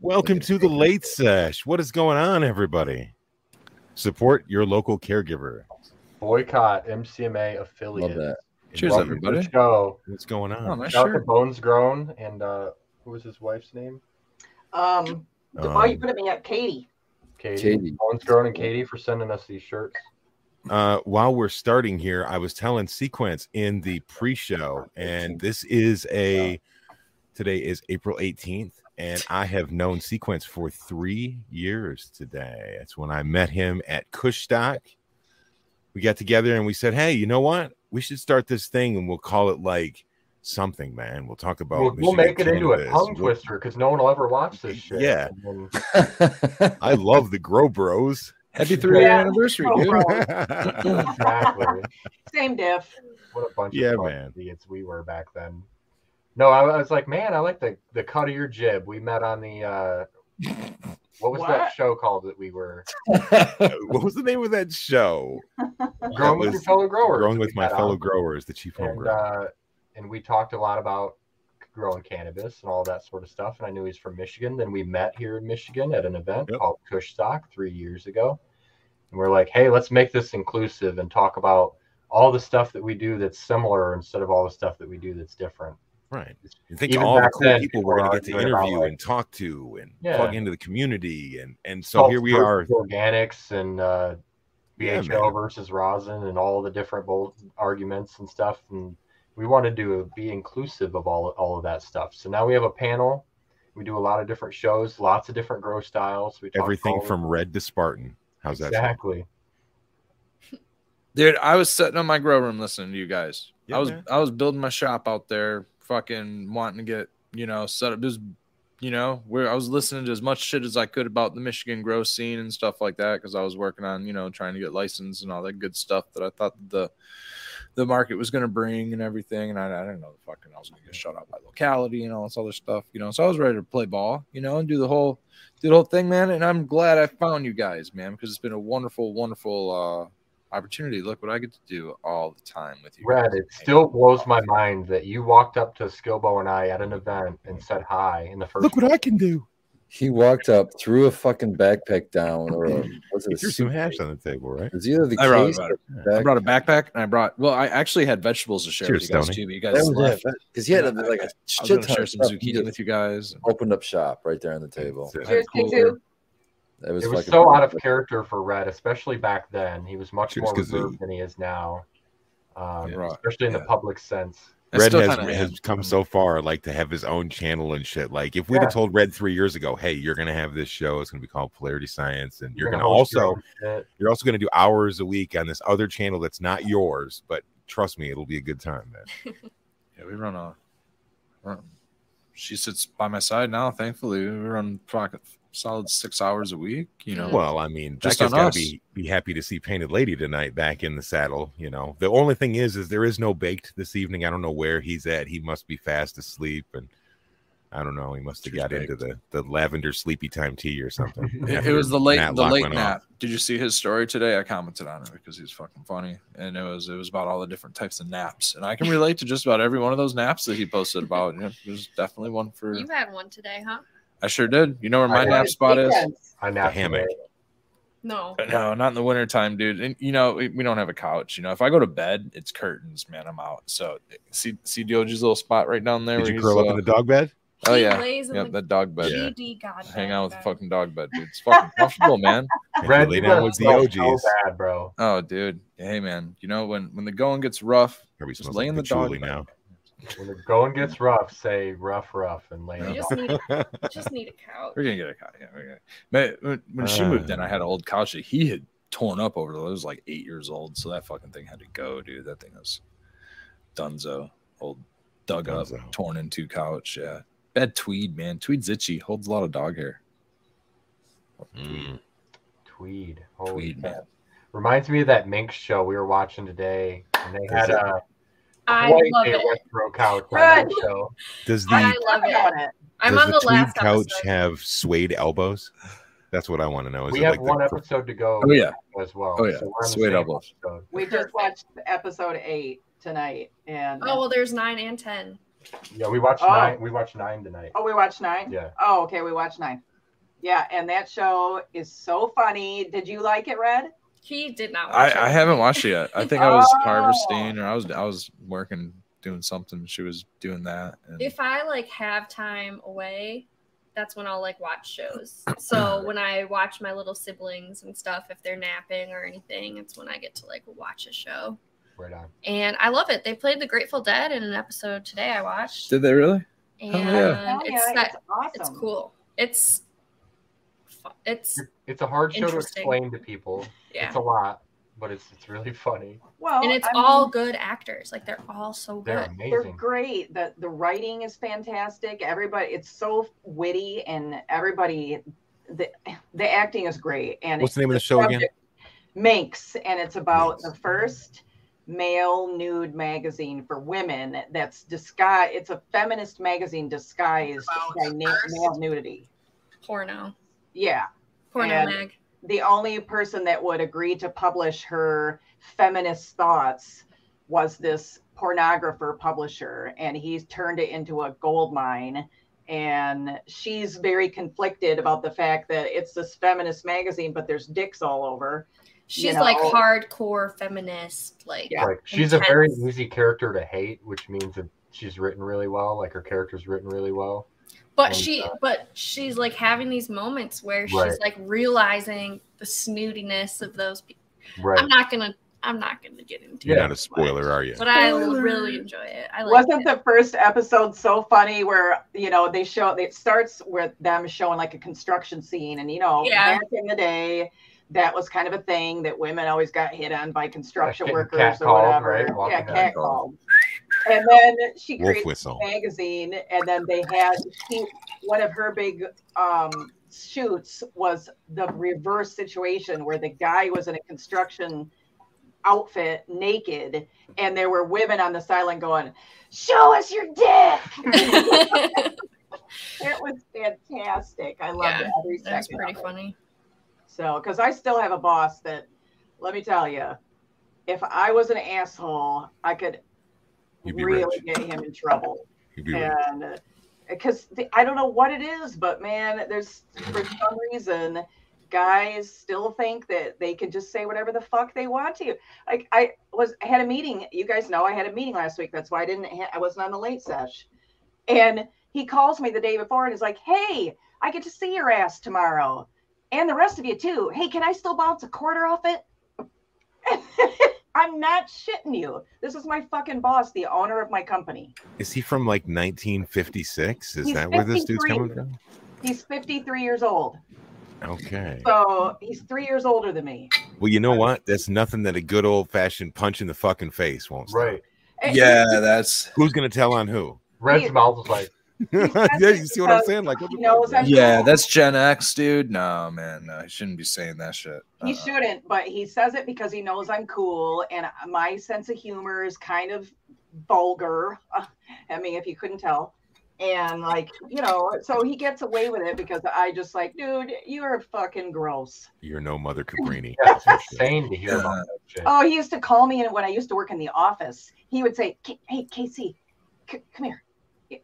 Welcome to the late sesh. What is going on, everybody? Support your local caregiver. Boycott MCMA affiliate. Love that. Cheers, Welcome to the everybody. show. What's going Oh, on? nice Shout out to shirt. Bones Grown and uh, who was his wife's name? Um, the- why are you putting me up, Katie? Katie. Katie. Bones Grown and Katie for sending us these shirts. uh, while we're starting here, I was telling Sequence in the pre-show, and this is a today is April 18th, and I have known Sequence for three years today. That's when I met him at Kushstock. We got together and we said, Hey, you know what? We should start this thing and we'll call it like something, man. We'll talk about we'll, we'll Michigan make it into a cannabis. tongue We'll- twister because no one will ever watch this shit. Yeah. And then- I love the Grow Bros. Happy three year Yeah. anniversary, Oh, dude. bro. exactly. Same diff. What a bunch Yeah, of fucking man. idiots we were back then. No, I, I was like, man, I like the, the cut of your jib. We met on the uh, what was that What? show called that we were what was the name of that show? growing with was your fellow growers. Growing that with we my met fellow on. growers, the chief home and grower. uh, and we talked a lot about growing cannabis and all that sort of stuff. And I knew he's from Michigan. Then we met here in Michigan at an event Yep. called Kush Stock three years ago, and we're like, hey, let's make this inclusive and talk about all the stuff that we do that's similar instead of all the stuff that we do that's different. Right. I think e Even all the back cool then, people people we're going were to get to arguing about, interview like- and talk to and Yeah. plug into the community. And and so Salt here we versus are. organics and uh, Yeah, BHL man. versus rosin and all the different bol- arguments and stuff. And we want to do be inclusive of all all of that stuff. So now we have a panel. We do a lot of different shows, lots of different grow styles. We talk Everything all- from red to Spartan. How's that? sound? exactly. Dude, I was sitting in my grow room listening to you guys. Yeah, I was man. I was building my shop out there, fucking wanting to get you know set up. Just you know, where I was listening to as much shit as I could about the Michigan grow scene and stuff like that because I was working on you know trying to get licensed and all that good stuff that I thought the the market was going to bring and everything. And I, I didn't know the fucking I was going to get shut out by locality and all this other stuff, you know. So I was ready to play ball, you know, and do the whole do the whole thing, man. And I'm glad I found you guys, man, because it's been a wonderful, wonderful uh, opportunity. Look what I get to do all the time with you. Red, guys, it man. still blows my mind that you walked up to Skillbo and I at an event and said hi in the first. Look what I can do. he walked up, threw a fucking backpack down, or a, was it a Here's some hash suitcase? on the table, right? It was either the I brought, case I or brought- the I back- brought a backpack and I brought. Well, I actually had vegetables to share Cheers, with you guys Tony. too. But you That guys was left. it, because he had Yeah, a, like a I was shit gonna ton share of some stuff. He zucchini just with you guys. Opened up shop right there on the table. That's it. Here's cool. Kazoo. That was it was fucking so out beautiful. of character for Red, especially back then. He was much Cheers, more Kazoo. reserved than he is now, um, Yeah. Right. especially in the Yeah. public sense. I Red still has, kinda am. has come so far, like to have his own channel and shit. Like, if we'd Yeah. have told Red three years ago, hey, you're going to have this show, it's going to be called Polarity Science, and you're, going to host also. your own shit. You're also going to do hours a week on this other channel that's not yours, but trust me, it'll be a good time, man. Yeah, we run a. Run, she sits by my side now. Thankfully, we run fucking solid six hours a week. You know, Well, I mean, Just Becca's on got us. to be, be happy to see Painted Lady tonight back in the saddle. You know, the only thing is, is there is no baked this evening. I don't know where he's at. He must be fast asleep, and I don't know. He must have She's got into the the lavender sleepy time tea or something. it, after it was the late the Lock late went Matt. off. Did you see his story today? I commented on it because he's fucking funny, and it was it was about all the different types of naps, and I can relate to just about every one of those naps that he posted about. You know, there's definitely one for You had one today, huh? I sure did. You know where my I nap did. spot is. Sequence. I napped hammock. today. No. But no, not in the wintertime, dude. And you know, we we don't have a couch. You know, if I go to bed, it's curtains, man. I'm out. So see see Doji's little spot right down there. Did where you he's, curl up in uh, the dog bed? Oh He yeah. lays in Yeah, the that dog bed. Yeah. GD god. Hang out with the bed. fucking dog bed, dude. It's fucking comfortable, man. And you Red, lay you down got with the yourself so OGs. bad, bro. Oh, dude. Hey man. You know, when when the going gets rough, Probably just smells lay like in the dog patchouli bed. now. When the going gets rough, say rough, rough, and lay You it just on. need, a, you just need a couch. We're gonna get a couch. Yeah, we're gonna. Man, when when she moved Ah. in, I had an old couch that he had torn up over. It was like eight years old, so that fucking thing had to go, dude. That thing was Dunzo, old dug Dunzo. up, torn into couch. Yeah, bad tweed, man. Tweed's itchy. Holds a lot of dog hair. hmm. Mm. Tweed. Holy Tweed, crap. man. Reminds me of that Minx show we were watching today, and they had it- a I white love Day it. Westboro couch on Red. that show. Does the I love Talk it. about it. I'm does on the the, tweed last couch episode. have suede elbows? That's what I want to know. Is we it have like the- one episode to go Oh yeah, as well. Oh, yeah. so we're on the Sweet same elbows. episode. We just watched episode eight tonight, and Oh well, there's nine and ten. Yeah, we watched Oh. nine. We watched nine tonight. oh, we watched nine. Yeah. Oh, okay, we watched nine. Yeah, and that show is so funny. Did you like it, Red? He did not. Watch I, I it. haven't watched it yet. I think I was Oh. harvesting or I was I was working doing something. She was doing that. And If I like have time away, that's when I'll like watch shows. So when I watch my little siblings and stuff, if they're napping or anything, it's when I get to like watch a show. Right on. And I love it. They played The Grateful Dead in an episode today I watched. did they really? and yeah. Hell Oh, yeah, Um, it's that it's awesome. it's cool. It's fu- it's It's a hard show to Interesting. explain to people. yeah. It's a lot, but it's it's really funny. Well, And it's I mean, all good actors. Like they're all so They're good. they're amazing. great. The the writing is fantastic. Everybody, it's so witty, and everybody, the the acting is great. And What's the name of the show again? subject- Minx, and it's Minx. about the first male nude magazine for women that's disguise. It's a feminist magazine disguised About by the na- first- male nudity. Porno. Yeah, Porno And- mag. the only person that would agree to publish her feminist thoughts was this pornographer publisher and he's turned it into a gold mine and she's very conflicted about the fact that it's this feminist magazine but there's dicks all over She's know, like all- hardcore feminist. Like Yeah. Like she's a very Intense. easy character to hate, which means that she's written really well. Like her character's written really well. but And, she uh, but she's like having these moments where Right. she's like realizing the snootiness of those people. Right. I'm not gonna I'm not gonna get into You're it. not a spoiler, are you? But I Spoiler. really enjoy it. I like wasn't it. the first episode so funny where you know they show it starts with them showing like a construction scene and you know Yeah. back in the day that was kind of a thing that women always got hit on by construction Getting workers or catcalled, whatever right? yeah Walking catcalled and then she Wolf created whistle. a magazine and then they had she, one of her big um shoots was the reverse situation where the guy was in a construction outfit naked and there were women on the sideline going show us your dick it was fantastic i loved Yeah, every second That's of pretty it. funny. so because i still have a boss that let me tell you if i was an asshole i could You'd be really rich. get him in trouble You'd be right. and because I don't know what it is, but man, there's for some reason guys still think that they can just say whatever the fuck they want to. Like I was, I had a meeting. You guys know I had a meeting last week. That's why I didn't. Ha- I wasn't on the late sesh. And he calls me the day before and is like, "Hey, I get to see your ass tomorrow, and the rest of you too. Hey, can I still bounce a quarter off it?" I'm not shitting you. This is my fucking boss, the owner of my company. Is he from like 1956? Is He's that where this dude's 53. coming from? He's 53 years old. Okay. So he's three years older than me. Well, you know what? That's nothing that a good old fashioned punch in the fucking face won't stop. Right. And Yeah, that's Who's gonna tell on who? Red's He- mouth was like, yeah, you see what I'm saying? Like, what He the knows fuck, I'm- man? yeah, that's Gen X, dude. No, man, no, I shouldn't be saying that shit. He Uh-uh. shouldn't, but he says it because he knows I'm cool and my sense of humor is kind of vulgar. I mean, if you couldn't tell. And like, you know, so he gets away with it because I just like, dude, you're fucking gross. You're no mother Cabrini. yeah, it's insane to hear about that shit. Oh, he used to call me, and when I used to work in the office, he would say, "K- "Hey, Casey, c- come here. Y-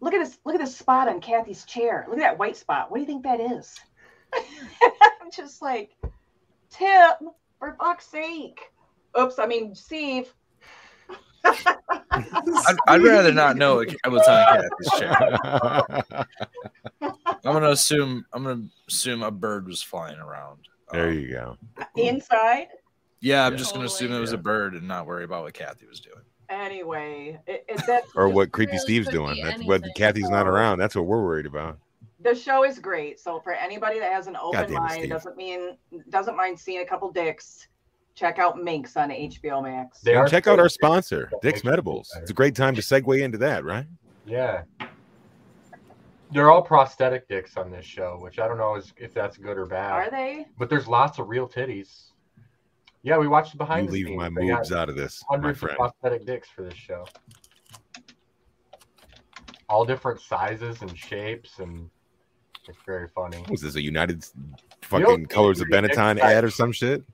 Look at this. Look at this spot on Kathy's chair. Look at that white spot. What do you think that is?" I'm just like, Tim, for fuck's sake. Oops, I mean Steve. I'd, I'd rather not know it I was on Kathy's chair. I'm gonna assume I'm gonna assume a bird was flying around. there Um, you go. Inside. Yeah, I'm Yeah. just gonna assume it was a bird and not worry about what Kathy was doing. Anyway, it, it, that's Or what creepy Really Steve's could doing. be That's what anything. Kathy's not around. That's what we're worried about. the show is great. So for anybody that has an open Goddamn it, mind, Steve. doesn't mean doesn't mind seeing a couple dicks, check out Minx on HBO Max. They And are check out our great. sponsor, Dick's Medibles. It's a great time to segue into that, right? Yeah. They're all prosthetic dicks on this show, which I don't know is, if that's good or bad. Are they? But there's lots of real titties. Yeah, we watched the behind You the leave scenes. my They got moves out of this, my hundreds friend. of prosthetic dicks for this show. All different sizes and shapes, and it's very funny. Was this a United You fucking know- Colors of Benetton ad or some shit?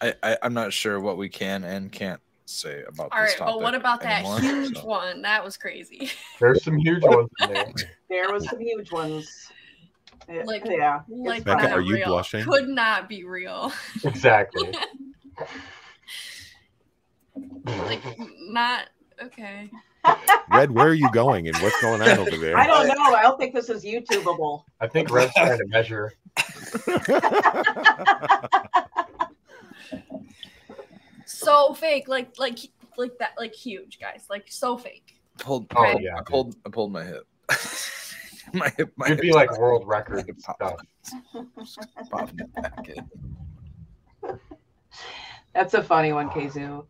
I, I I'm not sure what we can and can't say about All this right, but topic what about that anymore, huge so. one? That was crazy. There's some huge ones in there. There was some huge ones. Yeah, Like- yeah. Like, Becca, not are you real. blushing? Could not be real. Exactly. like, not okay. Red, where are you going and what's going on over there? I don't know. I don't think this is YouTubeable. I think Red's trying to measure. So fake, like like like that, like huge guys, like so fake. Pulled, Oh Right. yeah, I pulled, I pulled my hip. my hip, my it'd hip be like world record It popped. stuff. popped it back in. That's a funny one, Kazoo.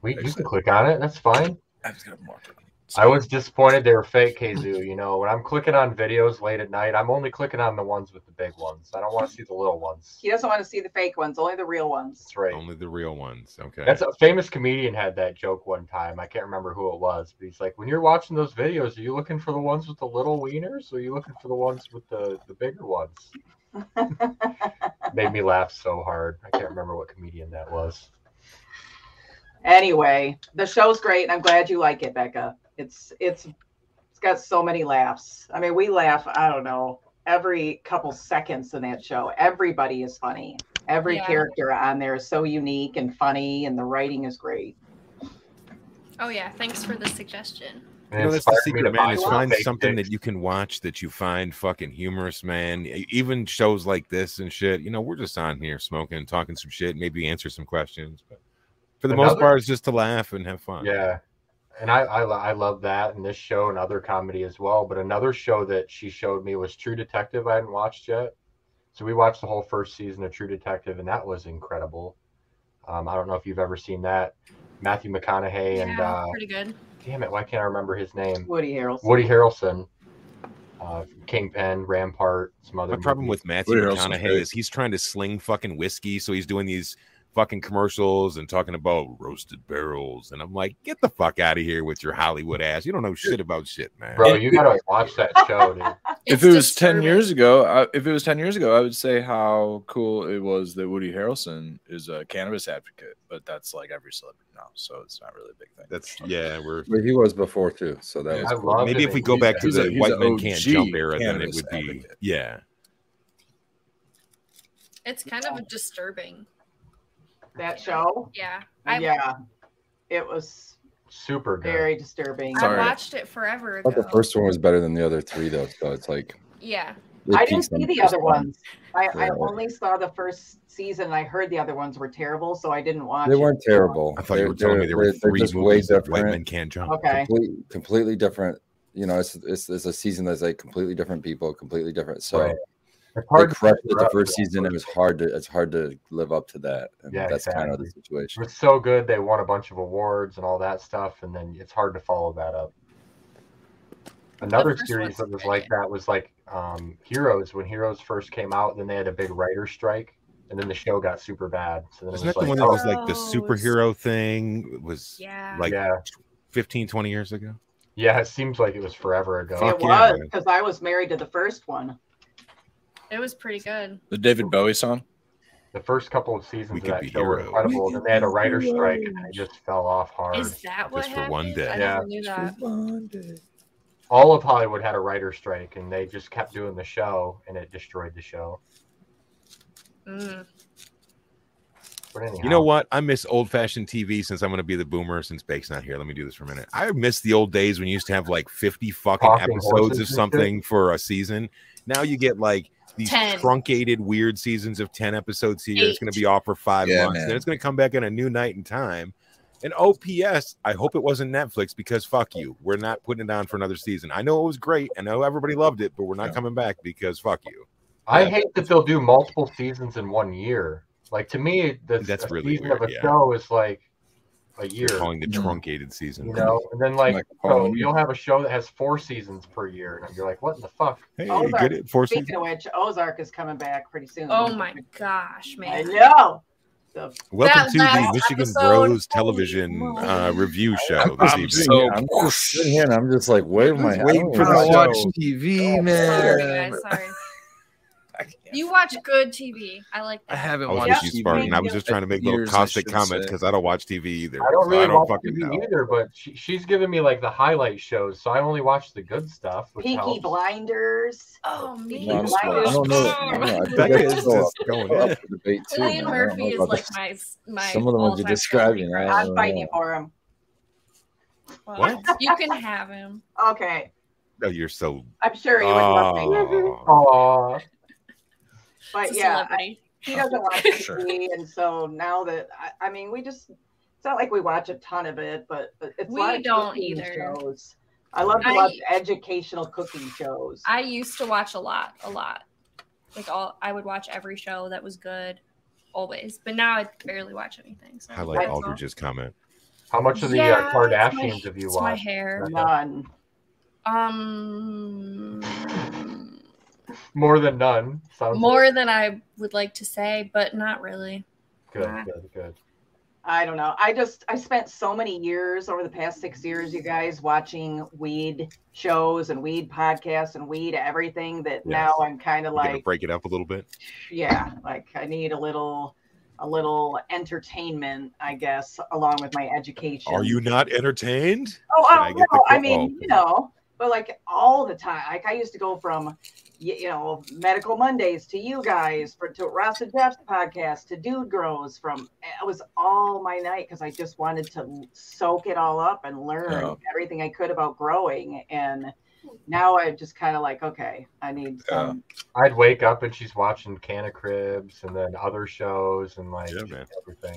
We you can click on it. That's fine. I was gonna mark it. I was disappointed they were fake Kazoo. You know, when I'm clicking on videos late at night, I'm only clicking on the ones with the big ones. I don't want to see the little ones. He doesn't want to see the fake ones, only the real ones. That's right. Only the real ones. Okay. That's a famous comedian had that joke one time. I can't remember who it was, but he's like, when you're watching those videos, are you looking for the ones with the little wieners, or are you looking for the ones with the the bigger ones? Made me laugh so hard. I can't remember what comedian that was. Anyway, the show's great, and I'm glad you like it, Becca. It's it's it's got so many laughs. I mean, we laugh. I don't know every couple seconds in that show. Everybody is funny. Every Yeah. character on there is so unique and funny, and the writing is great. Oh yeah, thanks for the suggestion. You And it know, that's the inspired me to secret, man. buy Is more find fake something dicks. that you can watch that you find fucking humorous, man. E- Even shows like this and shit. You know, we're just on here smoking, talking some shit, maybe answer some questions. But for the most Another- part, it's just to laugh and have fun. Yeah, and I, I lo- I love that and this show and other comedy as well. But another show that she showed me was True Detective. I hadn't watched yet, so we watched the whole first season of True Detective, and that was incredible. Um, I don't know if you've ever seen that. Matthew McConaughey and Yeah, uh, pretty good. damn it, why can't I remember his name? Woody Harrelson. Woody Harrelson, uh, Kingpin, Rampart, some other. My problem movies. with Matthew Woody Harrelson's McConaughey great. is he's trying to sling fucking whiskey, so he's doing these fucking commercials and talking about roasted barrels. And I'm like, get the fuck out of here with your Hollywood ass. You don't know shit about shit, man. bro, you gotta watch that show, dude. It's if it was 10 disturbing. years ago I, if it was 10 years ago i would say how cool it was that woody harrelson is a cannabis advocate but that's like every celebrity now so it's not really a big thing That's yeah, we're But he was before too, so that Yeah. was I cool. love maybe him if we and go he's back a- to he's a- the he's white a men can't OG jump era, then it cannabis would be advocate. yeah. It's kind of disturbing. that show. Yeah. I, yeah, it was super good. very disturbing. I Sorry. watched it forever I thought ago. the first one was better than the other three though, so it's like Yeah. I didn't see the other ones. ones. I, I Yeah. only saw the first season. And I heard the other ones were terrible, so I didn't watch. They it. weren't terrible. I thought They're- you were telling me they're- there were they're- they're three just way movies that white different. men can't jump. Okay. complete, completely different. You know, it's, it's it's a season that's like completely different people, completely different. So Right. It's they hard to crushed it figure the out first who that season. It was hard to it's hard to live up to that, and Yeah, that's kind of the exactly. situation. It's so good. They won a bunch of awards and all that stuff, and then it's hard to follow that up. Another first series one's that was good. like that was like um, Heroes when Heroes first came out. Then they had a big writer strike, and then the show got super bad. So then it Isn't that was the like, one that oh, was like the Oh, it's- superhero thing? It was Yeah. like yeah, 15, 20 years ago. yeah. It seems like it was forever ago. Fuck it yeah, was man. because I was married to the first one. it was pretty good. the david bowie song The first couple of seasons We of could that be show were heroes. incredible. We Then could they had a be writer strike, and heroes. it just fell off hard. Is that what Just for one happened? day. I Yeah. never knew that. All of Hollywood had a writer strike, and they just kept doing the show, and it destroyed the show. Mm. But anyhow, You know what? I miss old fashioned TV since I'm going to be the boomer since Bake's not here. Let me do this for a minute. I miss the old days when you used to have like 50 fucking Talking episodes horses and of shit. something for a season. Now you get like these 10. truncated, weird seasons of 10 episodes here. It's Eight. going to be off for five Yeah, months. man. Then it's going to come back in a new night and time. And OPS, I hope it wasn't Netflix because fuck you. We're not putting it on for another season. I know it was great. I know everybody loved it, but we're not Yeah. coming back because fuck you. I Yeah. hate that they'll do multiple seasons in one year. Like to me, the That's a really season of weird, a yeah. show is like a year, You're calling the Yeah. Mm. truncated season. you know. And then like, Like, so um, you'll have a show that has four seasons per year, and you're like, what in the fuck? Hey, Ozark. get it? Four seasons. Speaking of which, Ozark is coming back pretty soon. Oh my gosh, I man. know. The- Welcome to the last Michigan episode, Grows holy television moly. uh, review show this I'm evening. so- Yeah, I'm just sitting here and I'm just like, where am I? I Waiting don't for even the know. show. tv Sorry, guys. Sorry. You watch good TV. I like I that. haven't I was watched with watch you, TV. Spartan. I was just trying to make little Years, I caustic should comments say. because I don't watch TV either. I don't so really I don't watch fucking TV know. either, but she, she's giving me like the highlight shows, so I only watch the good stuff. Which Peaky helps. Blinders. Oh man, No, I'm Why sorry. I don't know. Oh, I don't know. I think Becca that's is still up- just going still in. up for debate too, man. I Cillian don't Murphy know is about like this. my my. Some of the ones you all-time described, favorite. you know, I I'm don't fighting know. for him. What? You can have him. Okay, No, you're so. I'm sure he would Ah. love me, Oh, Aw. It's but a yeah, I- celebrity. he doesn't watch Sure. TV, and so now that I, I mean, we just it's not like we watch a ton of it, but, but it's a We lot of don't cooking either. Shows. I love to I- watch educational cooking shows. I used to watch a lot, a lot. Like all, I would watch every show that was good, always. But now I barely watch anything. So I like that's all. Aldridge's comment. How much of the uh, Yeah, it's my- Kardashians have you it's My watched? hair. None. Um, More than none. Sounds more than I would like to say, but not really. good. Good. Good. I don't know. I just I spent so many years over the past six years, you guys, watching weed shows and weed podcasts and weed everything that now I'm kind of We're gonna like, break it up a little bit. yeah, like I need a little, a little entertainment, I guess, along with my education. Are you not entertained? Oh, Can I I don't get the know. I co- mean, oh, you okay. know, but like all the time, like I used to go from, y- you know, Medical Mondays to you guys, for, to Ross and Jeff's podcast, to Dude Grows. From it was all my night because I just wanted to soak it all up and learn Yeah. everything I could about growing. And now I'm just kind of like, okay, I need Yeah. some. I'd wake up and she's watching Can of Cribs and then other shows and like Yeah, man. everything.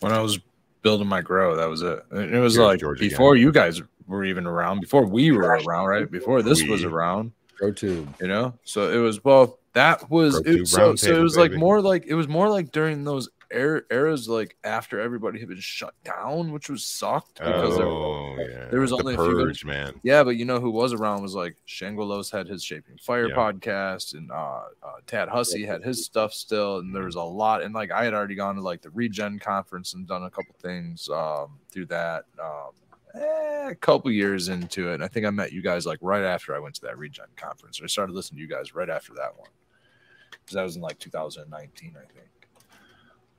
when I was building my grow, that was it. And It was Here's like George again. before you guys were even around, before we were around, right? Before this was We. around, Go to you know. So it was well, that was Grow two it, so, round so it table, was like baby. more like it was more like during those er- eras, like after everybody had been shut down, which was sucked because there- Oh, yeah. there was the only a few purge, man. yeah, but you know who was around was like Shangolos had his Shaping Fire Yeah. podcast, and uh, uh, Tad Hussey had his stuff still, and there was a lot. And like I had already gone to like the Regen conference and done a couple things um, through that. Um, eh, a couple years into it, and I think I met you guys like right after I went to that Regen conference. I started listening to you guys right after that one because that was in like 2019, I think.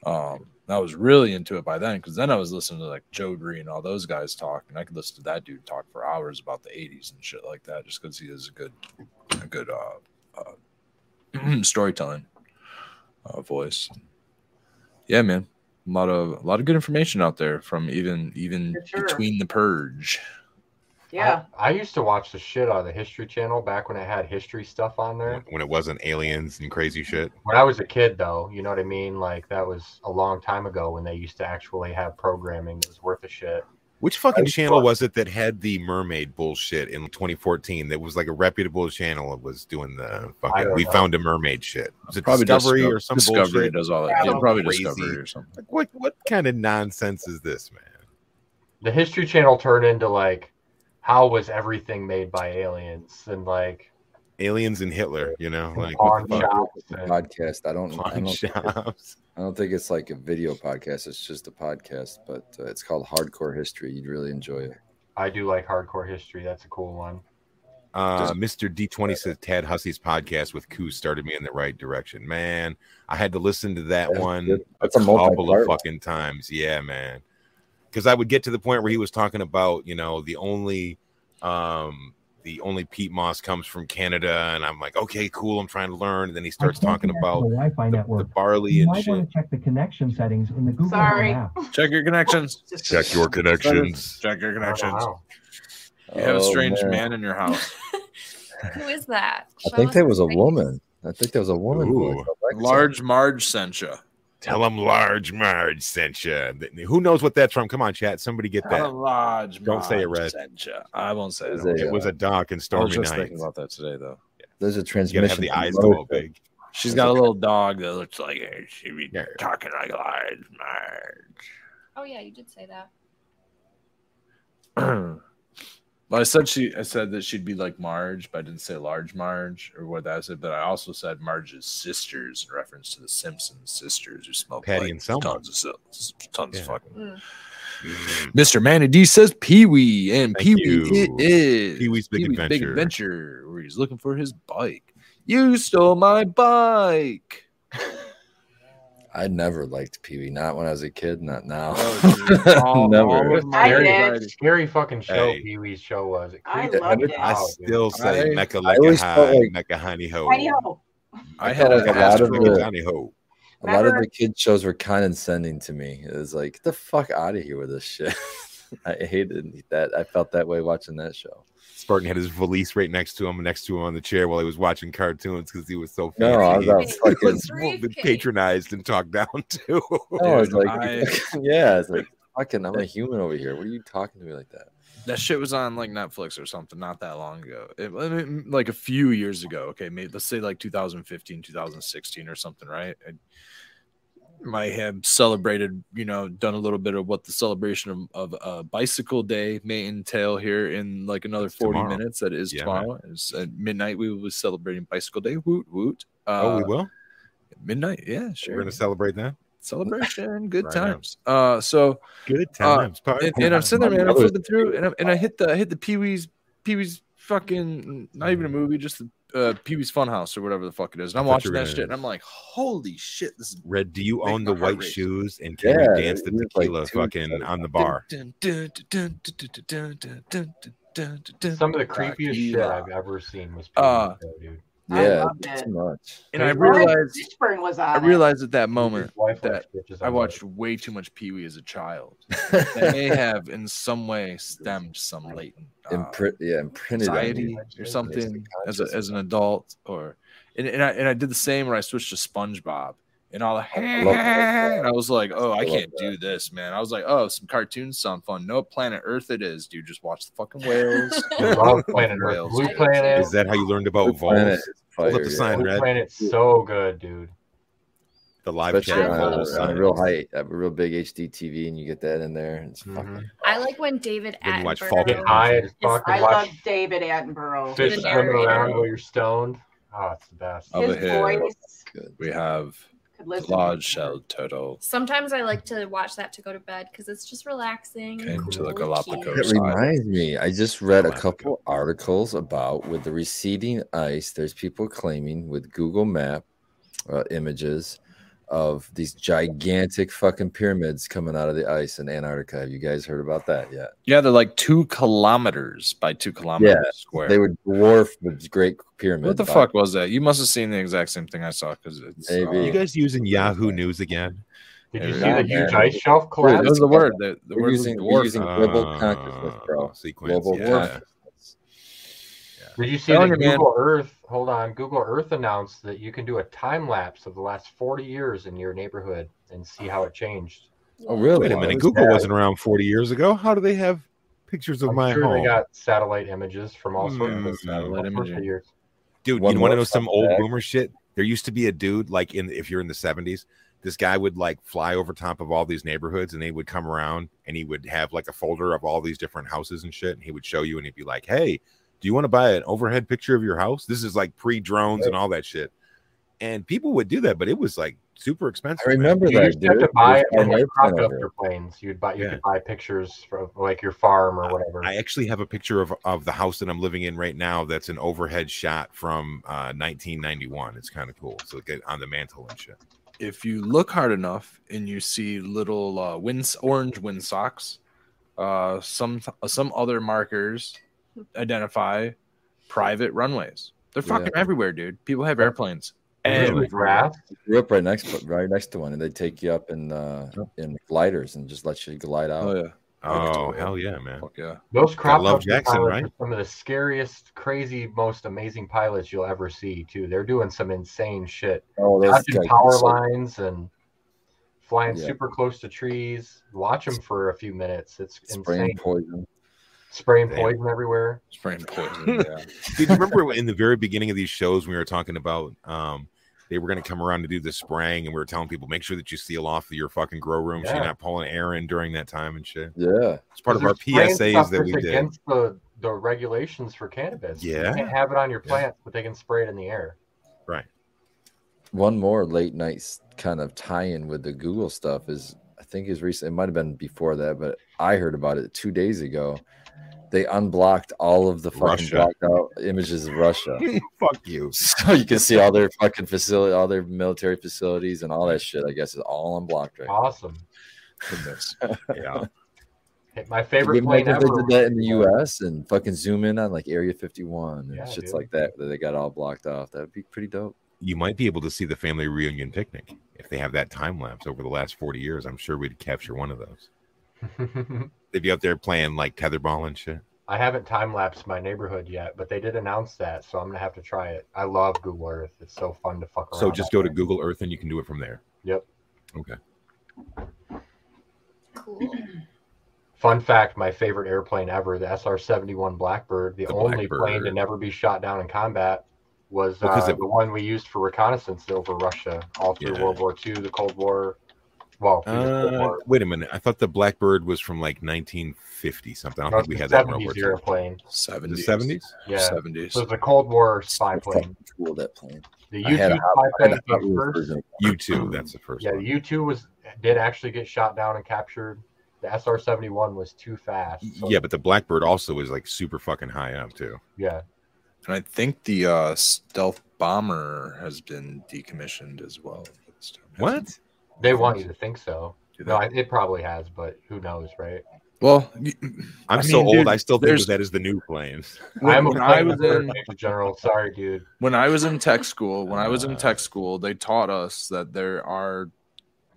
Um, and I was really into it by then because then I was listening to like Joe Green and all those guys talk, and I could listen to that dude talk for hours about the '80s and shit like that, just because he is a good, a good uh, uh, storytelling uh, voice. Yeah, man, a lot of a lot of good information out there from even even For sure. between the purge. Yeah. I, I used to watch the shit out of the History Channel back when it had history stuff on there. When it wasn't aliens and crazy shit. When I was a kid, though, you know what I mean? Like that was a long time ago when they used to actually have programming that was worth a shit. Which fucking I- channel was it that had the mermaid bullshit in 2014? That was like a reputable channel that was doing the I fucking don't we know. found a mermaid shit. Was it Discovery Disco- or some Discovery bullshit? does all that. Yeah, Yeah, probably crazy. Discovery or something. Like what what kind of nonsense is this, man? The History Channel turned into like, how was everything made by aliens? And like, Aliens and Hitler, you know, like pawn what the fuck? shops and podcast. I don't. I Pawn don't, think it- shops. I don't think it's like a video podcast. It's just a podcast, but uh, it's called Hardcore History. You'd really enjoy it. I do like hardcore history. That's a cool one. Uh, Mr. D20 says Tad Hussey's podcast with Koo started me in the right direction. Man, I had to listen to that That's one good. a That's a couple of multi-part. fucking times. Yeah, man. Because I would get to the point where he was talking about, you know, the only, um, the only peat moss comes from Canada, and I'm like, okay, cool. I'm trying to learn. And then he starts talking about Wi-Fi the, the network. barley You and might shit. want to check the connection settings in the Google Sorry. Home app. Check your connections. Just- Check your connections. Wow. You have a Oh, strange man in your house. Who is that? I think that was a woman. I think that was a woman. who Ooh. liked Alexa. Large Marge sent you. Tell him Large Marge sent you. Who knows what that's from? Come on, chat. Somebody get Not a that. large Don't say it, Marge Red. sent ya. I won't say It it. I was a- won't say It was a dark and it. I was stormy just night. thinking about that today, though. There's a You gotta transmission. have the from eyes go all America. big. She's That's got a okay. little dog that looks like her. She be Yeah. talking like large Marge. Oh yeah, you did say that. well, I said she. I said that she'd be like Marge, but I didn't say large Marge or what that said. But I also said Marge's sisters in reference to the Simpsons sisters who smoke Patty like, and Selma. tons of sil- tons Yeah. of fucking. Mm. Mm. Mr. Manny D says Pee Wee, and Pee Thank Wee you. it is Pee Wee's Big Pee Wee's Adventure. where he's looking for his bike. You stole my bike. I never liked Pee Wee. Not when I was a kid. Not now. Oh, geez. All- all never. with I Mary did. Brady. Scary fucking show Hey. Pee Wee's show was. It I creeped loved me it. I out, dude. still say I- Mecca I Lecca always felt High, like- Mecca Honey Ho. Tiny Ho. I I had felt like a, a lot of Astro the Johnny Ho. a lot of Remember- the kid shows were condescending to me. It was like, get the fuck out of here with this shit. I hated that. I felt that way watching that show. Spartan had his valise right next to him, next to him on the chair while he was watching cartoons because he was so No, fancy. I was out He fucking. Uh, was patronized and talked down to. no, I was Dude, like, yeah, it's like fucking. I'm a human over here. What are you talking to me like that? that shit was on like Netflix or something not that long ago. It, I mean, like a few years ago. Okay, maybe let's say like 2015, 2016 or something, right? I might have celebrated, you know, done a little bit of what the celebration of, of uh, bicycle day may entail here in like another It's 40 tomorrow. minutes. That is Yeah, man. tomorrow. It's at midnight. We will be celebrating bicycle day. Woot woot. Uh, oh, we will. Midnight. Yeah, We're sure. gonna celebrate that. Celebration. Good Right on. times. Uh, so Good Uh, times. party and, and I'm sitting there, My man. I'm brother's- flipping through, and, I'm, and I hit the I hit the Pee Wee's Pee Wee's fucking not even a movie, just the uh, Pee Wee's Funhouse or whatever the fuck it is. And I'm Mm. I thought you watching were that gonna- shit, and I'm like, holy shit, this is Red, do you Make own my the heart white race. shoes? And can we Yeah, dance the it was like tequila two fucking seconds. on the bar? Some Some of the creepiest shit I've ever seen was Pee Wee's Uh, show, dude. I Yeah, loved it. too much. And I Lawrence realized, Fishburne was I on. it. realized at that His moment wife that likes bitches I on watched way too much Pee Wee as a child. That and may have in some way stemmed some latent uh, Impri- yeah, imprinted on anxiety me. or It's something as a, conscious. as an adult or and, and I and I did the same where I switched to SpongeBob and all the I love that. and I was like, oh, I I love can't do this, man. I was like, oh, some cartoons sound fun. No, Planet Earth it is, dude. Just watch the fucking whales. I love Planet Earth. Whales, Blue dude. Planet. Is that how you learned about Blue voles? Planet is Hold up fire, the yeah. sign, Blue Red. Planet's so good, dude. The live Especially chat Yeah, on, of a- voles. on a real height, a real big HD TV, and you get that in there. and It's Mm-hmm. Mhm. fucking I like when David Then you watch Attenborough. Falcon Get high as is- fuck I and love watch David Attenborough. fish The swim around narrator. while you're stoned. Oh, it's the best. Of His a hit. voice good. we have could the listen. to large him. shelled turtle Sometimes I like to watch that to go to bed because it's just relaxing. and came to the cool and cute. Galapagos Side. It reminds me. I just read a Galactica. couple articles about with the receding ice. There's people claiming with Google Map uh, images of these gigantic fucking pyramids coming out of the ice in Antarctica. Have you guys heard about that yet? Yeah, they're like two kilometers by two kilometers square. They would dwarf the Great Pyramid. what the by- fuck was that? You must have seen the exact same thing I saw because it's uh, Maybe. You guys using Yahoo News again? Did you Yeah, see the man. huge ice shelf That collapse? was the word. The, the We're word using- we're was dwarf. using- global consciousness, bro. Uh, Sequence, Global yeah. war. Did you see Telling that you, man. Google Earth? Hold on, Google Earth announced that you can do a time lapse of the last 40 years in your neighborhood and see how it changed. Oh, really? Wait a minute. Google wasn't around 40 years ago. How do they have pictures of I'm my sure home? they got satellite images from all sorts Mm. of Satellite all sorts of imaging. years. Dude, One you want more to know some fun old fact. boomer shit? There used to be a dude like in if you're in the 70s, this guy would like fly over top of all these neighborhoods and they would come around and he would have like a folder of all these different houses and shit and he would show you and he'd be like, "Hey, do you want to buy an overhead picture of your house? This is like pre-drones and all that shit." And people would do that, but it was like super expensive. I man. remember You that. used to have dude. to buy it It from was on like airplane over helicopter planes. You'd buy, you Yeah. could buy pictures from like your farm or whatever. I actually have a picture of, of the house that I'm living in right now. That's an overhead shot from uh, 1991. It's kind of cool. So get on the mantle and shit. if you look hard enough and you see little uh, wind, orange wind socks, uh, some some other markers identify private runways. They're Yeah. fucking everywhere, dude. People have airplanes. Really? And Grass? grew up right next right next to one and they take you up in uh in gliders and just let you glide out oh yeah, Oh, Fuck. hell yeah, man. fuck yeah. Those crop love duster Jackson, pilots right? are some of the scariest, crazy, most amazing pilots you'll ever see, too. They're doing some insane shit. oh those Dodging guys power are so- lines and flying Yeah. super close to trees. Watch them for a few minutes. It's spraying insane. poison Spraying Damn. poison everywhere. Spraying poison. Yeah. Did you remember in the very beginning of these shows we were talking about um they were going to come around to do the spraying and we were telling people make sure that you seal off your fucking grow room so you're Yeah. not pulling air in during that time and shit. yeah It's part of our Because there's PSAs spraying stuff that we that's did. Against the, the regulations for cannabis. Yeah. You can't have it on your Yeah. plants, but they can spray it in the air. one more late night s- kind of tie-in with the google stuff is i think is recent it might have been before that but i heard about it two days ago they unblocked all of the fucking Russia. blocked out images of Russia. Fuck you. so you can see all their fucking facility, all their military facilities, and all that shit. I guess is all unblocked right. now. Awesome. Goodness. Yeah. My Could you favorite plane imagine if ever. they did that in the U.S. and fucking zoom in on like Area 51 and Yeah, shits dude. like that that they got all blocked off. That'd be pretty dope. You might be able to see the family reunion picnic if they have that time lapse over the last 40 years. I'm sure we'd capture one of those. They'd be out there playing like tetherball and shit. I haven't time lapsed my neighborhood yet, but they did announce that, so I'm gonna have to try it. I love Google Earth. It's so fun to fuck around. So Oh, just out go to there. Google Earth and you can do it from there. Yep. Cool. Fun fact: my favorite airplane ever, the SR-71 Blackbird, the, The only plane to Blackbird. never be shot down in combat, was Well, 'cause uh, it- the one we used for reconnaissance over Russia all through Yeah. World War II, the Cold War. Well, through the Cold Uh, War. wait a minute. I thought the Blackbird was from like 1950 something. I No, don't it's think we the had that in World 70s War II. airplane. 70s. The 70s? Yeah, so 70s. it's a Cold War spy Fucking plane. Cool that plane. The I had a U-2 hot, I spy had a hot plane wheels came first. version. You too. That's the first Yeah, one. U two was did actually get shot down and captured. The SR seventy one was too fast. so- Yeah, but the Blackbird also is like super fucking high up too. yeah, And I think the uh, stealth bomber has been decommissioned as well. This time. What? they want you to think so. Do No, that. it probably has, but who knows, right? well, y- I'm I so mean, old. dude, I still think there's- of that as the new planes. when, I'm a when I plane was in operator, general. Sorry, dude. when I was in tech school, when I was in Uh. tech school, they taught us that there are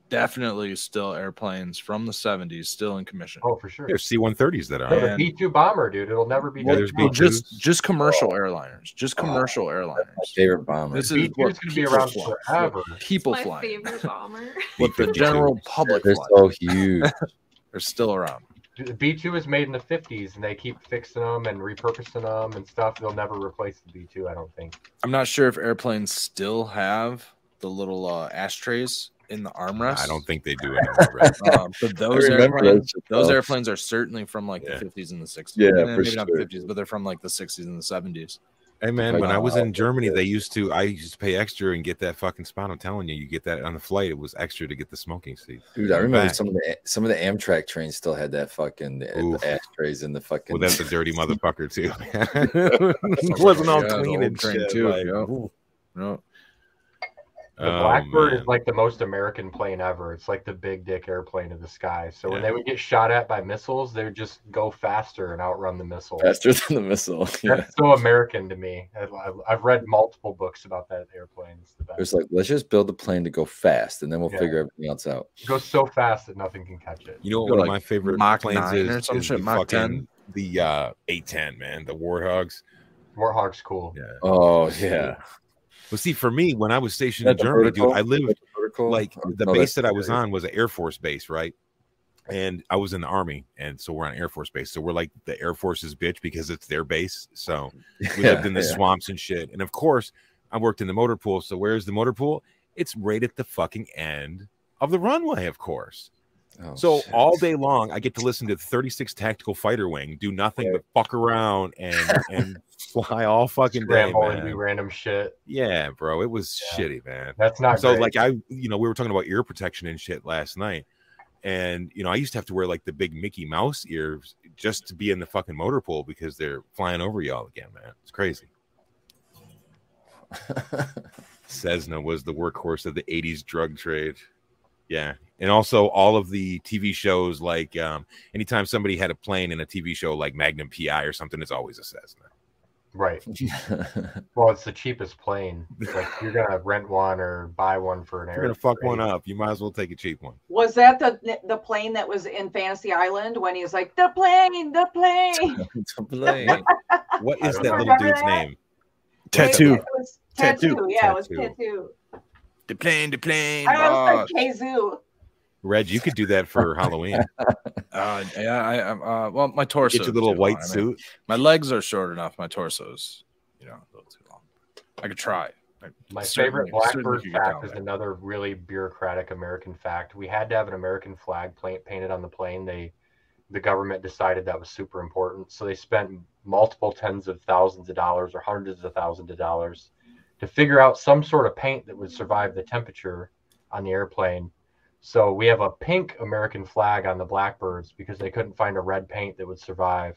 definitely still airplanes from the 70s still in commission. Oh, for sure. There's C-130s that are. No, on Yeah. it. the man. B two bomber, dude. It'll never be. Yeah, done. there's Oh. Well, B2s. just just commercial airliners, just commercial My airliners. favorite bomber. This B is two what is going to be people around fly- forever. People My flying. favorite bomber. What the B-52s. general public They're flies. so huge. They're still around. The B two was made in the fifties, and they keep fixing them and repurposing them and stuff. They'll never replace the B two. I don't think. I'm not sure if airplanes still have the little uh, ashtrays in the armrest. I don't think they do anymore. Right? Um, but those remember airplanes, that shit, those though. airplanes are certainly from like Yeah. the 50s and the 60s. Yeah, Eh, for maybe not sure. 50s, but they're from like the 60s and the 70s. Hey man, Like, when I was in uh, Germany, they used to. I used to pay extra and get that fucking spot. I'm telling you, you get that on the flight. It was extra to get the smoking seat. Dude, I remember Back. some of the some of the Amtrak trains still had that fucking the- Oof. the ashtrays in the fucking. Well, that's a dirty motherfucker too. it wasn't all Yeah, the clean old and train shit. too, like, yeah. ooh. No, The Oh, Blackbird man. is like the most American plane ever. It's like the big dick airplane of the sky. So when Yeah. they would get shot at by missiles, they would just go faster and outrun the missile. faster than the missile. Yeah. That's so American to me. I, I- I've read multiple books about that airplane. It's the best. It's like let's just build a plane to go fast, and then we'll Yeah. figure everything else out. It goes so fast that nothing can catch it. You know, one Go of like my favorite Mach planes 9 is, or some is shit, the Mach 10. fucking the uh, A10, man, the Warthogs. Warthog's cool. Yeah. Oh yeah, Well, see, for me, when I was stationed in That the Germany, dude, vertical- I lived vertical? like Oh, the no, base that's that I was hilarious. on was an Air Force base, right? And I was in the army, and so we're on Air Force base. So we're like the Air Force's bitch because it's their base. So we lived in the Yeah, swamps and shit. And of course, I worked in the motor pool. So where's the motor pool? It's right at the fucking end of the runway, of course. yeah. Oh, So shit. all day long, I get to listen to the 36 Tactical Fighter Wing do nothing but fuck around and and fly all fucking day, Ramble and do man. random shit. Yeah, bro, it was shitty, man. That's not So great. like I, you know, we were talking about ear protection and shit last night, and you know, I used to have to wear like the big Mickey Mouse ears just to be in the fucking motor pool because they're flying over y'all again, man. It's crazy. Cessna was the workhorse of the 80s drug trade. Yeah. And also all of the TV shows, like um, anytime somebody had a plane in a TV show like Magnum PI or something, it's always a Cessna. right. Well, it's the cheapest plane. Like you're gonna rent one or buy one for an If you're gonna airplane. fuck one up, you might as well take a cheap one. Was that the the plane that was in Fantasy Island when he was like the plane, the plane? To blame. What I is don't that know. little dude's Remember that? name? It was tattoo. Tattoo. Yeah, it was Tattoo. tattoo. The plane, the plane. I Uh, was like Kazoo. Reg, you could do that for Halloween. uh, yeah, I, I, uh, well, my torso. Get your little too long. white I mean, suit. my legs are short enough. My torso's, you know, a little too long. I could try. My Certainly- certainly favorite Blackbird you can tell fact is that. another really bureaucratic American fact. We had to have an American flag pla- painted on the plane. They, the government decided that was super important, so they spent multiple tens of thousands of dollars or hundreds of thousands of dollars to figure out some sort of paint that would survive the temperature on the airplane. So we have a pink American flag on the Blackbirds because they couldn't find a red paint that would survive.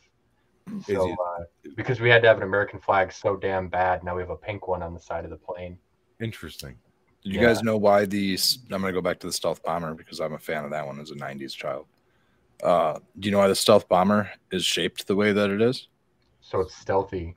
So, it- uh, because we had to have an American flag so damn bad, now we have a pink one on the side of the plane. Interesting. Did you Yeah. guys know why the? s- I'm gonna go back to the stealth bomber because I'm a fan of that one as a '90s child. Uh, do you know why the stealth bomber is shaped the way that it is? So it's stealthy.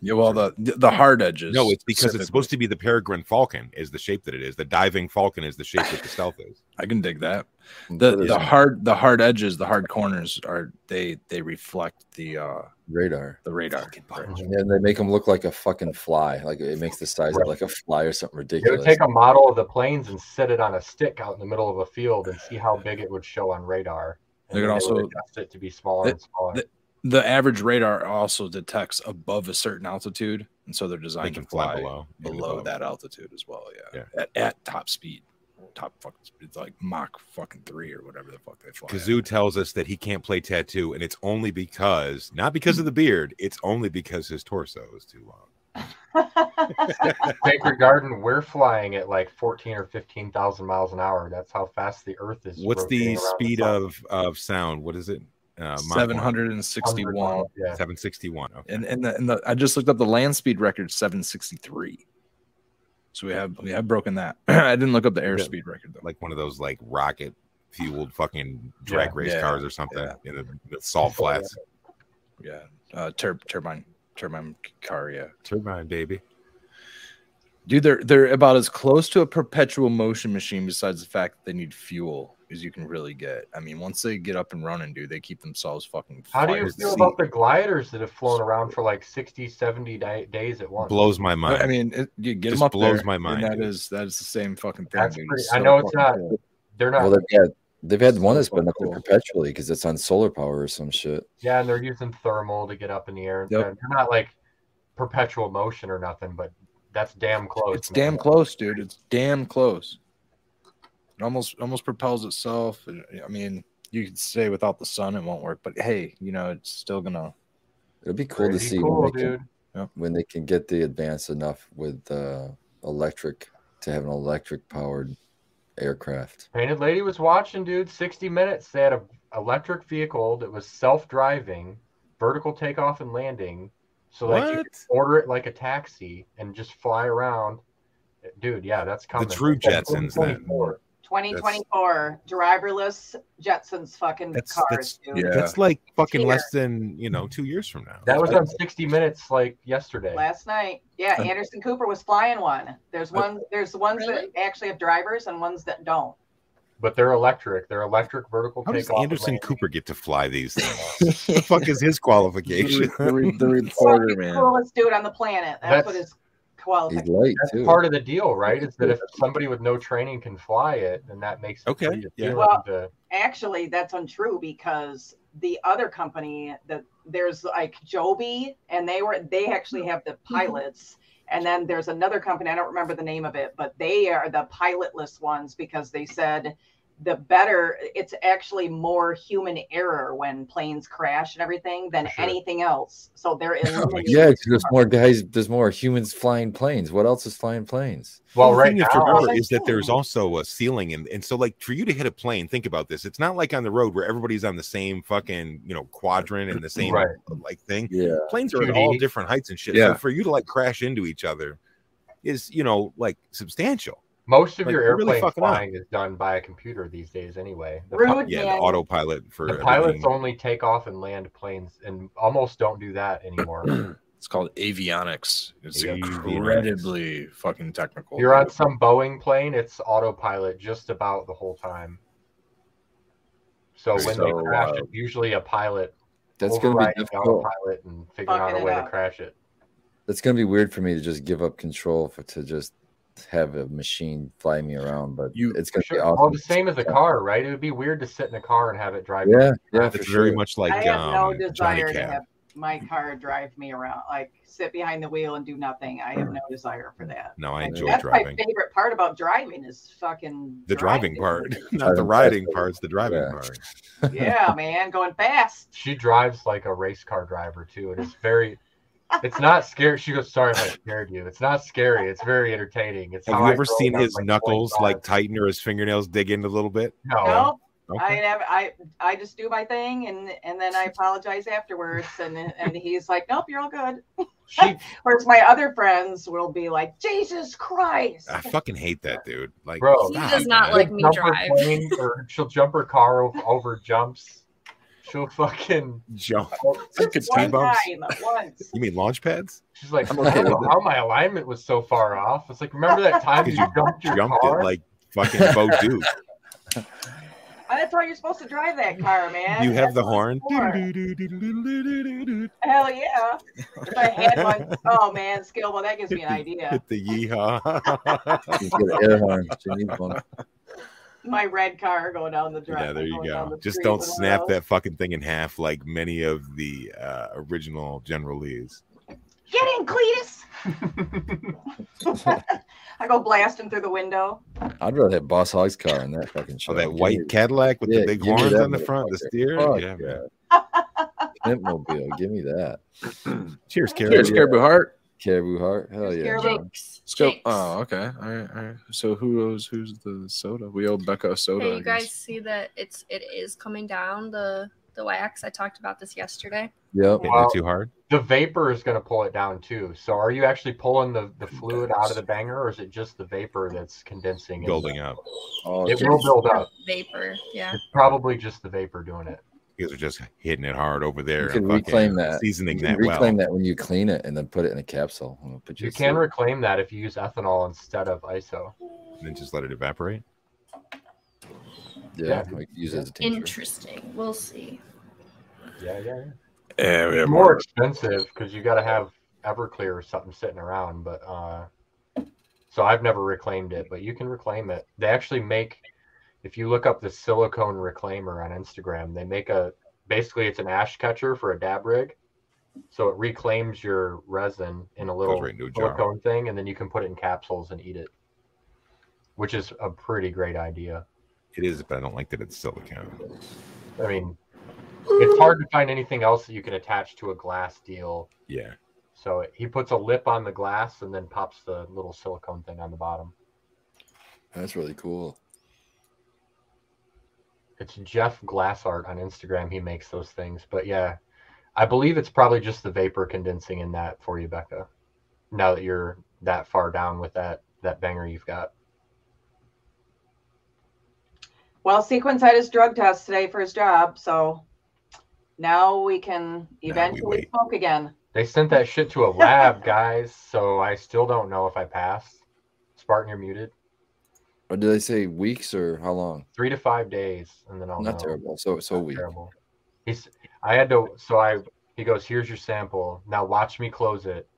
Yeah, well, the the the hard edges. No, it's because it's supposed to be the peregrine falcon is the shape that it is. The diving falcon is the shape that the stealth is. I can dig that. the Put it The on hard the hard edges, the hard corners are they they reflect the uh radar. the radar. punch. And then they make them look like a fucking fly. Like it makes the size Right. of like a fly or something They would ridiculous. take a model of the planes and set it on a stick out in the middle of a field and see how big it would show on radar. And They could then would also- adjust it to be smaller and smaller. they- The average radar also detects above a certain altitude, and so they're They designed can to fly, fly below. and below above. that altitude as well. Yeah, Yeah. At, at top speed, top fucking speed, it's like Mach fucking three or whatever the fuck they fly. at. Kazoo tells us that he can't play tattoo, and it's only because not because of the beard, it's only because his torso is too long. Sacred Garden, we're flying at like 14 or 15,000 miles an hour. That's how fast the Earth is. What's the rotating around speed sun. of of sound? What is it? Uh, Mach one. 761 100 miles, Yeah. 761. Okay. and and the, and the I just looked up the land speed record 763 so we have we have broken that I didn't look up the airspeed record though like one of those like rocket fueled fucking drag race Yeah. cars or something Yeah. in the, the salt flats. yeah uh tur- turbine turbine car yeah Turbine baby. dude they're they're about as close to a perpetual motion machine besides the fact that they need fuel as you can really get I mean once they get up and running dude they keep themselves fucking How do you fired. feel seat. about the gliders that have flown around for like 60, 70 di- days at once? Blows my mind. I mean it, you get Just them up blows there, my and mind, that dude. is that is the same fucking thing That's dude. pretty- It's I so know it's fucking not- cool. They're not. well, they've had they've had one that's been up Cool. there perpetually because it's on solar power or some shit. yeah, and they're using thermal to get up in the air. And Yep. stuff. They're not like perpetual motion or nothing, but that's damn close. It's man. damn close, dude. It's damn close. It almost almost propels itself. And, I mean, you could say without the sun it won't work, but hey, you know it's still gonna. It'll be cool to Pretty see cool, when, they can, dude. when they can get the advance enough with uh, electric to have an electric powered aircraft. Painted Lady was watching, dude. 60 minutes. They had a electric vehicle that was self driving, vertical takeoff and landing. So like you What? could order it like a taxi and just fly around. Dude, yeah, that's coming. Drew That's Jetsons then. 2024. 2024 driverless Jetsons fucking That's- cars. that's- dude. Yeah. That's like fucking Here. less than you know two years from now. That was on 60 Minutes like yesterday. Last night, yeah, Uh, Anderson Cooper was flying one. There's one. There's ones Really? that actually have drivers and ones that don't. But they're electric. They're electric vertical How does takeoff. and Anderson landing. Cooper get to fly these things? the fuck is his qualification? reporter, Fucking Coolest dude on the planet. That's, what That's- his quality. He's light That's too. part of the deal, right? Is that if somebody with no training can fly it, then that makes it Okay, pretty yeah. appealing Well, to- Actually, that's untrue because the other company that there's like Joby, and they were they actually have the Mm-hmm. pilots. And then there's another company, I don't remember the name of it, but they are the pilotless ones because they said the better it's actually more human error when planes crash and everything than For sure. anything else. So they're eliminating Yeah, 'cause there's more guys. There's more humans flying planes. What else is flying planes? well, the right thing you now, have to remember Like, is that there's hmm. also a ceiling, and, and so like for you to hit a plane, think about this. It's not like on the road where everybody's on the same fucking you know quadrant and the same Right. like thing. Yeah, Planes are at 2D. all different heights and shit. Yeah. So for you to like crash into each other is you know like substantial. most of Like, your you're really airplane fucking up. flying is done by a computer these days, anyway. The, Rude. pi- Good yeah, man. the autopilot for the pilots everything. only take off and land planes, and almost don't do that anymore. It's called avionics. It's Avionics. incredibly fucking technical. You're on dude. some Boeing plane; it's autopilot just about the whole time. So when they So, crash, uh, it's usually a pilot that's gonna be overriding the difficult. autopilot and figuring out Fucking a it way to up. crash it. That's gonna be weird for me to just give up control for to just have a machine fly me around. But You- it's For gonna be Sure. awesome. Well, the same as a car, right? It would be weird to sit in a car and have it drive. you. Yeah, yeah, for It's very sure. much like I have no um, Johnny desire to Cab. have my car drive me around, like sit behind the wheel and do nothing. I have no desire for that. No, I Like, enjoy that's driving. my favorite part about driving is fucking The driving part, not the Driving riding part. part's the driving Yeah. part. yeah, man, going fast. She drives like a race car driver too, and it's very. It's not scary. She goes, "Sorry if I scared you." It's not scary. It's very entertaining. It's Have how you I ever drove seen when I was, his like, knuckles 25. like tighten or his fingernails dig in a little bit? No, No, I have I I just do my thing and and then I apologize afterwards and and he's like nope you're all good. She Whereas my other friends will be like Jesus Christ. I fucking hate that dude. Like, Bro. He stop, does not man. like She'll me jump her drive. plane or she'll jump her car over, over jumps. She'll fucking. jump. Like Just a speed one bumps. time, once. You mean launch pads? She's like, I'm "Well, okay I don't know with it." how my alignment was so far off. It's like, remember that time 'Cause you you jumped your Jumped car? it like fucking Bo Duke. That's how you're supposed to drive that car, man. You have the That's what horn. it's for. Hell yeah. If I had one, oh man, skill. Well, that gives me an idea. Hit the yeehaw. She's got an air horn. She needs one. My red car going down the drive. yeah, there you going down go. the Just street don't with one snap of those. that fucking thing in half like many of the uh, original General Lees. Get in, Cletus. I go blasting through the window. I'd rather have Boss Hogg's car in that fucking show. Oh, that white Cadillac with yeah, the big give me horns that on the front, the motherfucker. steer. Fuck yeah, man. Flintmobile. Give me that. Cheers, Carrie. Here's Caribou Heart. Caribou Heart. Hell Here's yeah. Caribou. John. Jinx. Let's go. Jinx. Oh, okay. All right, all right. So who owes who's the soda? We owe Becca a soda. Hey, I you guess. guys see that it's it is coming down the the wax. I talked about this yesterday. Yep. Hitting Wow. it too hard. the vapor is going to pull it down too. So are you actually pulling the, the fluid out of the banger or is it just the vapor that's condensing? and- Building up. Oh, It dude. will build up. Vapor. Yeah. It's probably just the vapor doing it. You guys are just hitting it hard over there. You can and fucking reclaim that. Seasoning You can that reclaim well. that when you clean it and then put it in a capsule. and it'll put You your can seed- reclaim that if you use ethanol instead of ISO. And then just let it evaporate. yeah, yeah. we can use it as a tincture. Interesting. We'll see. Yeah, yeah. yeah. Yeah, we have It's more expensive because you got to have Everclear or something sitting around. But uh, so I've never reclaimed it, but you can reclaim it. They actually make, if you look up the silicone reclaimer on Instagram, they make a basically it's an ash catcher for a dab rig. So it reclaims your resin in a little right into a jar. silicone thing, and then you can put it in capsules and eat it, which is a pretty great idea. It is, but I don't like that it's silicone. I mean, it's hard to find anything else that you can attach to a glass deal Yeah. So it- he puts a lip on the glass and then pops the little silicone thing on the bottom. That's really cool. It's Jeff Glassart on Instagram. He makes those things. But yeah, I believe it's probably just the vapor condensing in that for you, Becca. Now that you're that far down with that that banger you've got. Well, Sequence had his drug test today for his job, so now we can we eventually wait. smoke again. They sent that shit to a lab, guys, so I still don't know if I passed. Spartan, you're muted. Or did I say weeks or how long? Three to five days, and then I'll Not know. terrible. So so Not weak. terrible. He's. I had to. So I. He goes. Here's your sample. Now watch me close it.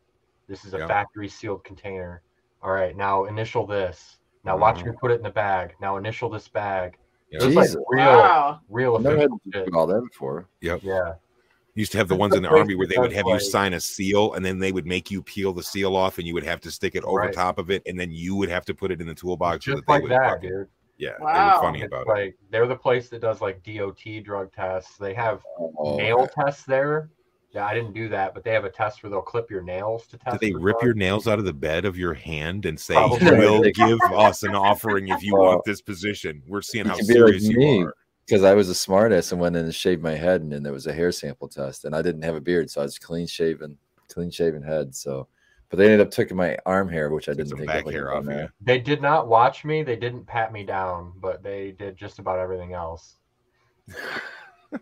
This is a Yeah. factory sealed container. All right. Now initial this. Now watch Mm-hmm. me put it in the bag. Now initial this bag. It was like Jesus. real, Wow. real I've never had official to shit. do all that before. Yeah. used to have the ones in the army where they would have you sign a seal and then they would make you peel the seal off and you would have to stick it over Right. top of it and then you would have to put it in the toolbox so Just that they like would that, fucking- dude. yeah they Wow. were funny It's about it like they're the place that does like DOT drug tests. They have Oh, nail tests there. Yeah, I didn't do that, but they have a test where they'll clip your nails to did test. they for rip drugs. your nails out of the bed of your hand and say Probably. we'll give us an offering if you Well, want this position we're seeing you how could be like serious me. you are because I was a smartass and went in and shaved my head, and then there was a hair sample test, and I didn't have a beard, so I was clean shaven, clean shaven head. So, but they ended up taking my arm hair, which I get didn't some think back of, like, hair on off that. you They did not watch me. They didn't pat me down, but they did just about everything else.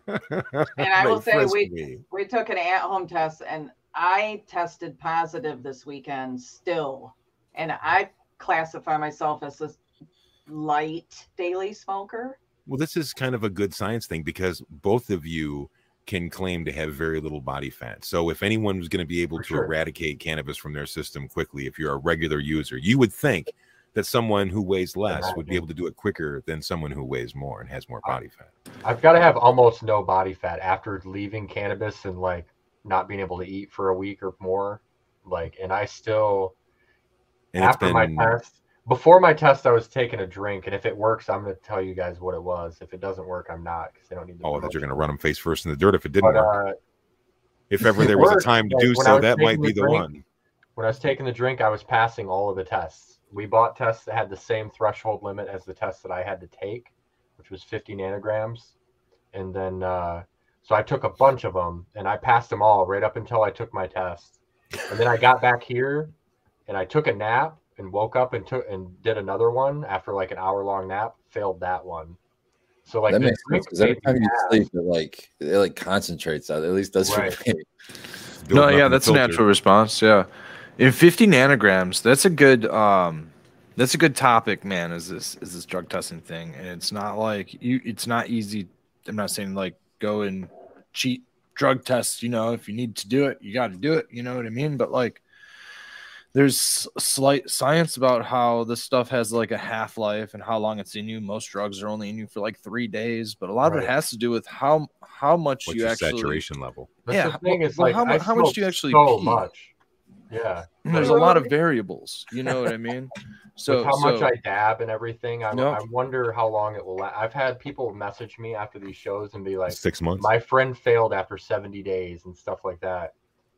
And I They will say frisked we- me. We took an at home test and I tested positive this weekend still. And I classify myself as a light daily smoker. Well, this is kind of a good science thing because both of you can claim to have very little body fat. So, if anyone was going to be able For to sure. eradicate cannabis from their system quickly, if you're a regular user, you would think that someone who weighs less would be Imagine. Uh, able to do it quicker than someone who weighs more and has more body fat. I've got to have almost no body fat after leaving cannabis and like not being able to eat for a week or more. Like, and I still And it's after my been test, before my test, I was taking a drink, and if it works, I'm going to tell you guys what it was. If it doesn't work, I'm not because they don't need. the oh that you're going to promotion. run them face first in the dirt if it didn't But work. uh, If ever it there was a worked, time to like, do when I so, was that might taking be the the drink, one. when I was taking the drink, I was passing all of the tests. We bought tests that had the same threshold limit as the tests that I had to take, which was 50 nanograms. And then, uh, so I took a bunch of them and I passed them all right up until I took my test. And then I got back here and I took a nap and woke up and took and did another one after like an hour long nap, failed that one. So like that the makes sense because drink every made me time you have- sleep, it like it like concentrates. At least that's for Right. me. No, Building up yeah, the that's a filter. natural response. Yeah, in fifty nanograms, that's a good um, that's a good topic, man. Is this is this drug testing thing? And it's not like you, it's not easy. I'm not saying like go and cheat drug tests. You know, if you need to do it, you got to do it. You know what I mean? But like, there's slight science about how this stuff has like a half life and how long it's in you. Most drugs are only in you for like three days, but a lot of it Right. has to do with how how much What's you your actually saturation level? That's yeah, the thing well- is well, like how mu- I how much do you smoked actually so pee? much. Yeah. there's a lot of variables. You know what I mean? So With how much so- I dab and everything, I, No. I wonder how long it will last. I've had people message me after these shows and be like, Six months. "My friend failed after 70 days and stuff like that."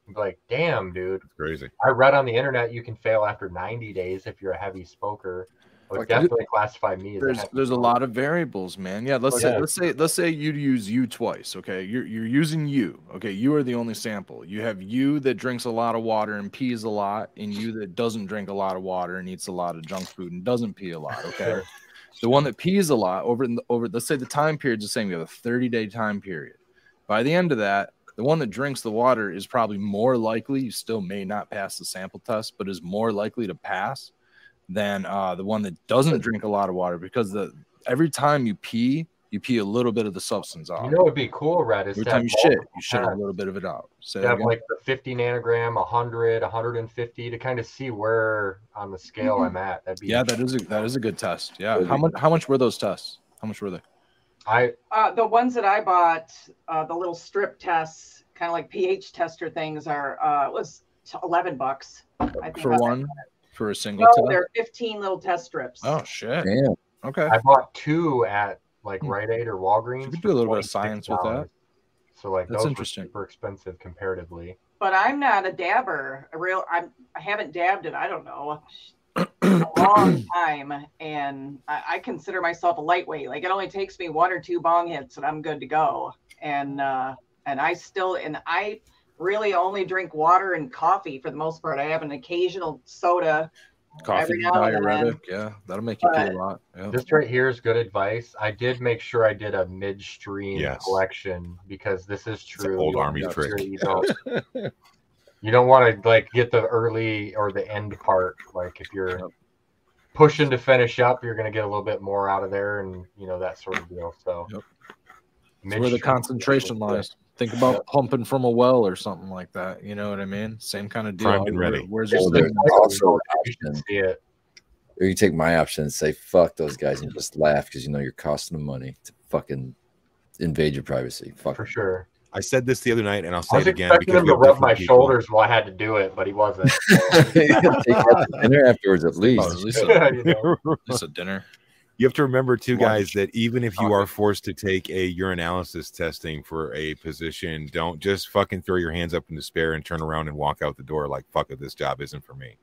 I'm like, "Damn, dude! It's crazy. I read on the internet you can fail after 90 days if you're a heavy smoker." I Fuck, would dude. definitely classify me as there's a heavy there's a smoker. lot of variables, man. Yeah, let's Oh, say yeah. let's say let's say you use you twice. Okay, you're you're using you. Okay, you are the only sample. You have you that drinks a lot of water and pees a lot, and you that doesn't drink a lot of water and eats a lot of junk food and doesn't pee a lot. Okay, Sure. the one that pees a lot over in the, over let's say the time period's the same. You have a 30 day time period. By the end of that. The one that drinks the water is probably more likely, you still may not pass the sample test, but is more likely to pass than uh, the one that doesn't drink a lot of water because the every time you pee, you pee a little bit of the substance You out. know, it'd be cool, Red. Is every to time have you shit, multiple you shit a tests. little bit of it out. So to have like the 50 nanogram, 100, 150 to kind of see where on the scale I'm at. That'd be Mm-hmm. yeah, that is a that is a good test. Yeah, That'd how be- much how much were those tests? How much were they? I Uh, the ones that I bought, uh, the little strip tests, kind of like pH tester things, are uh, it was t- eleven bucks. I think For I- one, for a single No, test. they're fifteen little test strips. Oh shit. Damn. Okay. I bought two at like Hmm. Rite Aid or Walgreens. You could for do a little bit of science with that. $26. So like That's those interesting. were super expensive comparatively. But I'm not a dabber. A real, I'm. I haven't dabbed in I don't know a long time, and I, I consider myself a lightweight. Like it only takes me one or two bong hits, and I'm good to go. And uh, and I still and I really only drink water and coffee for the most part. I have an occasional soda. Coffee Every now and then. diuretic. Yeah, that'll make you pee a lot. Yeah. This right here is good advice. I did make sure I did a midstream Yes. collection because this is an true. old You army wanna trick. make sure You don't, you don't want to like get the early or the end part. Like if you're Yep. pushing to finish up, you're going to get a little bit more out of there, and you know that sort of deal. So. Yep. It's midstream where the concentration Yeah. lies. Think about pumping from a well or something like that. You know what I mean? Same kind of deal. Primed and Where- ready. Where's Well, your there's also an You option, should see it. or you take my option and say "fuck those guys" and just laugh because you know you're costing them money to fucking invade your privacy. Fuck. For sure. I said this the other night, and I'll I say was it again expecting because him we to have rub different my people. shoulders while I had to do it, but he wasn't. so, take out the dinner afterwards at least. Oh, at least a, at you know. least a dinner. You have to remember too, guys, Lunch. that even if you Coffee. are forced to take a urinalysis testing for a position, don't just fucking throw your hands up in despair and turn around and walk out the door like fuck it, this job isn't for me.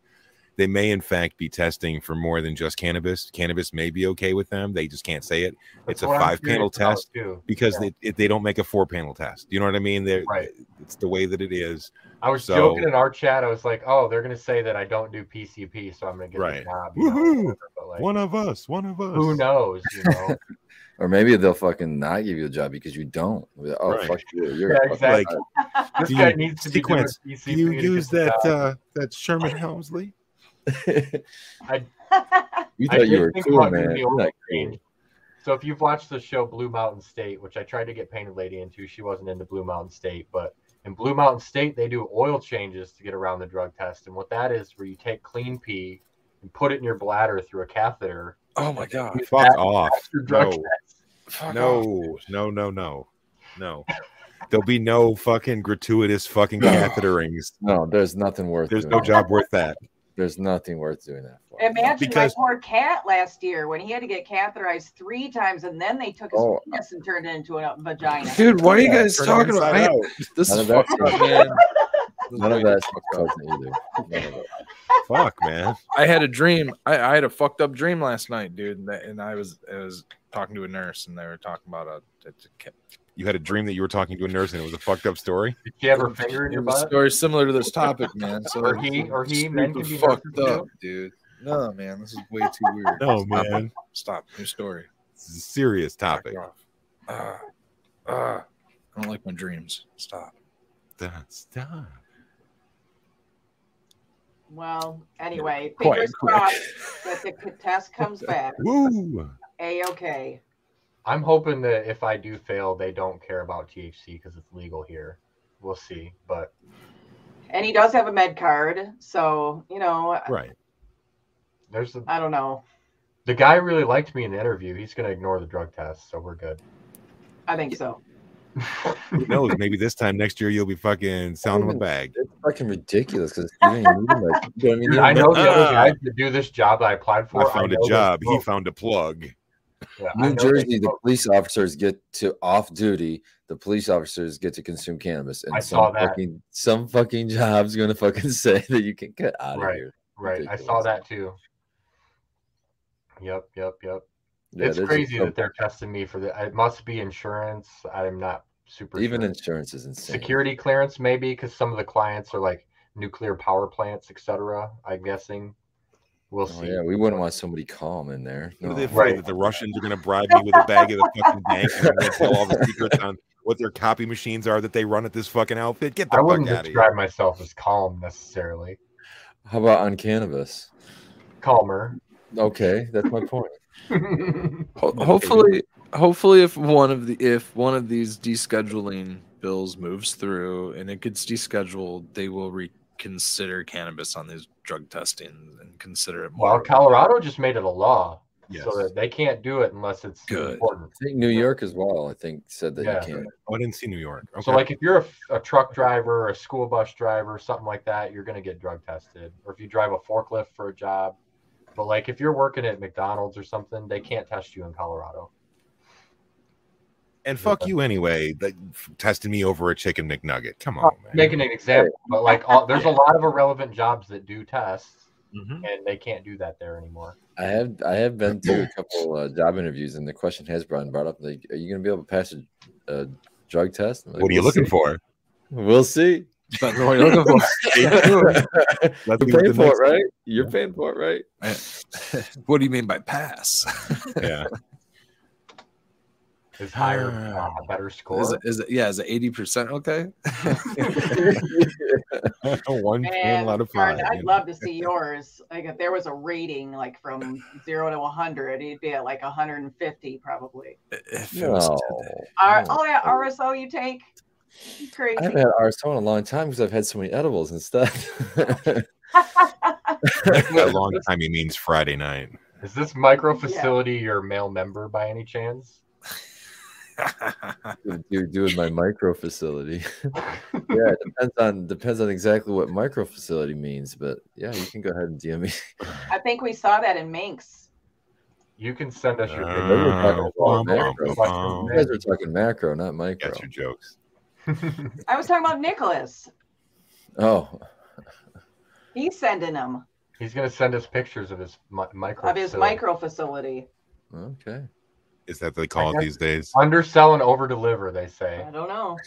They may in fact be testing for more than just cannabis. Cannabis may be okay with them. They just can't say it It's That's a what I'm five-panel curious about, test. too. because Yeah. they they don't make a four panel test. You know what I mean? They're, Right. It's the way that it is. I was so- joking in our chat. I was like, "Oh, they're gonna say that I don't do PCP, so I'm gonna get Right. the job." you know, Woohoo! whatever, But like, One of us. One of us. who knows? You know? Or maybe they'll fucking not give you a job because you don't. Oh Right. fuck you! You're yeah, a fucking- exactly. this Do guy you- needs to be doing sequence, PCP. Do you to get use the that job. uh, that Sherman Helmsley? you I thought you did were think cool, about doing man. the You're old not screen. cool. So if you've watched the show Blue Mountain State, which I tried to get Painted Lady into, she wasn't into Blue Mountain State, but in Blue Mountain State they do oil changes to get around the drug test, and what that is, where you take clean pee and put it in your bladder through a catheter. Oh my god. Fuck That- off. Your drug No. test. Fuck off. No, no, no, no, no. There'll be no fucking gratuitous fucking No. catheterings. No, there's nothing worth. There's doing no that. job worth that. There's nothing worth doing that for. Imagine Because- my poor cat last year when he had to get catheterized three times, and then they took his Oh. penis and turned it into a vagina. Dude, what are you guys Turn it talking about? inside I- out. this is None of that- fucked up, man. None of that fucking doesn't either. None of it. Fuck, man. I had a dream. I, I had a fucked up dream last night, dude. And, that- and I was I was talking to a nurse, and they were talking about a, it's a You had a dream that you were talking to a nurse and it was a fucked up story. Did you have her finger in your It was butt? Story similar to this topic, man. So Or he- or he, men super can be fucked nurses, up, dude. No, man, this is way too weird. No, Stop man. it. Stop. New story. It's a serious Back topic. off. Ah, ah. I don't like my dreams. Stop. Stop. Stop. Well, anyway, Quite fingers quick. crossed that the test comes back Woo. a okay. I'm hoping that if I do fail, they don't care about THC because it's legal here. We'll see. But And he does have a med card, so you know, Right. there's the, I don't know. the guy really liked me in the interview. He's gonna ignore the drug test, so we're good. I think so. Who knows? Maybe this time next year you'll be fucking selling them a bag. It's fucking ridiculous because you don't even need them, like, you know what I mean? Dude, I know the Ah. other guys that do this job that I applied for. I found know a they job. He smoke. found a plug. Yeah, I New know they Jersey, the smoke. police officers get to off duty. The police officers get to consume cannabis, and I some saw that. fucking some fucking job's gonna fucking say that you can get out of Right. here. Right, I ridiculous. saw that too. Yep, yep, yep. Yeah, it's there's a- crazy that they're testing me for the. It must be insurance. I'm not super. even sure. insurance is insane. security clearance, maybe, because some of the clients are like nuclear power plants, etc. I'm guessing. We'll Oh, see. yeah, we wouldn't want somebody calm in there. What are No. they afraid Right. that the Russians are going to bribe me with a bag of the fucking bank and they're gonna tell all the secrets on what their copy machines are that they run at this fucking outfit? Get the I fuck wouldn't out of here. describe myself as calm necessarily. How about on cannabis? Calmer. Okay, that's my point. Ho- hopefully, hopefully, if one of the if one of these descheduling bills moves through and it gets descheduled, they will reconsider cannabis on these drug testing and consider it well, more. Colorado just made it a law, Yes. so that they can't do it unless it's Good. important. I think New York as well. I think said that Yeah. you can't. Oh, I didn't see New York. Okay. So, like, if you're a, a truck driver or a school bus driver, something like that, you're going to get drug tested. Or if you drive a forklift for a job. But, like, if you're working at McDonald's or something, they can't test you in Colorado. and fuck you anyway. Like, f- testing me over a chicken McNugget. Come on, man. Making an example, but, like, all, there's a lot of irrelevant jobs that do tests, Mhm. and they can't do that there anymore. I have I have been to a couple uh, job interviews, and the question has been brought up: like, are you going to be able to pass a, a drug test? what are you looking for? for? We'll see. But what you're looking for- Let's You're see what paying the for it, next- right? You're paying for it, right? what do you mean by pass? Yeah. Is higher, Ah. uh, better score. Is it, is it, yeah, is it eighty percent okay? One And can out of five. Karen, you I'd know? love to see yours. Like if there was a rating like from zero to 100, it'd be at like 150 probably. If it was No. today. R- No. oh yeah, RSO you take. Crazy. I haven't had RSO in a long time because I've had so many edibles and stuff. By long time, he means Friday night. Is this micro Yeah. facility your male member by any chance? You're uh, doing my micro facility. yeah, it depends on depends on exactly what micro facility means, but yeah, you can go ahead and DM me. I think we saw that in Minx. You can send us your. they were talking Oh, bum, about bum, macro. You bum. guys are talking macro, not micro. Got your jokes. I was talking about Nicholas. Oh, He's sending them He's gonna send us pictures of his mi- micro. of his facility. micro facility. okay. Is that what they call it guess- these days? Undersell and over deliver, they say. I don't know.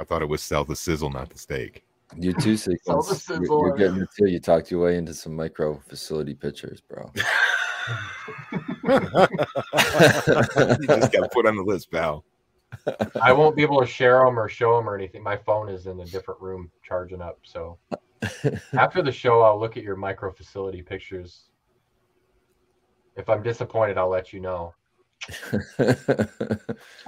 I thought it was sell the sizzle, not the steak. You two sequence. the You're, sizzle you're on getting it too. You talked your way into some micro facility pictures, bro. you just got put on the list, pal. I won't be able to share them or show them or anything. My phone is in a different room charging up. So after the show, I'll look at your micro facility pictures. If I'm disappointed, I'll let you know. I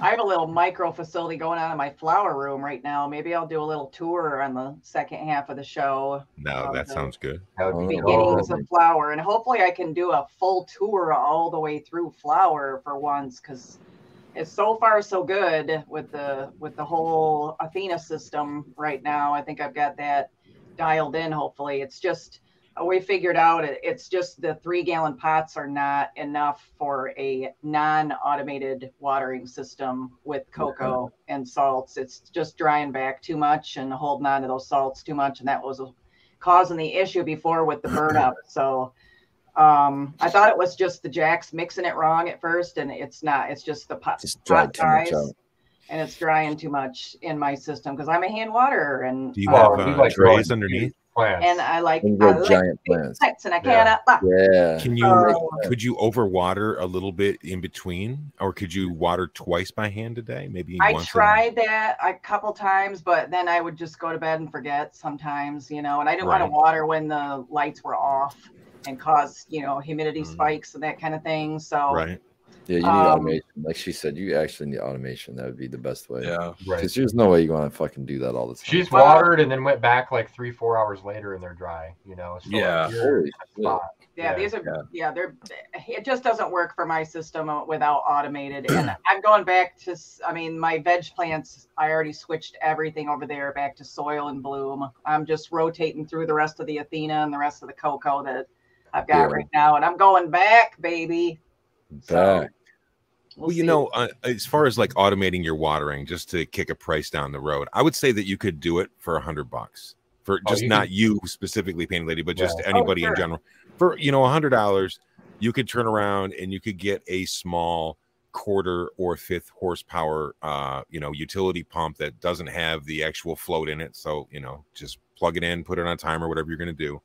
have a little micro facility going on in my flower room right now. Maybe I'll do a little tour on the second half of the show, No, that sounds good. That would be Oh. cool. beginnings of flower, and hopefully I can do a full tour all the way through flower for once, because it's so far so good with the with the whole Athena system right now. I think I've got that dialed in. Hopefully, it's just we figured out it, it's just the three gallon pots are not enough for a non-automated watering system with cocoa and salts it's just drying back too much and holding on to those salts too much and that was causing the issue before with the burn up so um i thought it was just the jacks mixing it wrong at first and it's not it's just the pot, Just pot dried too much size out. and it's drying too much in my system because i'm a hand waterer and Do you I- have we uh, like trays growing underneath? Plants. and i like, And I grow like giant big plants. plants and i Yeah. cannot uh, buy. Yeah. Can So- you could you overwater a little bit in between, or could you water twice by hand a day? Maybe I once in- tried that a couple times, but then I would just go to bed and forget sometimes, you know. And I didn't want Right. to water when the lights were off and cause, you know, humidity Mm. spikes and that kind of thing. So right. Yeah, you need Um, automation. Like she said, you actually need automation. That would be the best way. Yeah. Right. Because there's no way you want to fucking do that all the time. She's Well- watered and then went back like three, four hours later, and they're dry. You know. So Yeah. Like, you're in Holy a shit. spot. yeah, Yeah, these are yeah. yeah. they're it just doesn't work for my system uh, without automated. and I'm going back to s- I mean, my veg plants, I already switched everything over there back to soil and bloom. I'm just rotating through the rest of the Athena and the rest of the cocoa that I've got Yeah. right now and I'm going back, baby. Back. Well, you see. know, uh, as far as like automating your watering, just to kick a price down the road, I would say that you could do it for a hundred bucks for Oh, just you not you specifically, painting lady, but just anybody sure. in general. For you know, a hundred dollars, you could turn around and you could get a small quarter or fifth horsepower, uh, you know, utility pump that doesn't have the actual float in it. So you know, just plug it in, put it on a timer, whatever you're gonna do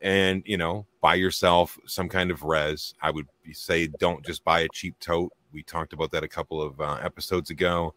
and you know buy yourself some kind of res i would be- say don't just buy a cheap tote we talked about that a couple of uh, episodes ago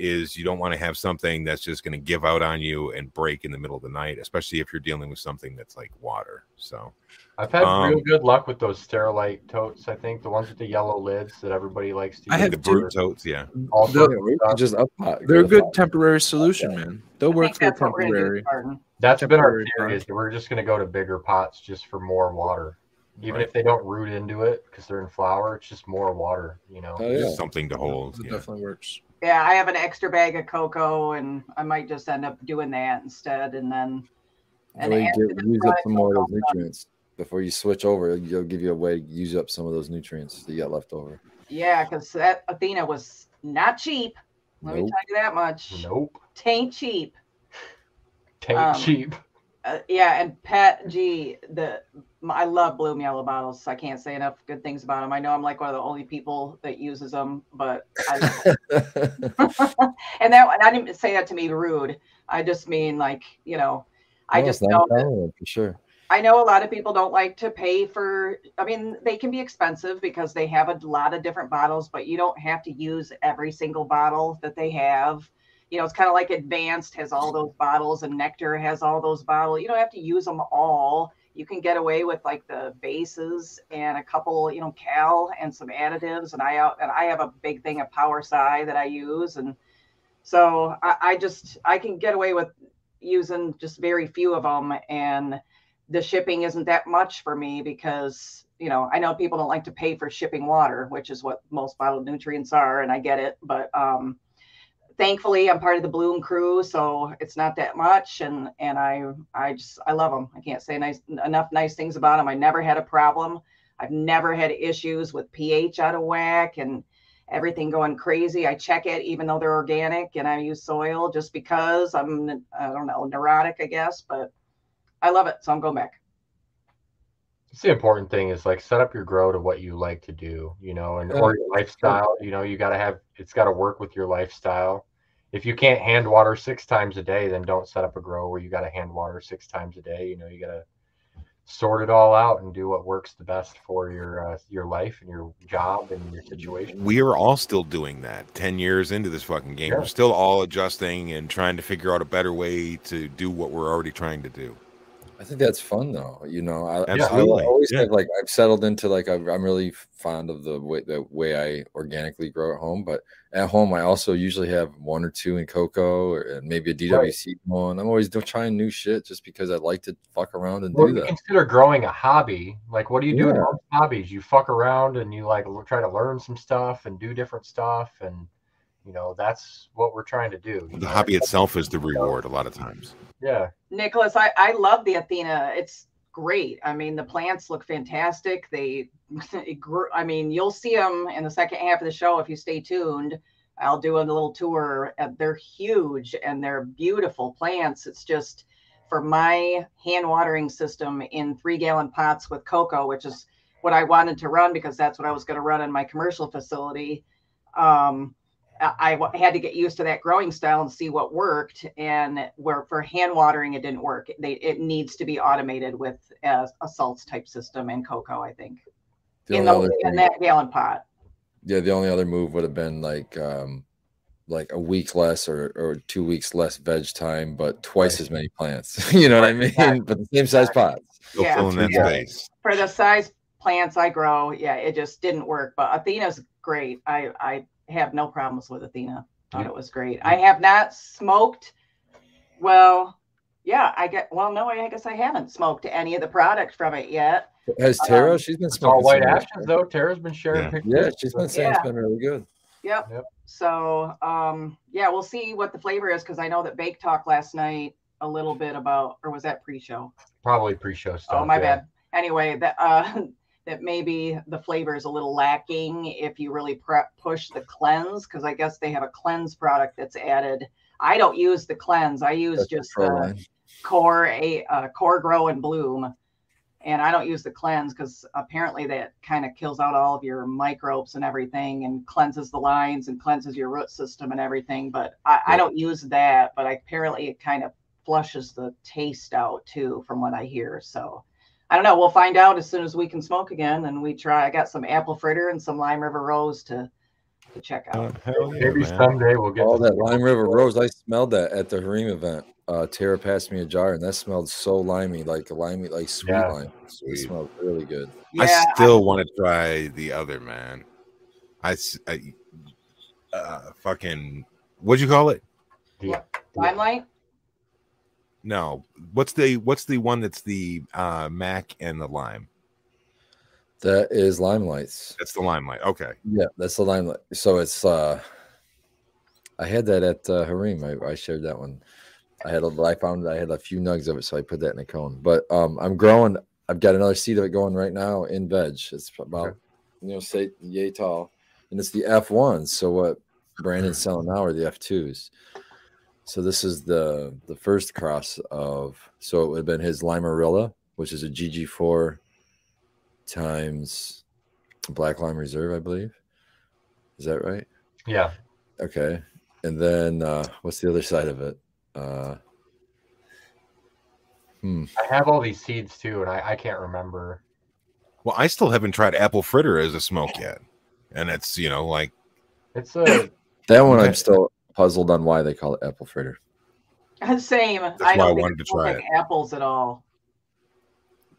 is you don't want to have something that's just going to give out on you and break in the middle of the night especially if you're dealing with something that's like water so I've had Um, real good luck with those Sterilite totes. I think the ones with the yellow lids that everybody likes to. I use. had the two- brute totes yeah All The- sorts Yeah, of we stuff. could just up hot. They're a Go good to- temporary solution, man. They'll I work think for that's what we're gonna do, temporary. Spartan. That's been our temporary theory farm. is that we're just going to go to bigger pots just for more water, even Right. if they don't root into it because they're in flower. It's just more water, you know. Oh, just yeah. something to hold It yeah. definitely works. Yeah, I have an extra bag of cocoa, and I might just end up doing that instead. And then, That and way after you get, the use up product some more of comes those nutrients. Before you switch over, it'll give you a way to use up some of those nutrients that you got left over. yeah, because that Athena was not cheap. Let me Nope. tell you that much. Nope. Taint cheap. Tank Um, cheap. Uh, yeah, and Pat G, the I love blue and yellow bottles. I can't say enough good things about them. I know I'm like one of the only people that uses them, but I, and that and I didn't say that to be rude. I just mean like you know, I No, just it's know that $9 for sure. I know a lot of people don't like to pay for, I mean, they can be expensive because they have a lot of different bottles, but you don't have to use every single bottle that they have. You know, it's kind of like Advanced has all those bottles and Nectar has all those bottles. You don't have to use them all. You can get away with like the bases and a couple, you know, cal and some additives. And I out and I have a big thing of power psi that I use. And so I, I just I can get away with using just very few of them and the shipping isn't that much for me because you know i know people don't like to pay for shipping water which is what most bottled nutrients are and i get it but um thankfully i'm part of the bloom crew so it's not that much and and i i just i love them i can't say nice enough nice things about them i never had a problem i've never had issues with ph out of whack and everything going crazy i check it even though they're organic and i use soil just because i'm i don't know neurotic i guess but i love it so i'm going back It's the important thing is like set up your grow to what you like to do, you know, and or your lifestyle. You know, you got to have it's got to work with your lifestyle. If you can't hand water six times a day, then don't set up a grow where you got to hand water six times a day. You know, you got to sort it all out and do what works the best for your uh, your life and your job and your situation. we are all still doing that 10 years into this fucking game Yeah. we're still all adjusting and trying to figure out a better way to do what we're already trying to do I think that's fun though. You know, I, I- Absolutely, I always yeah. have like I've settled into like I've, I'm really fond of the way the way I organically grow at home. But at home, I also usually have one or two in cocoa or and maybe a DWC one. I'm always do- trying new shit just because I like to fuck around and Well, do you that. consider growing a hobby. Like, what do you do Yeah. with most hobbies? You fuck around and you like l- try to learn some stuff and do different stuff, and you know that's what we're trying to do. you the know? hobby itself is the reward a lot of times Yeah, Nicholas, I, I love the Athena. It's great. I mean, the plants look fantastic. They, it grew, I mean, you'll see them in the second half of the show if you stay tuned. I'll do a little tour. Uh, They're huge and they're beautiful plants. It's just for my hand watering system in three gallon pots with cocoa, which is what I wanted to run because that's what I was going to run in my commercial facility. Um, I I w- had to get used to that growing style and see what worked. And where for hand watering, it didn't work. They, it needs to be automated with a, a salts type system and cocoa, I think, The in, only the, other in thing- that gallon pot. yeah, the only other move would have been like um like a week less or or two weeks less veg time, but twice as many plants. you know what I mean? Exactly. But the same size pots. Still Yeah. filling that Yeah. space. for the size plants I grow, yeah, it just didn't work. But Athena's great. I I have no problems with Athena. Thought it was great. I have not smoked. Well, yeah, I get. Well, no, I guess I haven't smoked any of the product from it yet. Has Tara? She's been Um, It's all smoking. white some of that ashes though. Tara's been sharing Yeah. pictures. shit. Yeah, she's been saying it's Yeah. been really good. Yep. Yep. So, um, yeah, we'll see what the flavor is because I know that Bake Talk last night a little bit about, or was that pre-show? probably pre-show stuff. Oh, my yeah. bad. Anyway, that uh, that maybe the flavor is a little lacking if you really prep push the cleanse because I guess they have a cleanse product that's added. I don't use the cleanse. I use That's just uh, pro the line. core a uh, core grow and bloom, and I don't use the cleanse because apparently that kind of kills out all of your microbes and everything and cleanses the lines and cleanses your root system and everything. But I, I Yeah. don't use that. But apparently it kind of flushes the taste out too, from what I hear. So. I don't know. We'll find out as soon as we can smoke again, and we try. I got some apple fritter and some lime river rose to to check Uh, out. hell yeah, Maybe man. someday we'll get All to- that lime river rose. I smelled that at the harem event. Uh, Tara passed me a jar, and that smelled so limey, like limey, like sweet Yeah. lime. It Sweet. smelled really good. Yeah, I still want to try the other man. I, s- I- uh, fucking what'd you call it? limelight. No, what's the what's the one that's the uh mac and the lime? That is limelights. That's the limelight. Okay, Yeah, that's the limelight. So it's uh I had that at uh Harim. I, I shared that one. I had a I found I had a few nugs of it, so I put that in a cone. But um I'm growing I've got another seed of it going right now in veg. It's about you know, say yay tall. And it's the F ones. So what Brandon's selling now are the F twos. So this is the the first cross of so it would have been his Limarilla, which is a GG four times Black Lime Reserve, I believe. Is that right? yeah. Okay. And then uh, what's the other side of it? Uh, I have all these seeds too, and I, I can't remember. well, I still haven't tried apple fritter as a smoke yet, and it's you know like It's a that one Okay. I'm still puzzled on why they call it apple fritter. Same. why I I don't think wanted to it's try like apples at all.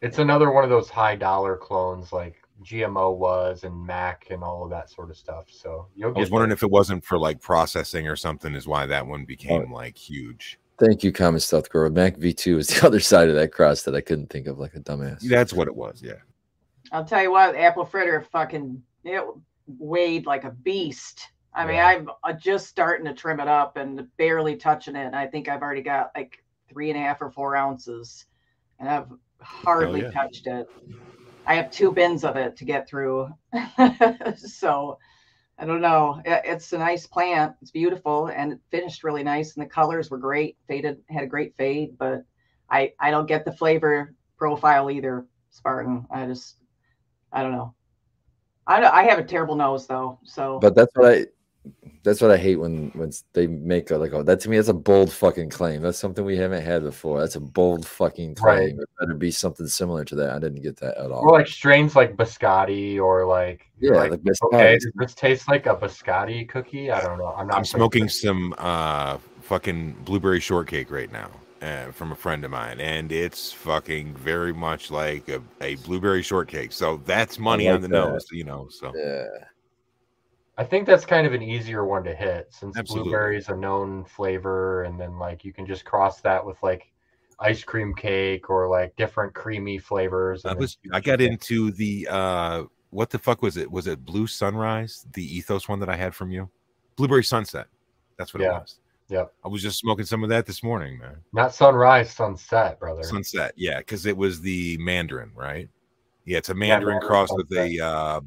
it's another one of those high dollar clones like GMO was and Mac and all of that sort of stuff. So you'll I get was wondering if it wasn't for like processing or something is why that one became like huge. Thank you, Common Stealth Grower. Mac V2 is the other side of that cross that I couldn't think of like a dumbass. That's what it was. Yeah. I'll tell you what, apple fritter fucking it weighed like a beast. I mean, Yeah. I'm uh, just starting to trim it up and barely touching it. And I think I've already got like three and a half or four ounces, and I've hardly yeah. touched it. I have two bins of it to get through. so I don't know. I- It's a nice plant. It's beautiful and it finished really nice. And the colors were great. Faded, had a great fade, but I, I don't get the flavor profile either, Spartan. I just, I don't know. I don't, I have a terrible nose though. So But that's what I that's what I hate when when they make a, like oh that to me that's a bold fucking claim. That's something we haven't had before. That's a bold fucking Right. claim. It better be something similar to that. I didn't get that at all. or like strains like biscotti or like you're Yeah, like, like Biscotti. okay, does this taste like a biscotti cookie? I don't know. I'm not I'm smoking some uh fucking blueberry shortcake right now uh, from a friend of mine, and it's fucking very much like a, a blueberry shortcake. So that's money like on the that. nose, you know. So yeah. I think that's kind of an easier one to hit since Absolutely. blueberries a known flavor, and then like you can just cross that with like ice cream cake or like different creamy flavors. I and was then- I got into the uh what the fuck was it? Was it Blue Sunrise, the ethos one that I had from you? Blueberry Sunset. That's what Yeah. it was. Yep. I was just smoking some of that this morning, man. Not sunrise, sunset, brother. Sunset, yeah, because it was the Mandarin, right? Yeah, it's a Mandarin Mandarin cross with sunset. a uh,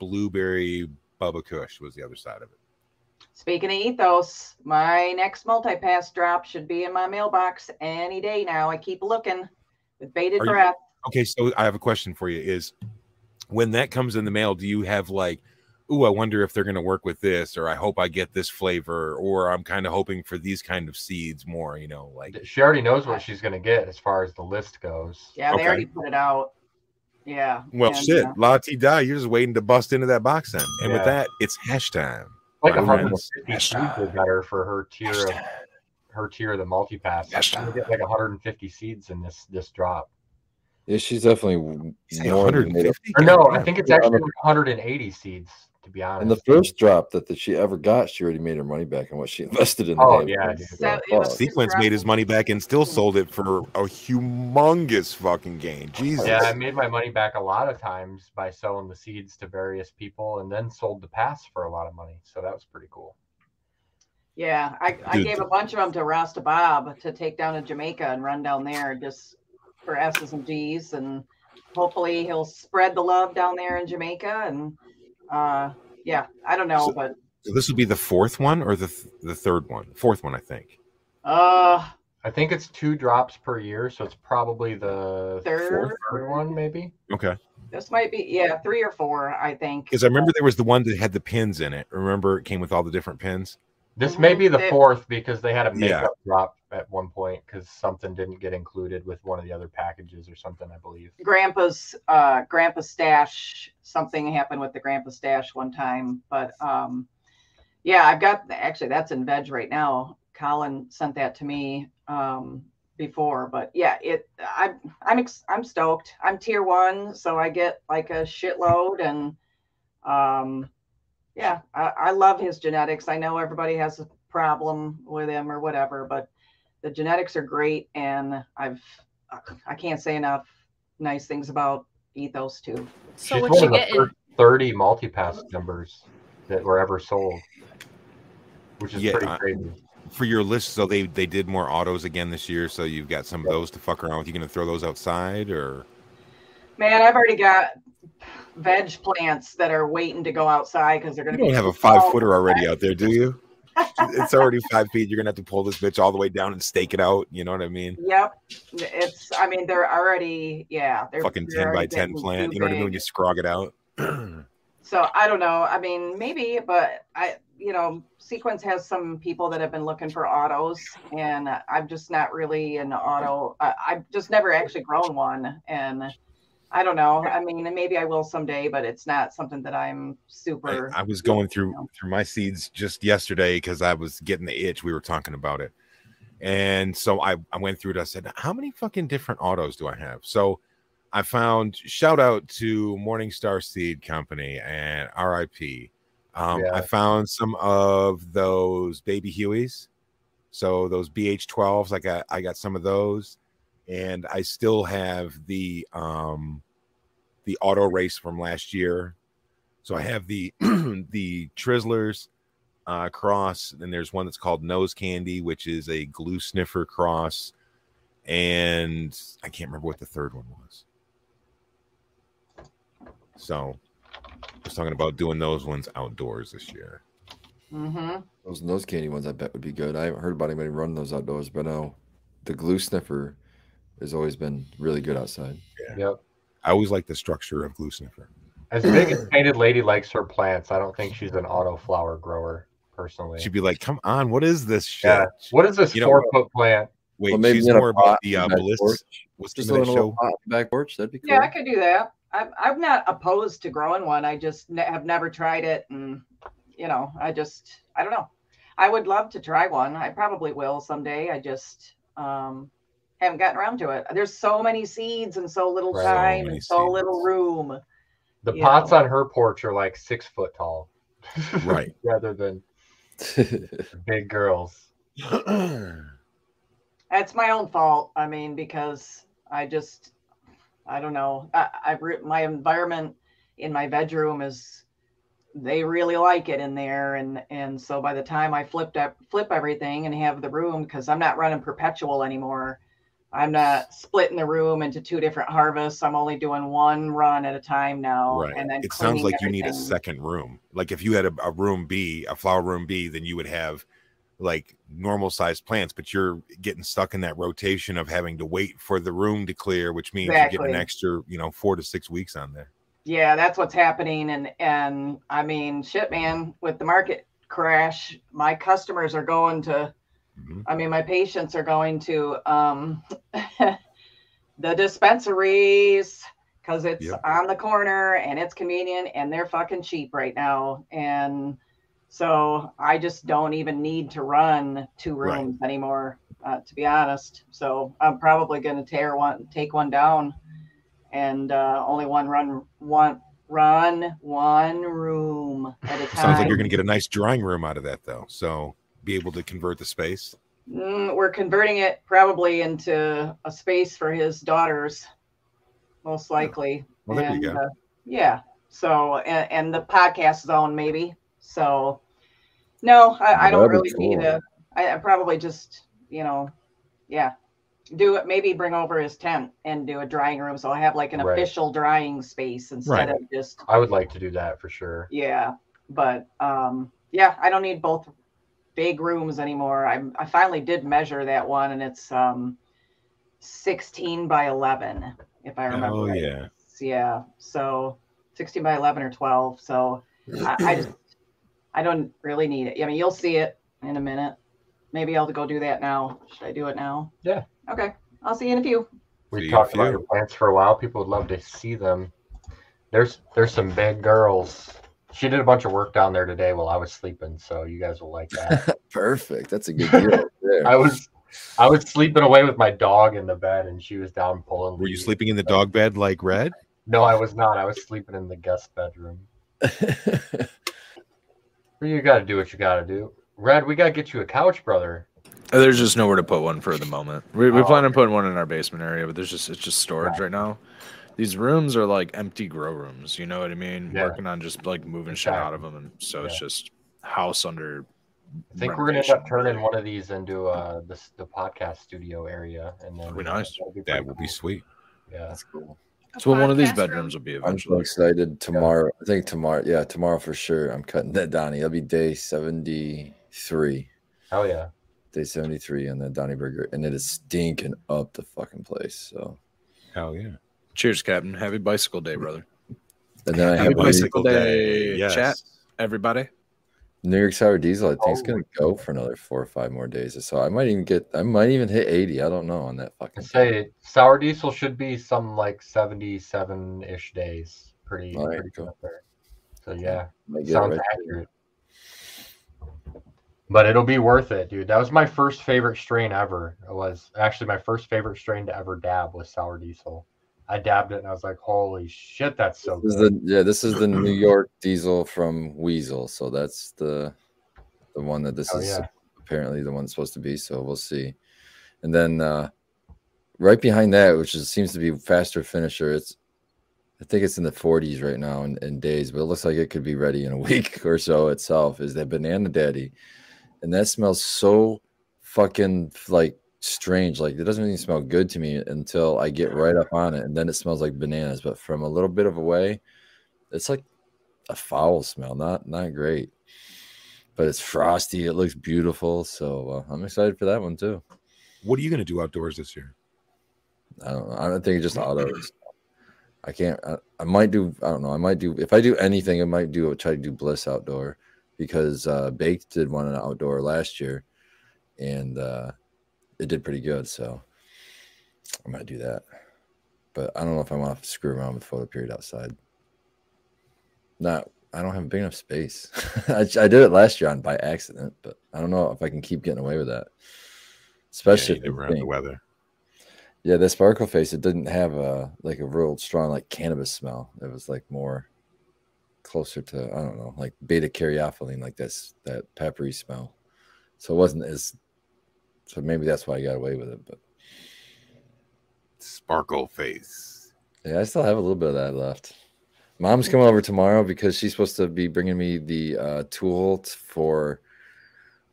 blueberry Bubba Kush was the other side of it. Speaking of ethos, my next multi-pass drop should be in my mailbox any day now. I keep looking with bated Are you- breath. Okay, so I have a question for you: Is when that comes in the mail, do you have like, ooh, I wonder if they're going to work with this, or I hope I get this flavor, or I'm kind of hoping for these kind of seeds more? You know, like She already knows what she's gonna get as far as the list goes. Yeah, Okay. they already put it out. Yeah. Well, and, shit, uh, la ti da. You're just waiting to bust into that box then. And with Yeah. that, it's hash time. Like Right. 150 Hashtag. seeds or better for her tier of her tier of the multi pass. She's gonna get like 150 seeds in this this drop. Yeah, she's definitely w- Say more than made up. 150? Or no, I think it's Yeah, actually I'm a- 180 seeds to be honest. And the first drop that, that she ever got, she already made her money back on what she invested in. the Oh, damn yeah, thing. dude. So Oh, it was- Sequence made his money back and still sold it for a humongous fucking gain. Jesus. Yeah, I made my money back a lot of times by selling the seeds to various people and then sold the pass for a lot of money. So that was pretty cool. Yeah, I, I Dude. gave a bunch of them to Rasta Bob to take down to Jamaica and run down there just for S's and G's, and hopefully he'll spread the love down there in Jamaica. And uh, yeah, I don't know, So- but So this will be the fourth one or the th- the third one? Fourth one, I think. uh, I think it's two drops per year, so it's probably the Third. third one, maybe. Okay. this might be yeah three or four, I think. Because I remember there was the one that had the pins in it. Remember, it came with all the different pins. This may be the They- fourth because they had a Yeah. makeup drop at one point because something didn't get included with one of the other packages or something, I believe. grandpa's uh grandpa stash something happened with the grandpa stash one time but um yeah i've got actually that's in veg right now colin sent that to me um before but yeah it i'm i'm ex- i'm stoked i'm tier one so i get like a shitload and um yeah I, I love his genetics i know everybody has a problem with him or whatever but the genetics are great and i've i can't say enough nice things about ethos too. So She's what one you of the get in first 30 multi-pass numbers that were ever sold, which is Yeah, pretty I- crazy. For your list, so they they did more autos again this year. So you've got some of those to fuck around with. You gonna throw those outside or? Man, I've already got veg plants that are waiting to go outside because they're You going to don't be. have a five footer already out there, do you? It's already five feet. You're gonna have to pull this bitch all the way down and stake it out. You know what I mean? Yep, it's. I mean, they're already. Yeah, they're Fucking they're ten by already ten getting plant. too You know what I mean? big. When you scrog it out. yeah, So I don't know. I mean, maybe, but I, you know, Sequence has some people that have been looking for autos, and I'm just not really an auto. I, I've just never actually grown one, and I don't know. I mean, and maybe I will someday, but it's not something that I'm super. I was going through through my seeds just yesterday because I was getting the itch. We were talking about it, and so I I went through it. I said, how many fucking different autos do I have? So. I found shout out to Morningstar Seed Company and RIP. Um, Yeah. I found some of those baby Hueys, so those BH12s. I got I got some of those, and I still have the um, the auto race from last year. So I have the the Trizzlers uh, cross, and there's one that's called Nose Candy, which is a glue sniffer cross, and I can't remember what the third one was. So I was talking about doing those ones outdoors this year. Mhm. Those nose candy ones, I bet would be good. I haven't heard about anybody running those outdoors, but no, the glue sniffer has always been really good outside. Yep. I always like the structure of glue sniffer. As big as Painted Lady likes her plants, I don't think she's an auto flower grower personally. She'd be like, "Come on, what is this shit?" yeah. What is this You know- four foot plant? Wait, Well, maybe she's in a more about pot the in uh, the back ballistics. porch. What's the Just name of doing that a little show? pot in the back porch. That'd be cool. Yeah, I could do that. I'm, I'm not opposed to growing one. I just ne- have never tried it, and you know, I just I don't know. I would love to try one. I probably will someday. I just um, haven't gotten around to it. There's so many seeds and so little Right. So time many and so little seeds. room. The Yeah. pots on her porch are like six foot tall Right. rather than big girls. That's my own fault. I mean, because I just I don't know. I, I've re- my environment in my bedroom is they really like it in there and and so by the time i flipped up flip everything and have the room because i'm not running perpetual anymore i'm not splitting the room into two different harvests i'm only doing one run at a time now Right. and then It sounds cleaning like you need a everything. second room. Like if you had a, a room B, a flower room B, then you would have like normal sized plants, but you're getting stuck in that rotation of having to wait for the room to clear, which means you get an Exactly. extra, you know, four to six weeks on there. yeah that's what's happening and and i mean shit man with the market crash my customers are going to Mhm. I mean, my patients are going to um, the dispensaries because it's Yep. on the corner and it's convenient and they're fucking cheap right now. And so I just don't even need to run two Right. rooms anymore, uh, to be honest. So I'm probably going to tear one, take one down, and uh, only one run, one run, one room at a time. Sounds like you're going to get a nice drawing room out of that though. So be able to convert the space. Mm, we're converting it probably into a space for his daughters, most likely. Well, there and, you go. uh, yeah. So, and, and the podcast zone, maybe. So, no, I, I don't Rabbit really need hole. a. I, I probably just, you know, yeah, do it. Maybe bring over his tent and do a drying room. So I have like an Right. official drying space instead Right. of just I would like to do that for sure. yeah, but um, yeah, I don't need both big rooms anymore. I I finally did measure that one, and it's um, sixteen by eleven, if I remember. Oh right. yeah. Yeah, so sixteen by eleven or twelve. So I, I just I don't really need it. I mean, you'll see it in a minute. Maybe I'll go do that now. Should I do it now? Yeah. Okay. I'll see you in a few. See We've you talked about few. your plants for a while. People would love to see them. There's there's some big girls. She did a bunch of work down there today while I was sleeping, so you guys will like that. Perfect. That's a good deal. right there. I was I was sleeping away with my dog in the bed, and she was down pulling. Were you leaves. sleeping in the dog bed like Red? No, I was not. I was sleeping in the guest bedroom. You got to do what you got to do. Red, we got to get you a couch, brother. Uh, There's just nowhere to put one for the moment. We, we Oh, plan on putting one in our basement area, but there's just it's just storage right now. These rooms are like empty grow rooms. You know what I mean? Yeah. Working on just like moving shit out of them, and so it's just house under. I think we're gonna end up renovation. turning one of these into uh this the podcast studio area, and then That'd be nice. that'd That pretty will be cool. sweet. yeah. That's cool. A So one of these podcast room. bedrooms will be I'm so eventually. excited tomorrow. I think tomorrow, yeah, tomorrow for sure. I'm cutting that Donnie. That'll be day 73. Oh yeah. Day 73 on the Donnie Burger. And it is stinking up the fucking place. So Hell yeah. Cheers, Captain. Happy bicycle day, brother. and then I Happy have bicycle. day, Yes. chat. Everybody. New York Sour Diesel. I think it's Oh. gonna go for another four or five more days. So I might even get I might even hit 80. I don't know on that I fucking say sour diesel should be some like seventy seven ish days. Pretty, All right, pretty cool. good up there. So yeah. might get it Sounds right. accurate. But it'll be worth it, dude. That was my first favorite strain ever. It was actually my first favorite strain to ever dab was sour diesel. I dabbed it and I was like, holy shit, that's so This is good. the yeah, this is the New York diesel from Weasel. So that's the the one that this Oh, is yeah. apparently the one it's supposed to be. So we'll see. And then uh right behind that, which is, seems to be faster finisher, it's I think it's in the 40s right now in, in days, but it looks like it could be ready in a week or so itself. Is that banana daddy? And that smells so fucking like strange. Like it doesn't even smell good to me until I get right up on it, and then it smells like bananas. But from a little bit of away, it's like a foul smell. Not not great, but it's frosty. It looks beautiful, so uh, I'm excited for that one too. What are you going to do outdoors this year? I don't know. I don't think it's just autos. I can't. I, I might do. I don't know. I might do. If I do anything, I might do. Try to do Bliss outdoor because uh, Baked did one outdoor last year, and uh, it did pretty good. So I might do that. But I don't know if I want to screw around with photo period outside. Not. I don't have a big enough space. I, j- I did it last year on by accident, but I don't know if I can keep getting away with that. Especially Yeah, you if it's never have the pink. weather. Yeah, that sparkle face, it didn't have a like a real strong like cannabis smell. It was like more closer to I don't know, like beta caryophyllene, like that's that peppery smell. So it wasn't as so maybe that's why I got away with it. But Sparkle face. yeah, I still have a little bit of that left. Mom's coming over tomorrow because she's supposed to be bringing me the uh, tool t- for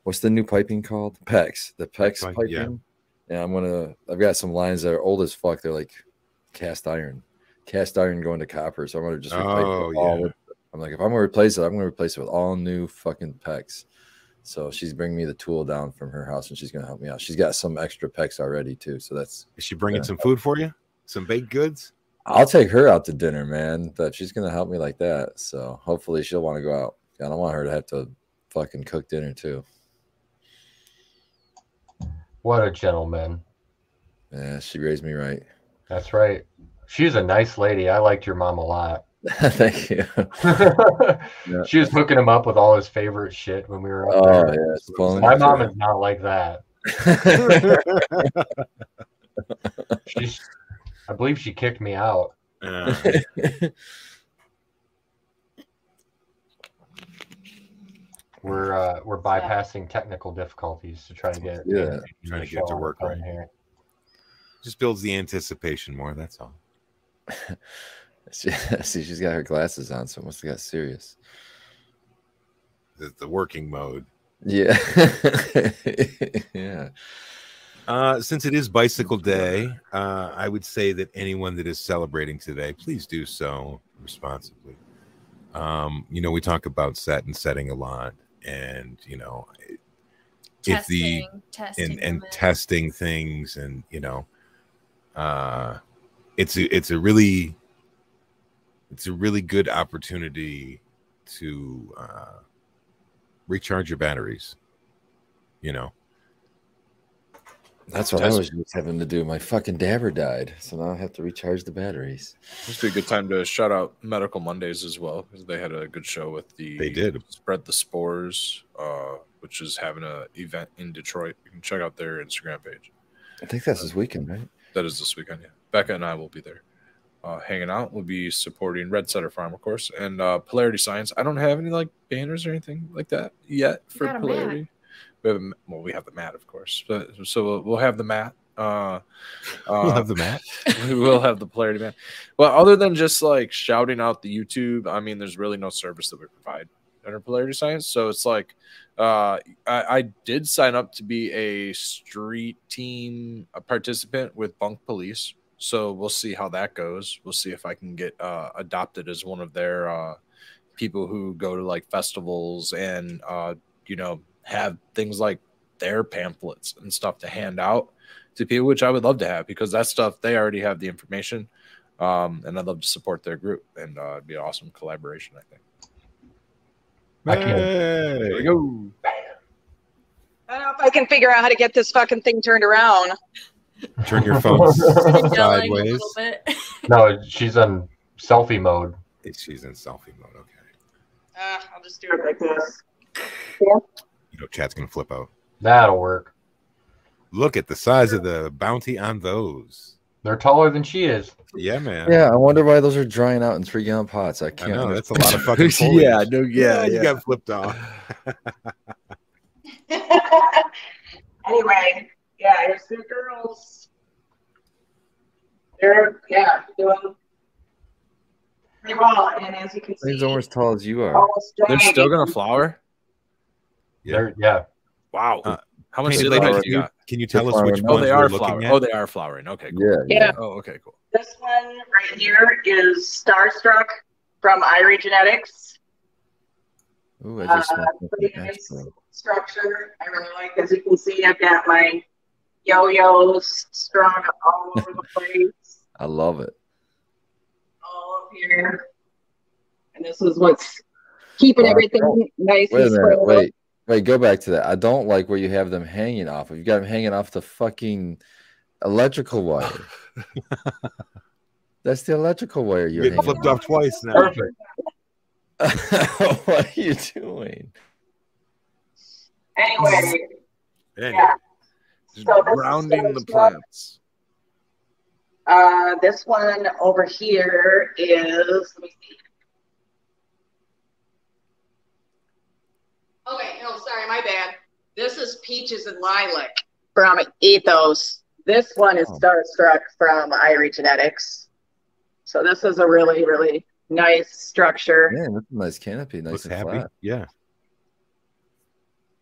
what's the new piping called? PEX. The PEX Pipe, piping. yeah. And I'm gonna. I've got some lines that are old as fuck. They're like cast iron, cast iron going to copper. So I'm gonna just. Replace Oh, it all yeah. with- I'm like, if I'm gonna replace it, I'm gonna replace it with all new fucking PEX. So she's bringing me the tool down from her house, and she's gonna help me out. She's got some extra PEX already too, so that's Is she bringing Yeah. some food for you? Some baked goods? I'll take her out to dinner, man. That she's gonna help me like that. So hopefully she'll want to go out. I don't want her to have to fucking cook dinner too. What a gentleman. Yeah, she raised me right. That's right. She's a nice lady. I liked your mom a lot. Thank you. She was hooking him up with all his favorite shit when we were up Oh there. yeah, it's fun. My mom is not like that. She's, I believe she kicked me out. Uh, We're uh, we're bypassing technical difficulties to try to get Yeah. Trying to get it to work on right. here. just builds the anticipation more. That's all. She- see, she's got her glasses on, so it must have got serious. The, the working mode. Yeah, yeah. Uh, since it is Bicycle Day, uh, I would say that anyone that is celebrating today, please do so responsibly. Um, you know, we talk about set and setting a lot, and you know, if the Testing, testing and and them out. testing things and you know uh it's a, it's a really it's a really good opportunity to uh recharge your batteries you know That's what Test- I was just having to do. My fucking dabber died, so now I have to recharge the batteries. This would be a good time to shout out Medical Mondays as well because they had a good show with the They did. spread the spores, uh, which is having a event in Detroit. You can check out their Instagram page. I think that's this weekend, right? That is this weekend. Yeah, Becca and I will be there, uh, hanging out. We'll be supporting Red Setter Farm, of course, and uh, Polarity Science. I don't have any like banners or anything like that yet for got a mat. Polarity. We have a, ma- well, we have the mat, of course. But, so we'll, we'll have the mat. Uh, we'll uh, have the map we will have the polarity man. Well, other than just like shouting out the YouTube, I mean, there's really no service that we provide under polarity science. So it's like, uh, I, I did sign up to be a street team a participant with Bunk Police. So we'll see how that goes. We'll see if I can get uh, adopted as one of their uh, people who go to like festivals and uh, you know have things like their pamphlets and stuff to hand out to people, which I would love to have because that stuff they already have the information, um, and I'd love to support their group, and uh, it'd be an awesome collaboration. I think. I can't- There we Hey! go. I don't know if I can figure out how to get this fucking thing turned around. turn your phone Been yelling a sideways little bit. No, she's on selfie mode. It's- she's in selfie mode okay Uh, I'll just do it like this. you know chat's gonna flip out That'll work. look at the size of the bounty on those They're taller than she is. yeah man Yeah, I wonder why those are drying out in three gallon pots. I i can't. know that's a lot of fucking foliage. yeah, no, yeah, you yeah. got flipped off anyway, yeah, it's the girls. They're yeah doing pretty well, and as you can see, Things almost as tall as you are. almost They're dying. still gonna flower. Yeah. They're, yeah. Wow. Uh, How much Painted daylight Lady, can do you you, got? can you tell us Flowering. which Oh, ones they we're are looking flowering. at? Oh, they are flowering. Okay. Cool. Yeah, Yeah. Oh, okay. Cool. This one right here is Starstruck from Irie Genetics. Ooh, I just Uh, smelled something pretty nice extra. structure. I really like. As you can see, I've got my yo-yos strung all over the place. I love it. all of here. And this is what's keeping Wow. everything nice Wait a and squared minute, up. wait, wait, go back to that. I don't like where you have them hanging off of. You got them hanging off the fucking electrical wire. That's the electrical wire you're Getting hanging flipped off. off twice now. Perfect. what are you doing? Anyway, Anyway. yeah. Just So this is Grounding so the small. plants. Uh, this one over here is. Let me see. Okay, no, sorry, my bad. This is peaches and lilac from Ethos. This one is Oh. Starstruck from Irie Genetics. So this is a really, really nice structure. Man, that's a nice canopy, nice Looks and happy. flat. Yeah.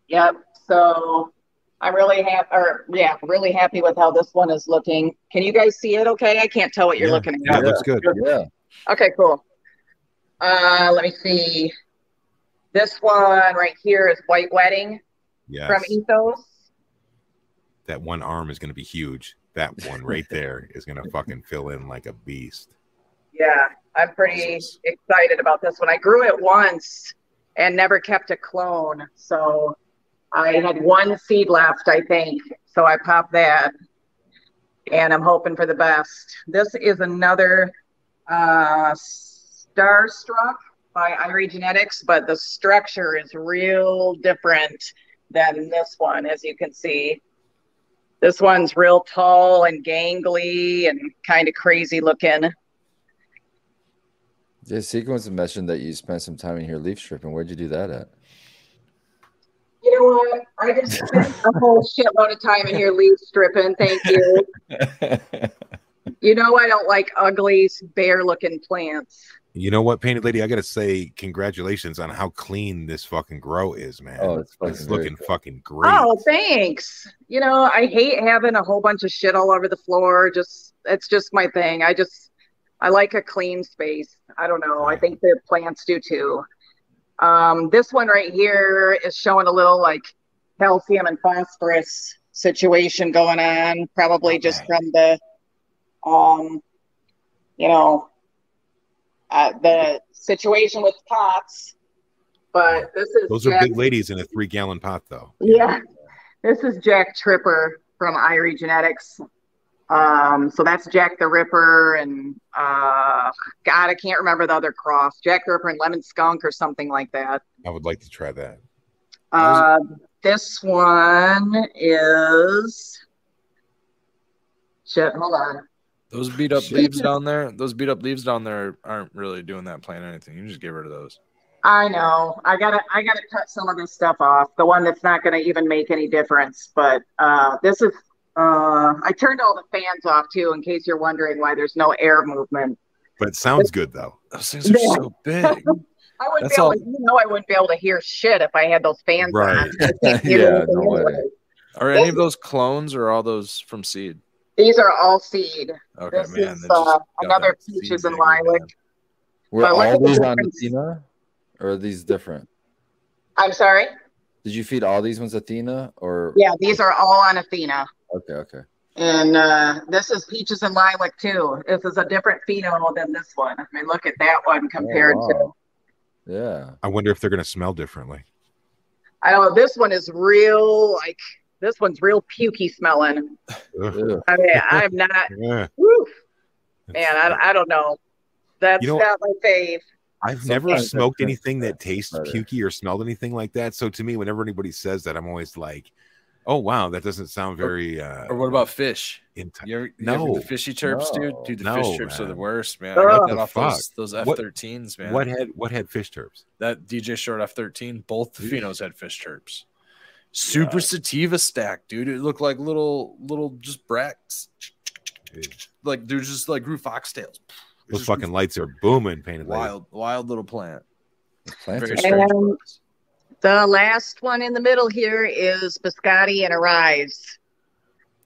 Yep. So I'm really happy, or yeah, really happy with how this one is looking. Can you guys see it? Okay, I can't tell what you're Yeah. looking at. Yeah, it looks good. Yeah, Okay, cool. Uh, let me see. This one right here is White Wedding from Yes. Ethos. That one arm is going to be huge. That one right there is going to fucking fill in like a beast. Yeah, I'm pretty excited about this one. I grew it once and never kept a clone. So I had one seed left, I think. So I popped that and I'm hoping for the best. This is another uh, Starstruck by Irie Genetics, but the structure is real different than this one, as you can see. This one's real tall and gangly and kind of crazy looking. yeah. Sequence mentioned that you spent some time in here leaf stripping. Where'd you do that at? You know what? I just spent a whole shitload of time in here leaf stripping. Thank you. You know I don't like ugly, bare-looking plants. You know what, Painted Lady? I got to say, congratulations on how clean this fucking grow is, man. Oh, it's fucking it's very looking cool. fucking great. Oh, thanks. You know I hate having a whole bunch of shit all over the floor. Just it's just my thing. I just I like a clean space. I don't know. I think the plants do too. Um, this one right here is showing a little like calcium and phosphorus situation going on, probably just from the, um, you know, uh, the situation with pots. But this is Those are Jack- big ladies in a three gallon pot, though. yeah. This is Jack Tripper from Irie Genetics. Um, so that's Jack the Ripper and uh, God, I can't remember the other cross. Jack the Ripper and Lemon Skunk or something like that. I would like to try that. Uh, this one is shit. Hold on. Those beat up Shit. leaves down there, those beat up leaves down there aren't really doing that plant anything. You just get rid of those. I know. I gotta. I gotta cut some of this stuff off. The one that's not gonna even make any difference. But uh, this is. Uh, I turned all the fans off too, in case you're wondering why there's no air movement. But it sounds good, though. Those things are Yeah. so big. I wouldn't That's be all- able. To, you know, I wouldn't be able to hear shit if I had those fans Right. on. I can't hear Yeah, anything no way. anyway. Are any of those clones or are all those from seed? These are all seed. Okay, This man. is, they just uh, got another that seed peaches and thing going lilac. on. Were But look all at the these on difference. Athena, or are these different? I'm sorry. Did you feed all these ones Athena, or Yeah, these are all on Athena, Okay, okay. and uh, this is peaches and lilac too. This is a different pheno than this one. I mean, look at that one compared to. Oh, wow. Yeah, I wonder if they're going to smell differently. I know this one is real. Like this one's real pukey smelling. Ugh. Ew. I mean, I'm not. Yeah. Woo, man, I, I don't know. That's You know- not my fave. I've never Sometimes smoked that's- anything that that's tastes better. pukey or smelled anything like that. So to me, whenever anybody says that, I'm always like, "Oh wow, that doesn't sound very." Uh, Or what about fish? enti- You ever, you No. ever do the fishy chirps, dude? No. Dude, the No, fish chirps are the man. worst, man. I Ugh. got What that the off those, those F What- thirteens, man. What had what had fish turps? that DJ Short F thirteen, both the Oof. Finos had fish chirps. Super sativa stack, dude. It looked like little little just bracts. Like they're just like grew foxtails. It's Those just fucking lights are booming, painted lady. wild, wild little plant. the plants Very are strange. Um, The last one in the middle here is Biscotti and Arise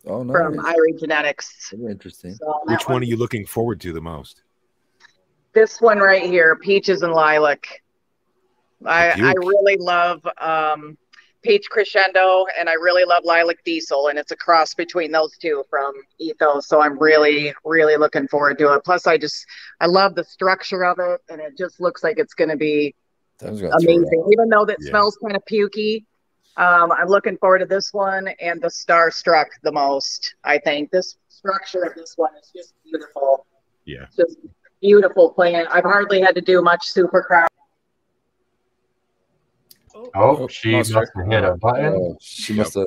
Oh, nice. from Irie Genetics. Very interesting. So that Which one are you looking forward to the most? This one right here, Peaches and Lilac. I, I Rebuke. really love um, Peach Crescendo and I really love Lilac Diesel, and it's a cross between those two from Ethos. So I'm really, really looking forward to it. Plus, I just I love the structure of it, and it just looks like it's going to be That was gonna throw it amazing. Even though that Yeah. smells kind of pukey, um, I'm looking forward to this one and the star struck the most. I think this structure of this one is just beautiful. Yeah. It's just beautiful plant. I've hardly had to do much super crop. Oh, she Oh, must sorry. have hit a out. button. Oh, she must have.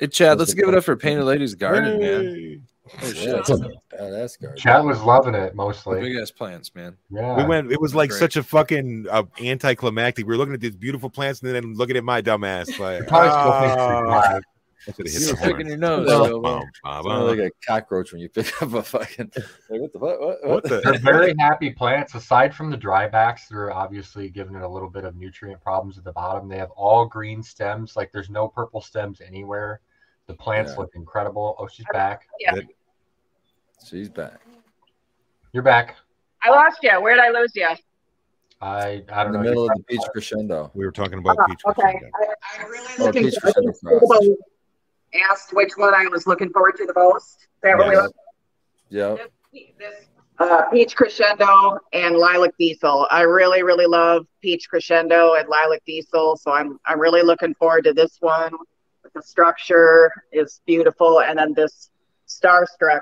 Hey Chad, Those let's are give it fun. up for Painted Lady's Garden, man. Oh, Yeah, shit. that's a badass garden. Chad was loving it Big mostly. ass plants, man. Yeah. We went. It was like Great. such a fucking uh, anticlimactic. We were looking at these beautiful plants and then looking at my dumbass. Like, probably still thinks "Ah." it's should have hit You the were picking horn. your nose. No. Bill. Bum, bum, It's not bum. like a cockroach when you pick up a fucking. Like, what the fuck? What, What They're the? very happy plants. Aside from the drybacks, they're obviously giving it a little bit of nutrient problems at the bottom. They have all green stems. Like there's no purple stems anywhere. The plants Yeah. look incredible. Oh, she's back. She's back. You're back. I lost you. Where'd I lose you? I I don't In the know. middle You're of the beach crescendo. We were talking about peach. Uh, okay. crescendo. I, I'm really Oh, looking. peach crescendo forward- frogs. Asked which one I was looking forward to the most. Is that what we Yes. looked- Yep. this uh, peach crescendo and lilac diesel i really really love peach crescendo and lilac diesel so i'm i'm really looking forward to this one the structure is beautiful and then this starstruck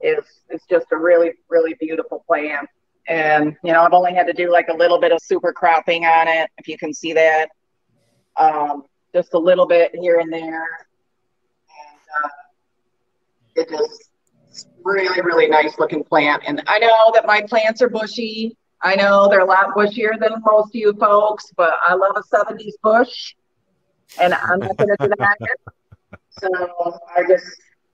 is is just a really really beautiful plant and you know i've only had to do like a little bit of super cropping on it if you can see that um, just a little bit here and there and uh, it just it's really, really nice looking plant. And I know that my plants are bushy. I know they're a lot bushier than most of you folks, but I love a 70s bush. And I'm not going to deny it. So I just,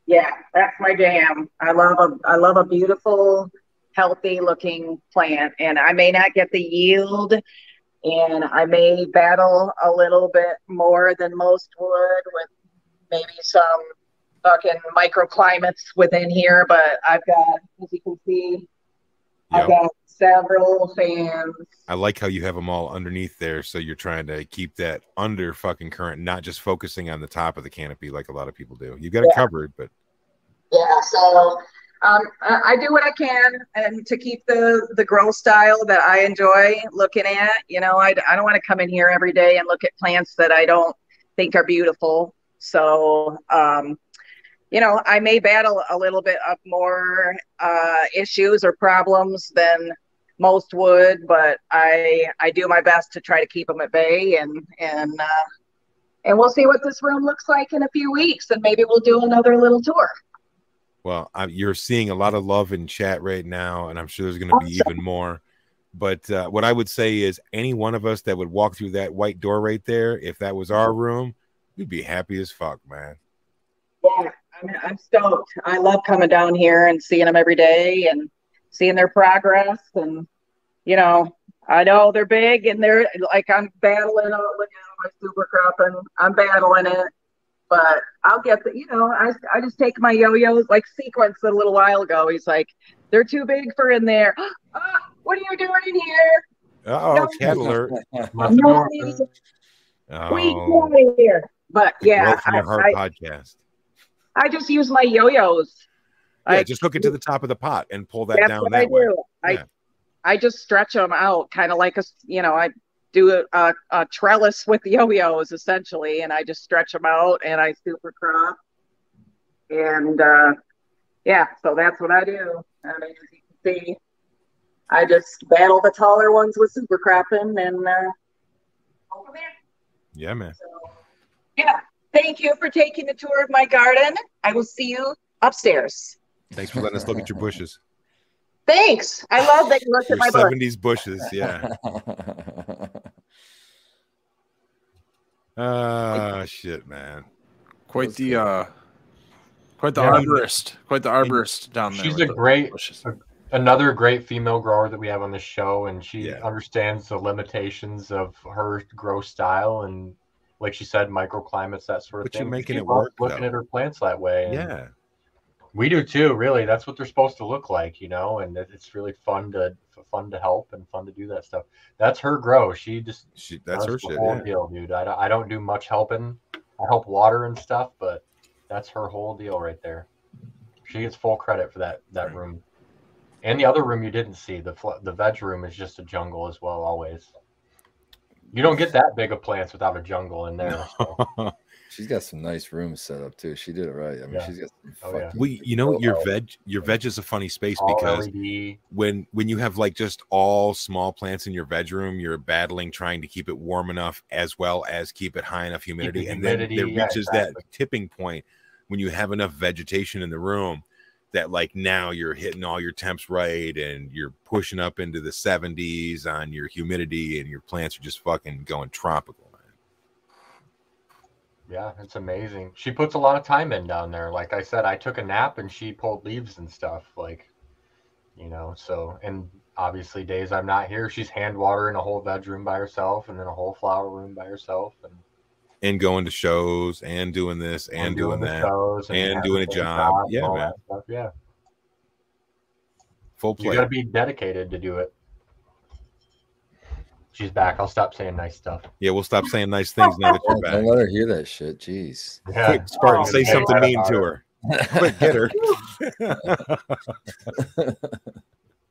yeah, that's my jam. I love a, I love a beautiful, healthy looking plant. And I may not get the yield and I may battle a little bit more than most would with maybe some fucking microclimates within here, but I've got, as you can see, I've Yep. got several fans. I like how you have them all underneath there, so you're trying to keep that under fucking current, not just focusing on the top of the canopy like a lot of people do. You've got it Yeah. covered, but Yeah, so um, I, I do what I can and to keep the the grow style that I enjoy looking at. You know, I, I don't want to come in here every day and look at plants that I don't think are beautiful. So, um, you know, I may battle a little bit of more uh, issues or problems than most would, but I I do my best to try to keep them at bay and and uh, and we'll see what this room looks like in a few weeks, and maybe we'll do another little tour. Well, I, you're seeing a lot of love in chat right now, and I'm sure there's going to be even more. But uh, what I would say is, any one of us that would walk through that white door right there, if that was our room, we'd be happy as fuck, man. Yeah, I'm, I'm stoked. I love coming down here and seeing them every day and seeing their progress. And, you know, I know they're big and they're like, I'm battling out, look at my super cropping. I'm battling it, but I'll get the, you know, I, I just take my yo yo's like sequence a little while ago. He's like, they're too big for in there. Ah, what are you doing in here? Oh, cat alert! back. No, we get Oh, out of here. But the yeah, Growth from I, your heart I, podcast. I just use my yo yo's. Yeah, I- just look into the top of the pot and pull that That's down what I that way. do. I Yeah. I just stretch them out, kind of like a s- you know I do a, a, a trellis with yo-yos essentially, and I just stretch them out and I super crop, and uh, yeah, so that's what I do. I mean, as you can see, I just battle the taller ones with super cropping and uh, over there. Yeah, man. So, yeah, thank you for taking the tour of my garden. I will see you upstairs. Thanks for letting us look at your bushes, Thanks. I love that you looked your at my book. '70s bushes. Yeah. Ah, shit, man. Quite That's the cool. uh, quite the Yeah. arborist. Quite the arborist down there. She's with a the great bushes. another great female grower that we have on the show and she Yeah. understands the limitations of her grow style and like she said microclimates that sort of But thing you're making She it loves work, looking though. at her plants that way and Yeah. we do too really that's what they're supposed to look like you know and it- it's really fun to fun to help and fun to do that stuff that's her grow she just She, that's her the shit. whole yeah. deal dude I, don't- I don't do much helping i help water and stuff but that's her whole deal right there she gets full credit for that that Right. room and the other room you didn't see the fl- the veg room is just a jungle as well always you don't get that big of plants without a jungle in there so. she's got some nice rooms set up too. She did it right. I mean, Yeah. she's got some Oh, yeah. fucking- Well, you know, your Oh, veg, your veg is a funny space all E because LED. when when you have like just all small plants in your veg room, you're battling trying to keep it warm enough as well as keep it high enough humidity, and humidity, then yeah, there reaches exactly. that tipping point when you have enough vegetation in the room that like now you're hitting all your temps right and you're pushing up into the 70s on your humidity and your plants are just fucking going tropical. Man. Yeah, it's amazing. She puts a lot of time in down there. Like I said, I took a nap and she pulled leaves and stuff. Like, you know, so and obviously days I'm not here, she's hand watering a whole bedroom by herself and then a whole flower room by herself and and going to shows and doing this and, doing, the that, shows and having doing a things job. off and Yeah, all man. that stuff. Yeah, full you play. got to be dedicated to do it. She's back. I'll stop saying nice stuff. yeah, we'll stop saying nice things now that you're Don't- Don't back. let her hear that shit. Jeez. Yeah. Quick, Spartan, Oh, say okay. something mean to her. Quick, get her.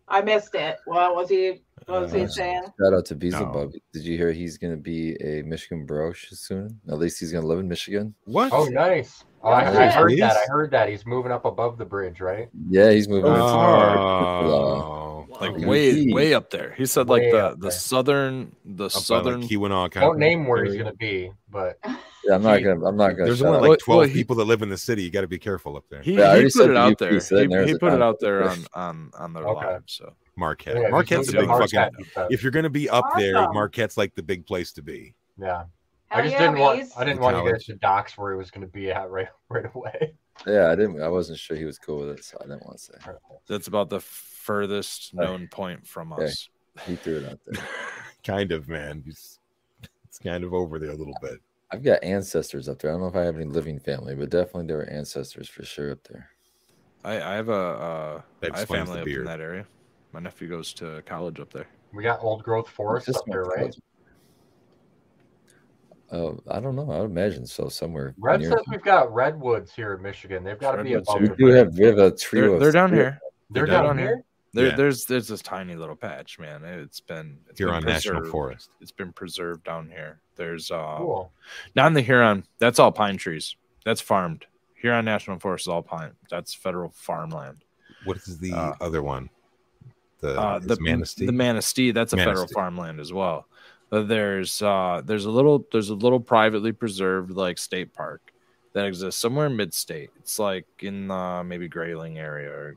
I missed it. What was he? What was he Uh, saying? Shout out to Beelzebub. Did you hear he's going to be a Michigan brosh soon? At least he's going to live in Michigan. What? Oh, nice. Oh, I, I Yeah. heard that. I Please. heard that. He's moving up above the bridge, right? Yeah, he's moving. to Florida. Oh, Like like Wow. way way Indeed. way up there. He said like Way the up the there. southern the up southern. by like Keweenaw County. Don't name where he's area. gonna be, but Yeah, I'm not going to. I'm not going to. There's only Well, like 12 well, he- people that live in the city. You got to be careful up there. He, Yeah, I he already put said it the out UP, there. so that He, narrows he it put it down. out there on on on their Okay. live. So Marquette. yeah, he's Marquette's a moving big to fucking. Marquette, he said. If you're gonna be up there, Awesome. Marquette's like the big place to be. Yeah, Hell I just yeah, didn't want. Maze. I didn't The want you guys college. to dox where he was gonna be at right right away. Yeah, I didn't. I wasn't sure he was cool with it, so I didn't want to say. that's about the furthest Okay. known point from Okay. us. He threw it out there. kind of, man. It's, it's kind of over there a little bit. I've got ancestors up there. I don't know if I have any living family, but definitely there are ancestors for sure up there. I I have a uh, That I have explains family the up in beard. that area. My nephew goes to college up there. We got old growth forest Just up there, my right? cousin. Uh, I don't know. I would imagine so. Somewhere. Red near- says we've got redwoods here in Michigan. They've got to be Redwoods above. we here. the do bridge. have. We have a trio. They're, of they're down three- here. They're They're down, down here. There, Yeah. There's there's this tiny little patch, man. It's been it's Here been on National preserved. Forest. It's been preserved down here. There's uh Cool. down the Huron. That's all pine trees. That's farmed. Huron National Forest is all pine. That's federal farmland. What is the Uh, other one? The, Uh, is the Manistee. The Manistee. That's a federal Manistee. farmland as well. Uh, There's uh there's a little there's a little privately preserved like state park that exists somewhere in mid state. It's like in uh, maybe Grayling area or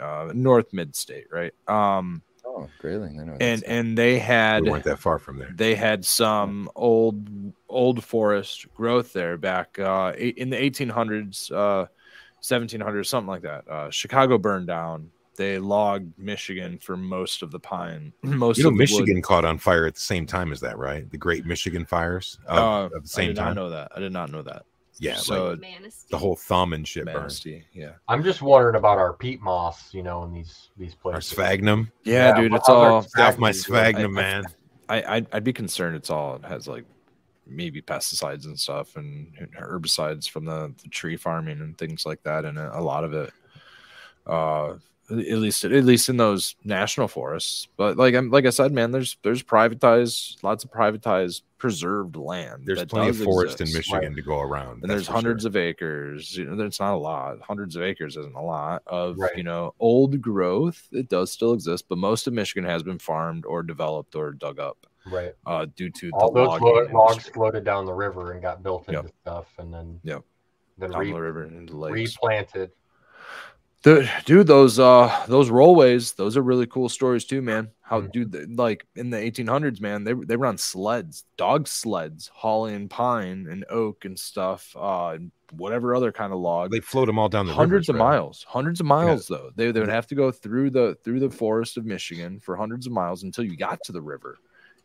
uh, north mid state, right? Um Oh, Grayling. I know. and that's- and they had we weren't that far from there. they had some old old forest growth there back uh, eight- in the 1800s uh, 1700s something like that uh, chicago burned down they logged michigan for most of the pine most You know, of the Michigan wood. caught on fire at the same time as that, right? The Great Michigan Fires of, Uh, of the i same did time. not know that i did not know that Yeah, so like Manistee. the whole thumb and shit burned. Manistee, yeah I'm just wondering about our peat moss, you know, in these these Our places. sphagnum, yeah, dude what it's other all get off my sphagnum, sphagnums I- I- man. I, I'd, I'd be concerned it's all it has like maybe pesticides and stuff and herbicides from the, the tree farming and things like that and a lot of it uh at least at least in those national forests but like i'm like i said man there's there's privatized lots of privatized preserved land There's that plenty of does forest in exist. Michigan to go around. and that's there's for hundreds sure. of acres you know there's not a lot hundreds of acres isn't a lot of Right. you know old growth it does still exist but most of michigan has been farmed or developed or dug up Right. uh, due to All the those logging lo- logs industry floated down the river and got built Yep. into stuff, and then Yep. then down re- the river and into the lakes. replanted. Dude, dude, those uh, those rollways, those are really cool stories too, man. How Mm. Mhm. dude, the- like in the 1800s, man, they they were on sleds, dog sleds, hauling pine and oak and stuff, uh, and whatever other kind of log. They float them all down the hundreds rivers, of right? miles, hundreds of miles though. They they would have to go through the through the forest of Michigan for hundreds of miles until you got to the river.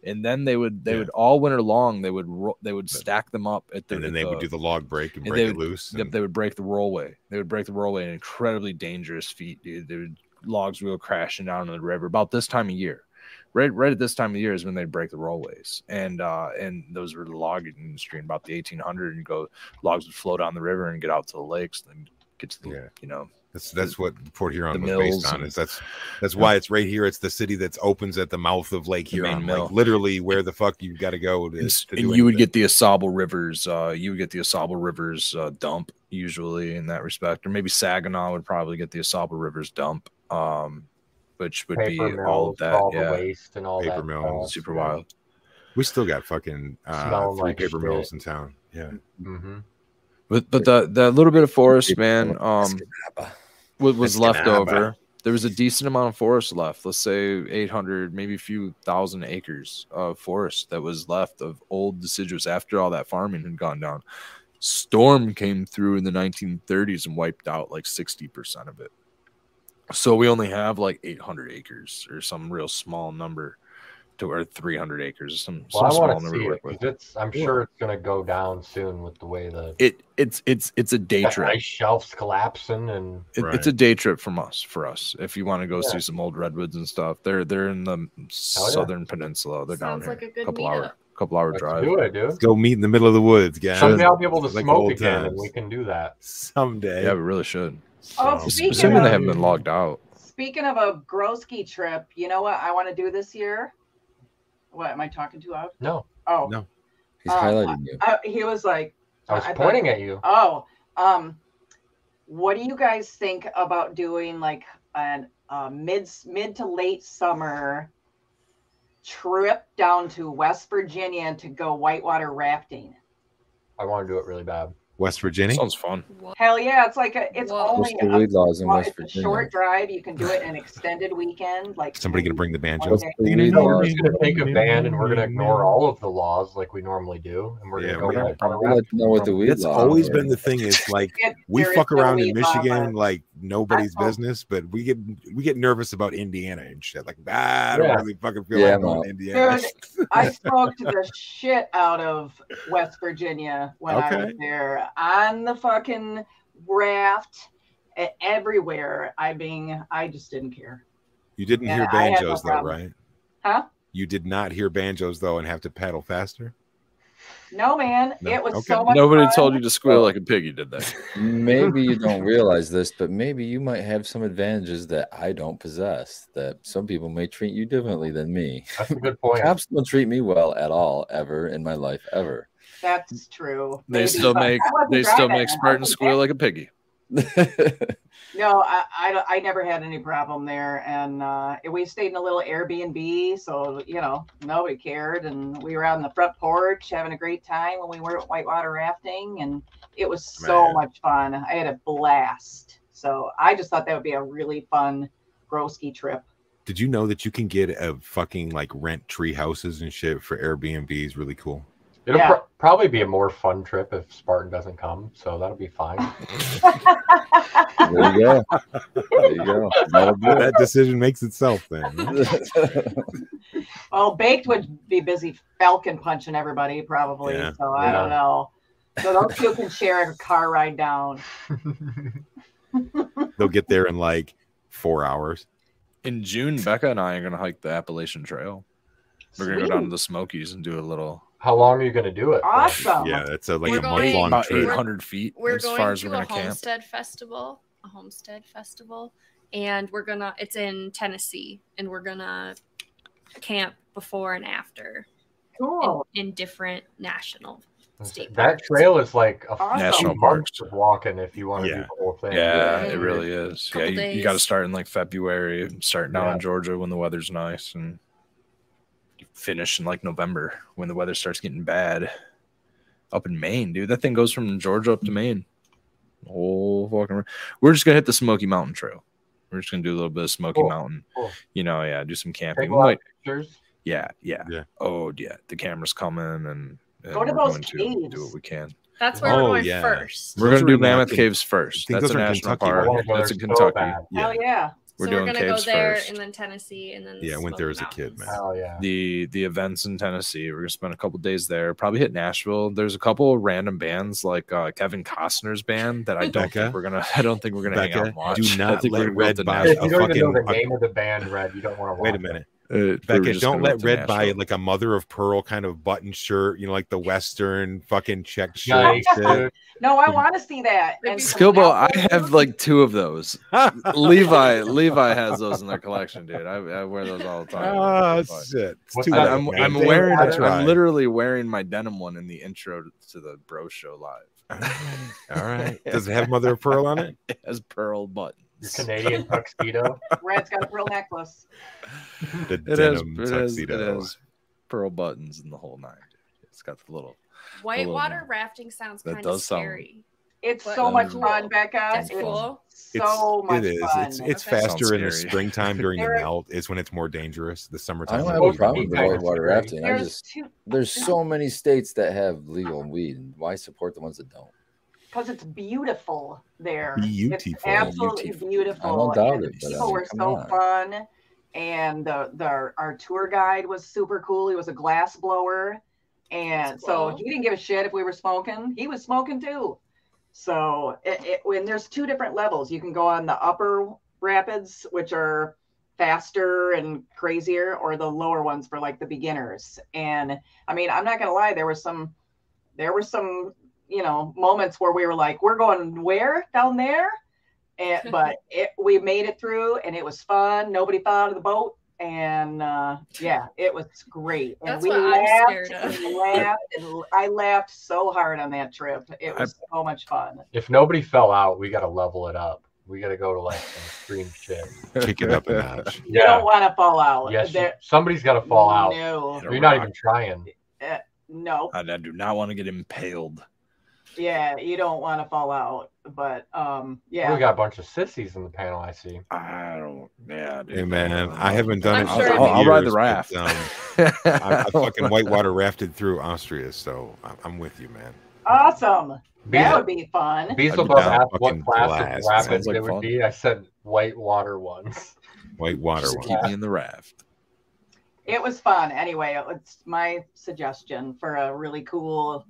And then they would they Yeah. would all winter long they would ro- they would stack them up at the And then at they would the- do the log break and and break they it loose. Yep, and- they would break the rollway. They would break the rollway, an incredibly dangerous feat, dude. They would logs would go crashing down in the river about this time of year. Right, right at this time of year is when they break the rollways, and uh, and those were the logging industry in about the 1800. And go logs would flow down the river and get out to the lakes, and then get to the Yeah. you know That's that's what Port Huron the was based mills on. and- Is that's that's Yeah. why it's right here. It's the city that opens at the mouth of Lake The main Huron, mill. like literally where the fuck you got to go to. and, to s- do and you would anything. get the Asable Rivers. Uh, you would get the Asable Rivers uh, dump usually in that respect, or maybe Saginaw would probably get the Asable Rivers dump, um, which would be all of mills, that. all yeah, the waste and all Paper that. mills. super wild. We still got fucking uh, Smell three like paper shit. mills in town. Yeah, hmm But but the the little bit of forest, Paper man, mills. um, was, was left Escanaba. over. There was a decent amount of forest left. Let's say 800, maybe a few thousand acres of forest that was left of old deciduous after all that farming had gone down. Storm came through in the 1930s and wiped out like 60% of it. So we only have like 800 acres or some real small number to or 300 acres, some, Well, some I small want to number see to it work 'cause with. it's. I'm sure it's going to go down soon with the way the It it's it's it's a day ice trip. shelves collapsing and It, Right. It's a day trip from us for us. If you want to go Yeah. see some old redwoods and stuff, they're they're in the southern peninsula. They're Sounds down like here. a good couple meetup. hour couple hour let's drive. do it, dude. Let's go meet in the middle of the woods, guys. Someday I'll be able to Like smoke old again, and times. we can do that. Someday. Yeah, we really should. Oh, So- speaking Um, Assuming of- they haven't been logged out. Speaking of a Groski trip, you know what I want to do this year? What am I talking to? Of? No, Oh, No. He's Um, Uh, highlighting you. I, he was like, I was I thought- pointing at you. "Oh, um, what do you guys think about doing like an uh, mid mid to late summer trip down to West Virginia to go whitewater rafting?" I want to do it really bad. West Virginia. Sounds fun. What? Hell yeah! It's like a, it's Whoa. only Coastal a, weed laws in well, West it's a Virginia. short drive. You can do it an extended weekend. Like Somebody gonna bring the banjo? Okay. Coastal weed You know, we're laws. just going to take a band and we're going to ignore all of the laws like we normally do, and we're Yeah, going we're to gonna go. by- I'll let you know what the weed That's laws always are. been the thing. Is like It- we there is fuck no around in weed law, Michigan but- like nobody's I- business, but we get we get nervous about Indiana and shit. Like ah, I don't Yeah. really fucking feel Yeah, like I'm going out. to Indiana. I smoked the shit out of West Virginia when I was Okay. there on the fucking raft e- everywhere. I being I just didn't care. You didn't Yeah, hear I had no banjos though, problem. right? Huh? You did not hear banjos though, and have to paddle faster. No man, No, it was okay. so much Nobody fun. told you to squeal like a pig. You did that. Maybe you don't realize this, but maybe you might have some advantages that I don't possess. That some people may treat you differently than me. That's a good point. Cops don't treat me well at all, ever in my life, ever. That's true. They Maybe, still but make I wasn't they still driving. make I Spartan wasn't squeal like a piggy. No, I, I, don't- I never had any problem there. And uh, we stayed in a little Airbnb. So, you know, nobody cared. And we were out on the front porch having a great time when we were at whitewater rafting. And it was so Man. much fun. I had a blast. So I just thought that would be a really fun Groski trip. Did you know that you can get a fucking like rent tree houses and shit for Airbnbs? Really cool. It'll Yeah. pro- probably be a more fun trip if Spartan doesn't come, so that'll be fine. there you go. There you go. That'll do that decision makes itself then. it. Well, Baked would be busy falcon punching everybody probably. Yeah. So I don't Yeah. know. So those two can share a car ride down. They'll get there in like four hours. In June, Becca and I are gonna hike the Appalachian Trail. We're gonna go down to Sweet. the Smokies and do a little How long are you going to do it? for? Awesome. Yeah, that's a, like We're a month going- long about trip. 800 feet we're as going far as to we're gonna a camp. homestead festival a homestead festival and we're gonna it's in tennessee and we're gonna camp before and after in, Cool. in different national state That parks. trail is like a few National months parks. of walking if you want to do Yeah. the whole thing. Yeah, Yeah. it really is. Couple yeah, you, days. you got to start in like February, starting down Yeah. in Georgia when the weather's nice, and you finish in like November when the weather starts getting bad. Up in Maine, dude, that thing goes from Georgia up to Maine. Oh, fucking! ro- We're just gonna hit the Smoky Mountain Trail. We're just gonna do a little bit of Smoky Cool. Mountain. Cool. You know, yeah, do some Take camping. a We lot might- of pictures. yeah, yeah, Yeah. Oh, yeah. The camera's coming, and, and Go to we're those going to do caves. what we can. that's where Oh, we're going yeah. first We're Those gonna are do in, uh, Mammoth Ken- Caves I first. think That's those a are in national Kentucky, I right? park. want to go That's there in so Kentucky. bad. Yeah. Hell yeah. We're so doing we're gonna go caves there first. and then tennessee and then the Yeah, I went Smoky there as a kid, Mountains. man. Oh yeah. the the events in Tennessee. We're gonna spend a couple days there. Probably hit Nashville. There's a couple of random bands like uh, Kevin Costner's band that I don't Becca? think we're gonna. I don't think we're gonna hang Becca, out much. do I not think we're let gonna go up Red to buy Nashville. If you don't even know fucking- the name of the band, Red, you don't want to. Wait a minute. Uh, we were Becca, just don't gonna go let up to Red buy Nashville. like a mother of pearl kind of button shirt, you know, like the Western fucking check shirt. and Yikes, shit. dude. No, I want to see that. Maybe some Skillbo, I apples. have like two of those. Ah, Levi, Levi has those in their collection, dude. I, I wear those all the time. Ah, But- shit. It's What's too that? bad, I, am man. I'm Damn, wearing. I tried. I'm literally wearing my denim one in the intro to the Bro Show live. All right. All right. Does it have mother of pearl on it? It has pearl Your buttons. Canadian tuxedo. Red's got a pearl necklace. The It has, denim it has, it tuxedo. has pearl buttons and the whole nine. It's got the little. whitewater rafting sounds That kind of does sound- scary It's What? so much Cool. fun, Becca. That's it's cool. so it's, much it is. fun. It's it's Okay. Sounds faster in the scary. springtime during the There- melt is when it's more dangerous. The I summertime. don't is have when a it's problem with dangerous. white water rafting. I There's just two there's so many states that have legal weed, and why support the ones that don't? because it's beautiful there. it's Beautiful. absolutely Beautiful. beautiful. I don't doubt and it, but I people mean, were come so on. fun, and the, the our tour guide was super cool. He was a glass blower, and That's so cool. he didn't give a shit if we were smoking. He was smoking too. So it, it, when there's two different levels, you can go on the upper rapids, which are faster and crazier, or the lower ones for like the beginners. And I mean, I'm not gonna lie, there were some, there were some, you know, moments where we were like, we're going where down there, and but it, we made it through, and it was fun. Nobody fell out of the boat, and uh, yeah, it was great. And That's we what I'm laughed, scared of. and laughed, and I laughed so hard on that trip. It I- was so much fun. If nobody fell out, we got to level it up. We got to go to like some extreme shit. Kick it up a notch. You don't want to fall out. Yes. you- There- somebody's got to fall out. No, Yeah. You're not even trying. no. I, I do not want to get impaled. Yeah, you don't want to fall out, but um, We yeah. got a bunch of sissies in the panel. I see. I don't. Yeah, dude. Hey man, I haven't done I'm it. sure in I'll, I'll ride the years, but, raft. um, I, I fucking whitewater rafted through Austria, so I'm, I'm with you, man. Awesome. That Beelze- would be fun. Beelzebub I'd be down asked what fucking class blast. of rapids Sounds like it would fun. be. I said whitewater ones. Whitewater Just one. keep me in the raft. It was fun. Anyway, it was my suggestion for a really cool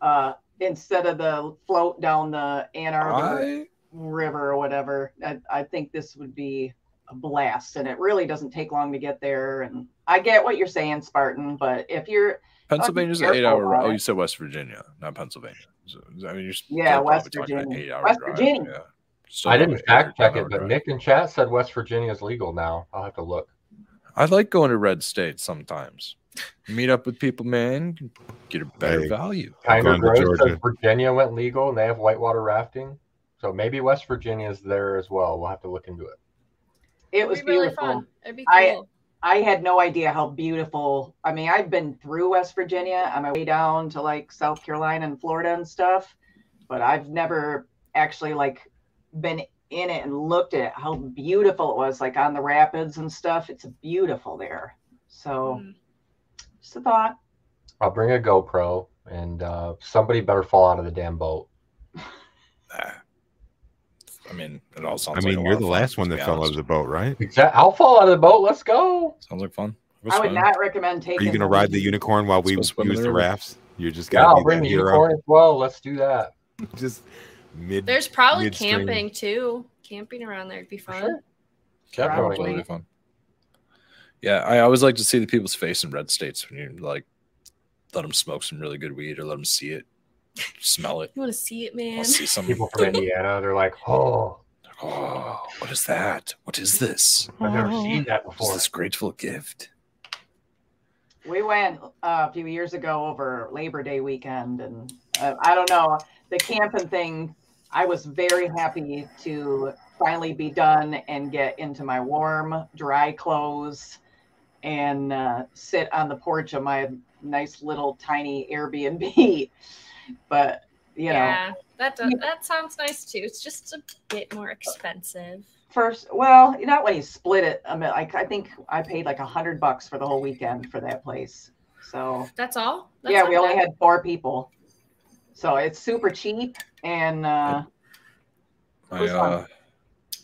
uh instead of the float down the Ann Arbor I, River or whatever. I, I think this would be a blast and it really doesn't take long to get there and I get what you're saying, Spartan, but if you're Pennsylvania's an careful eight-hour. about ride. Oh, it. you said West Virginia, not Pennsylvania. So, I mean, you're still Yeah, probably West talking an Virginia. eight-hour West drive, Virginia. yeah. So I didn't probably eight or fact check it, 10-hour but drive. Nick in chat said West Virginia is legal now. I'll have to look. I like going to red states sometimes. Meet up with people, man. Get a better Hey. value. I'm Kind going of to gross Georgia. says Virginia went legal and they have whitewater rafting. So maybe West Virginia is there as well. We'll have to look into it. it was It'd be really beautiful. fun. It'd be cool. I- I had no idea how beautiful. I mean, I've been through West Virginia on my way down to like South Carolina and Florida and stuff, but I've never actually like been in it and looked at how beautiful it was, like on the rapids and stuff. It's beautiful there. So Mm. just a thought. I'll bring a GoPro and uh, somebody better fall out of the damn boat. Ah. I mean, it all I sounds. mean, like a you're lot the of last fun, one to that be fell out of honest. the boat, right? Exactly. I'll fall out of the boat. Let's go. Sounds like fun. I would not recommend taking. Are you going to ride the unicorn while we Let's go swim in use the the river. rafts? You're just Yeah, got I'll to be bring that the hero. unicorn as well. Let's do that. Just mid. There's probably midstream. camping too. Camping around there would be fun. Sure. That was Probably. really fun. Yeah, I always like to see the people's face in red states when you like let them smoke some really good weed or let them see it, smell it. You want to see it, man? I'll see some. People from Indiana, they're like, oh, Oh, what is that? What is this? I've never seen that What is before. this grateful gift? We went uh, a few years ago over Labor Day weekend, and uh, I don't know the camping thing. I was very happy to finally be done and get into my warm, dry clothes and uh, sit on the porch of my nice little tiny Airbnb. but you know, yeah, that does, that sounds nice too. It's just a bit more expensive. first, well, not when you split it. I mean, like I think I paid like a hundred bucks for the whole weekend for that place. So That's all. That's yeah, not we only bad. had four people, so it's super cheap and uh, I, was fun. uh,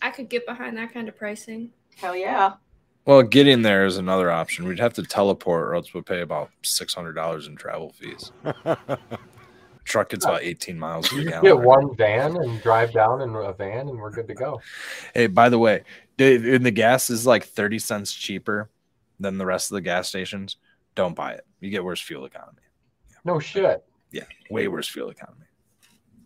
I could get behind that kind of pricing. hell yeah. well, getting there is another option. We'd have to teleport, or else we'd pay about six hundred dollars in travel fees. Truck gets about eighteen miles per You just gallon. get one van and drive down in a van, and we're good to go. Hey, by the way, Dave, and the gas is like 30 cents cheaper than the rest of the gas stations. Don't buy it. You get worse fuel economy. No shit. Way worse fuel economy.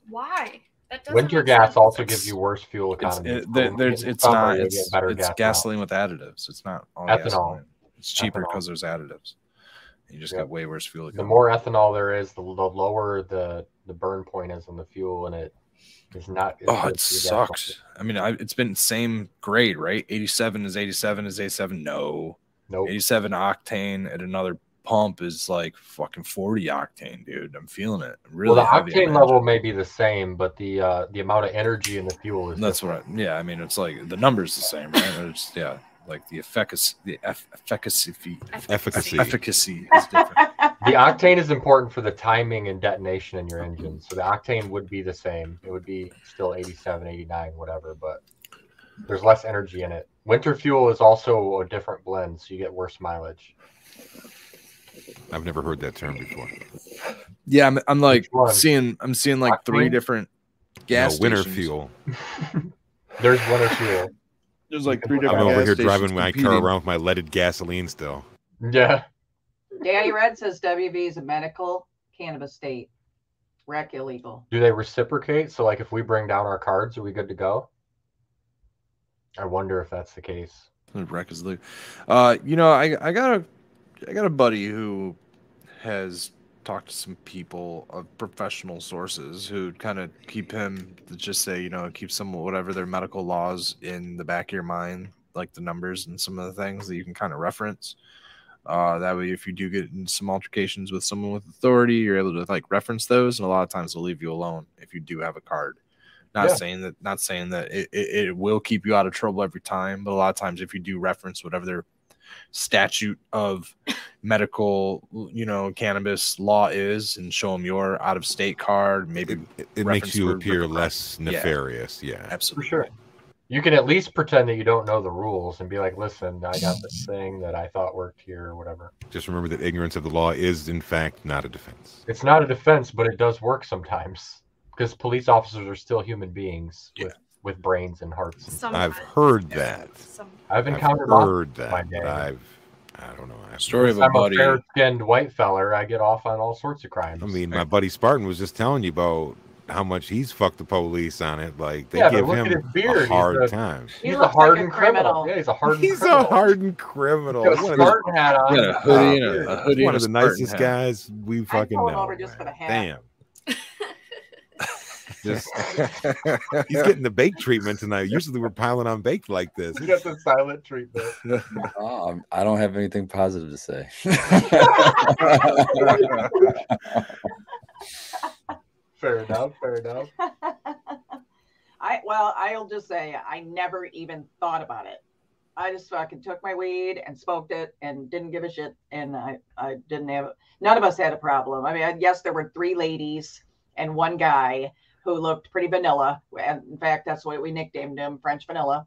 Why? That doesn't Winter make gas sense. also gives you worse fuel It's, economy. it, there- there's, it's Summer, not, you'll it's, get better it's gas now. gasoline with additives. It's not all Ethanol. gasoline. It's cheaper Ethanol. because there's additives. You just Yep. get way worse fuel economy. the more ethanol there is, the, the lower the, the burn point is on the fuel, and it is not. it's Oh, good it for your gas sucks. budget. I mean, I, it's been same grade, right? 87 is 87 is 87. No, Nope. 87 octane at another pump is like fucking 40 octane, dude. I'm feeling it. I'm really Well, the heavy on octane that level jet. may be the same, but the uh, the amount of energy in the fuel is That's what. I, yeah, I mean, it's like the numbers the same, right? It's, yeah, like the efficacy, the eff- efficacy, Efficacy. efficacy is different. the octane is important for the timing and detonation in your engine. So the octane would be the same. It would be still 87, 89, whatever, but there's less energy in it. Winter fuel is also a different blend, so you get worse mileage. I've never heard that term before. yeah, I'm, I'm like Which one? seeing. I'm seeing like three Octane? different Yeah, gas winter stations. fuel. There's winter fuel. There's like three I'm different. over gas here stations driving my car competing. around with my leaded gasoline still. Yeah. Daddy Red says WV is a medical cannabis state. Rec illegal. Do they reciprocate? So like if we bring down our cards, are we good to go? I wonder if that's the case. The wreck is Luke. Uh, you know, I I got a I got a buddy who has talked to some people of professional sources who kind of keep him to just say, you know, keep some whatever their medical laws in the back of your mind, like the numbers and some of the things that you can kind of reference. Uh, that way, if you do get in some altercations with someone with authority, you're able to like reference those, and a lot of times they'll leave you alone if you do have a card. Not Yeah. saying that, not saying that it, it, it will keep you out of trouble every time, but a lot of times if you do reference whatever their statute of medical, you know, cannabis law is, and show them your out of state card, maybe It, it- it reference makes you for appear River less Yeah. nefarious. Yeah. absolutely You can at least pretend that you don't know the rules and be like, listen, I got this thing that I thought worked here or whatever. Just remember that ignorance of the law is, in fact, not a defense. It's not a defense, but it does work sometimes because police officers are still human beings with, with brains and hearts. and- Sometimes. I've heard that. Some- I've I've encountered lots. heard that. my but day. I've, I don't know. I've Story of a I'm a buddy. fair skinned white feller. I get off on all sorts of crimes. I mean, my buddy Spartan was just telling you about how much he's fucked the police on it. Like they Yeah, but give look at him his beard. a He's hard a- time. He he's a looks like a hardened criminal. criminal. Yeah, he's a hardened He's a criminal. hardened criminal. He's got a One of the- Spartan hat on. He had a hoodie and a, a He's hoodie one and a of the Spartan nicest hat. guys we fucking pull him know. over just for the man. hat. Damn. Just, he's He's getting the bake treatment tonight. Usually we're piling on baked like this. He got the silent treatment. Oh, I'm- I don't have anything positive to say. Fair enough. Fair enough. I well, I'll just say I never even thought about it. I just fucking took my weed and smoked it and didn't give a shit. And I, I didn't have none of us had a problem. I mean, I- yes, there were three ladies and one guy who looked pretty vanilla. And in fact, that's what we nicknamed him, French Vanilla.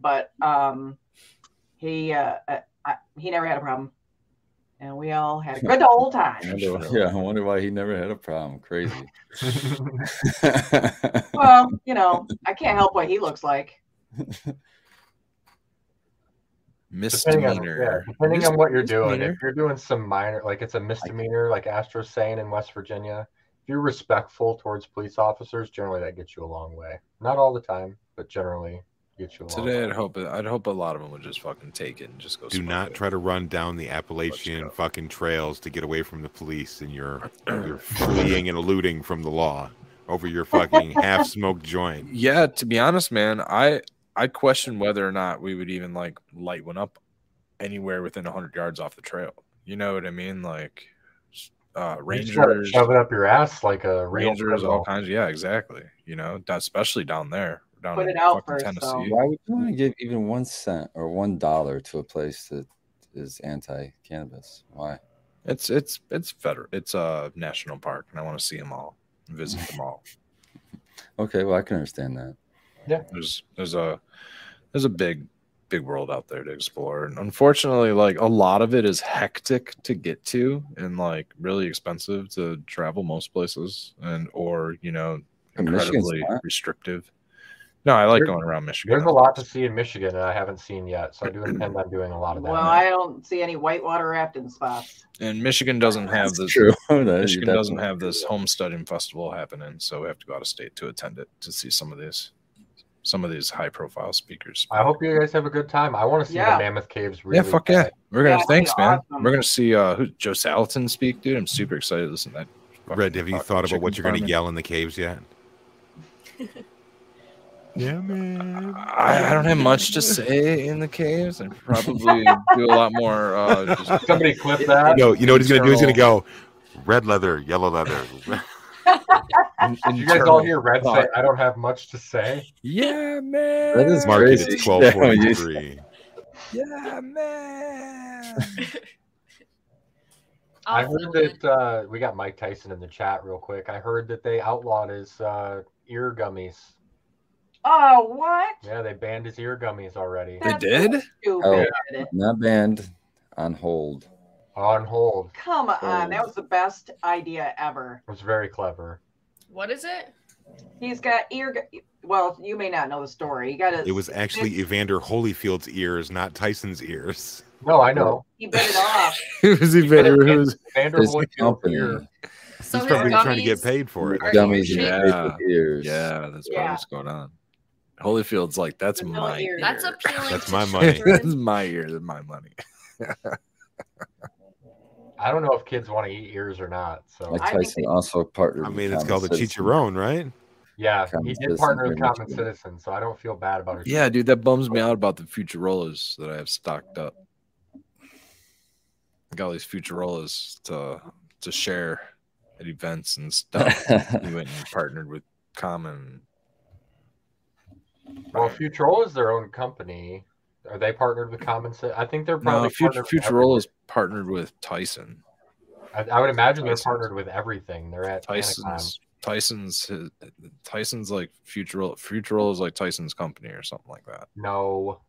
But um, he uh, uh, I, he never had a problem, and we all had a good old I time. wonder why- yeah, I wonder why he never had a problem. Crazy. Well, you know, I can't help what he looks like. Depending on, yeah, misdemeanor. depending on what you're doing, Misdemeanor. if you're doing some minor, like it's a misdemeanor, like Astro's saying in West Virginia, if you're respectful towards police officers, generally that gets you a long way. Not all the time, but generally gets you a long Today, I'd way. hope I'd hope a lot of them would just fucking take it and just go. Do smoke not it. try to run down the Appalachian go. fucking trails to get away from the police and you're you're fleeing and eluding from the law over your fucking half smoked joint. Yeah, to be honest, man, I I question whether or not we would even like light one up anywhere within hundred yards off the trail. You know what I mean? Like uh, You just gotta rangers, shove it up your ass like a real rangers, criminal. all kinds. yeah, exactly. You know, da- especially down there, down Put in it out fucking first, Tennessee. though. why would you want to give even one cent or one dollar to a place that is anti-cannabis? Why? It's it's it's federal. It's a national park, and I want to see them all, visit them all. Okay, well I can understand that. there's there's a there's a big big world out there to explore and unfortunately like a lot of it is hectic to get to and like really expensive to travel most places and or you know But Michigan's incredibly not. restrictive no i like There- going around michigan There's a lot to see in Michigan that I haven't seen yet, so I do intend on doing a lot of that. Well, I don't see any whitewater rafting spots. and michigan doesn't have That's this true. No, you michigan doesn't definitely- have this homesteading festival happening so we have to go out of state to attend it to see some of these some of these high profile speakers I hope you guys have a good time. I want to see Yeah. the Mammoth Caves. Really yeah, fuck yeah. bad. We're gonna Yeah, that'd be thanks, man. awesome. We're gonna see uh who Joe Salatin speak, dude. I'm super excited to listen to that. fucking Red, have you fucking thought about chicken what you're gonna farmer. yell in the caves yet? Yeah, man. I, I don't have much to say in the caves. I probably do a lot more. Uh, just, Somebody clip that. No, you know what he's gonna do? He's gonna go red leather, yellow leather. in- Did you guys all internal hear Red say, thought. I don't have much to say? Yeah, man. That is Market Crazy. is twelve forty three. Yeah, man. I I'll heard film it. that uh, we got Mike Tyson in the chat real quick. I heard that they outlawed his uh, ear gummies. Oh, what? Yeah, they banned his ear gummies already. They did? Stupid. Oh. Not banned, on hold. On hold. It Come Oh. on, that was the best idea ever. was very clever. What is it? He's got ear. gu- Well, you may not know the story. He got his. It was actually Evander Holyfield's ears, not Tyson's ears. No, I know. He bit it off. It was Vander even. It was His Vanderbilt company, ear. So He's his probably trying to gummies- get paid for it. Are dummies you and kidding? yeah. ears. Yeah, that's probably Yeah. what's going on. Holyfield's like, that's Vanilla my ears. ear. That's appealing. That's to my money. children. that's my ear. That's my money. I don't know if kids want to eat ears or not. So Mike I think Tyson they- also partnered. I with mean, it's Common called a Citizen. chicharron, right? yeah, Common he did citizen partner with pretty much Common did. Citizen, so I don't feel bad about it. Yeah, dude, that bums me out about the Futurolas that I have stocked up. I got all these Futurolas to to share at events and stuff. we went and partnered with Common. Well, Futurola is their own company. Are they partnered with Common Citizen? I think they're No, probably Future, partnered with everything. Futurola's partnered with Tyson. I, I would imagine they're Tyson's. partnered with everything. They're at Anacon. Tyson's Tyson's Tyson's like Futurola Futurola's like Tyson's company or something like that. No,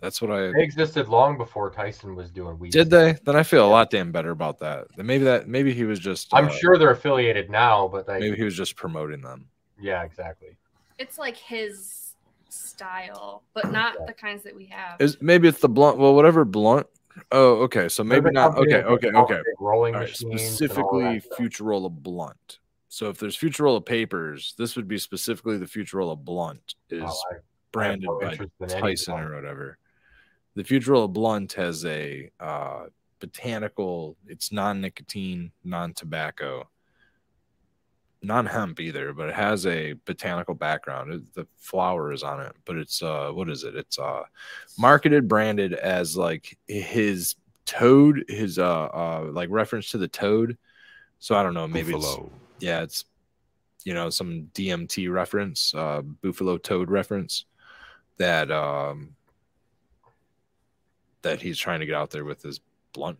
That's what I they existed long before Tyson was doing weed. did. They then I feel a lot damn better about that. Then maybe that maybe he was just I'm uh, sure they're affiliated now, but like, maybe he was just promoting them. yeah, exactly. It's like his style, but not the kinds that we have. Is maybe it's the blunt? Well, whatever blunt. Oh, okay. So maybe They're the not. company Okay, that okay, makes all okay. the big Rolling All right, machines and all specifically that stuff. Futurola blunt. So if there's Futurola papers, this would be specifically the Futurola blunt is Oh, I- I have branded no by interest in any Tyson blunt. or whatever. The Futurola blunt has a uh, botanical. It's non-nicotine, non-tobacco, non-hemp either, but it has a botanical background. It, the flower is on it, but it's uh, what is it? It's uh, marketed, branded as like his toad, his uh, uh, like reference to the toad. So I don't know. Maybe it's Buffalo. yeah, it's you know some DMT reference, uh, Buffalo Toad reference that um that he's trying to get out there with his blunt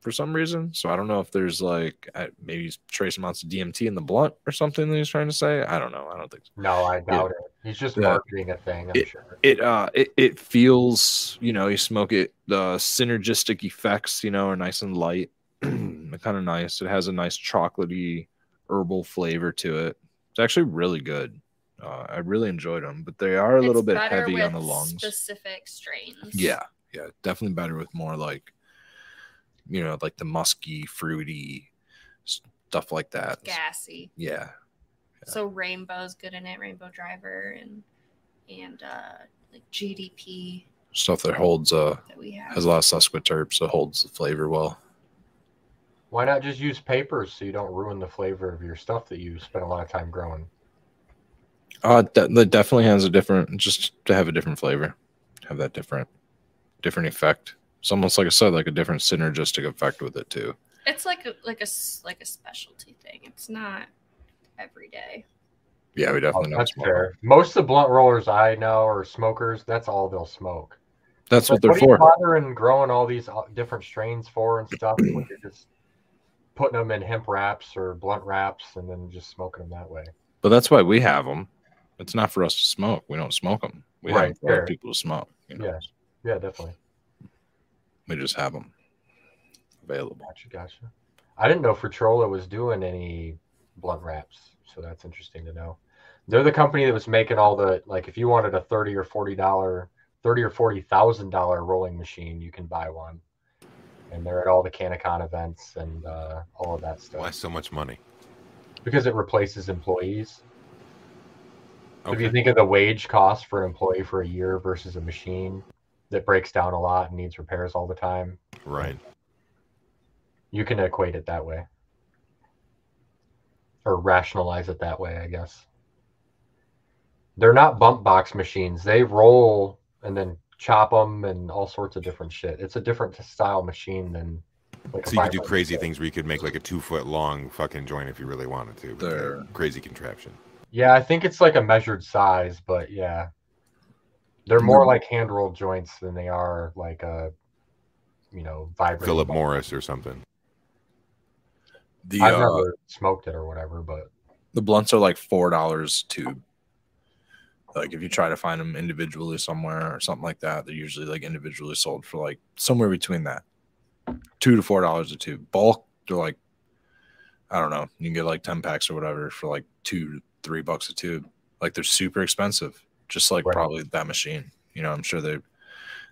for some reason. So I don't know if there's like I- maybe trace amounts of DMT in the blunt or something that he's trying to say. I don't know. I don't think so. No, I doubt it. He's just Yeah. marketing a thing. I'm sure. it uh it, it feels you know you smoke it the synergistic effects you know are nice and light kind of nice it has a nice chocolatey herbal flavor to it it's actually really good uh, i really enjoyed them but they are a little It's bit better heavy on the with lungs Specific strains. yeah yeah definitely better with more like you know like the musky fruity stuff like that Gassy. yeah So rainbow's good in it. Rainbow Driver and and uh, like GDP stuff that holds uh that we have. has a lot of sesquiterps so holds the flavor well Why not just use papers so you don't ruin the flavor of your stuff that you spent a lot of time growing? Uh, de- that definitely has a different, just to have a different flavor, have that different, different effect. It's almost like I said, like a different synergistic effect with it too. It's like a, like a s- like a specialty thing. It's not every day. Yeah, we definitely know. Oh, that's it's more- fair. Most of the blunt rollers I know are smokers. That's all they'll smoke. That's what Like, they're for. Are you bothering growing all these uh, different strains for and stuff when you're just putting them in hemp wraps or blunt wraps and then just smoking them that way? But that's why we have them. It's not for us to smoke. We don't smoke them. We have Right, 'em for other fair. people to smoke. You know? Yeah. Yeah, definitely. We just have them available. Gotcha, gotcha. I didn't know Fertrola was doing any blunt wraps, so that's interesting to know. They're the company that was making all the like if you wanted a thirty or forty dollar thirty or forty thousand dollar rolling machine, you can buy one. And they're at all the Canacon events and uh, all of that stuff. Why so much money? Because it replaces employees. So If you Okay. think of the wage cost for an employee for a year versus a machine that breaks down a lot and needs repairs all the time, Right. you can equate it that way or rationalize it that way i guess They're not bump box machines. They roll and then chop them and all sorts of different shit. It's a different style machine than like a So you could do 500 crazy thing. things where you could make like a two foot long fucking joint if you really wanted to. with There. that Crazy contraption. Yeah, I think it's like a measured size, but yeah. They're Hmm. more like hand rolled joints than they are like a you know, vibrating. Philip Morris or something. The I've uh, never smoked it or whatever, but the blunts are like four dollars tube. Like if you try to find them individually somewhere or something like that, they're usually like individually sold for like somewhere between that, two to four dollars a tube. Bulk they're like, I don't know, you can get like ten packs or whatever for like two to three bucks a tube. Like they're super expensive, just like Right. probably that machine. You know, I'm sure they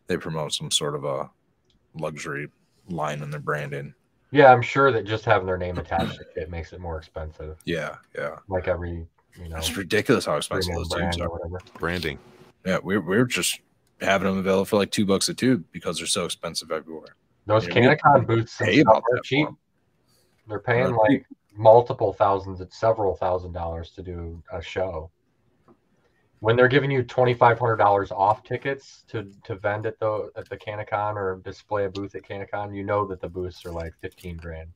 they promote some sort of a luxury line in their branding. yeah, I'm sure that just having their name attached to it makes it more expensive. Yeah, yeah, Like every you know it's ridiculous how expensive premium those tubes brand are. or whatever. Branding. Yeah, we're, we're just having them available for like two bucks a tube because they're so expensive everywhere. Those Yeah, we didn't Canicon boots and pay stuff about are that cheap. for 'em. They're paying Uh, They're like multiple thousands, it's several thousand dollars to do a show. When they're giving you twenty five hundred dollars off tickets to to vend at the at the Canicon or display a booth at Canicon, you know that the booths are like fifteen grand.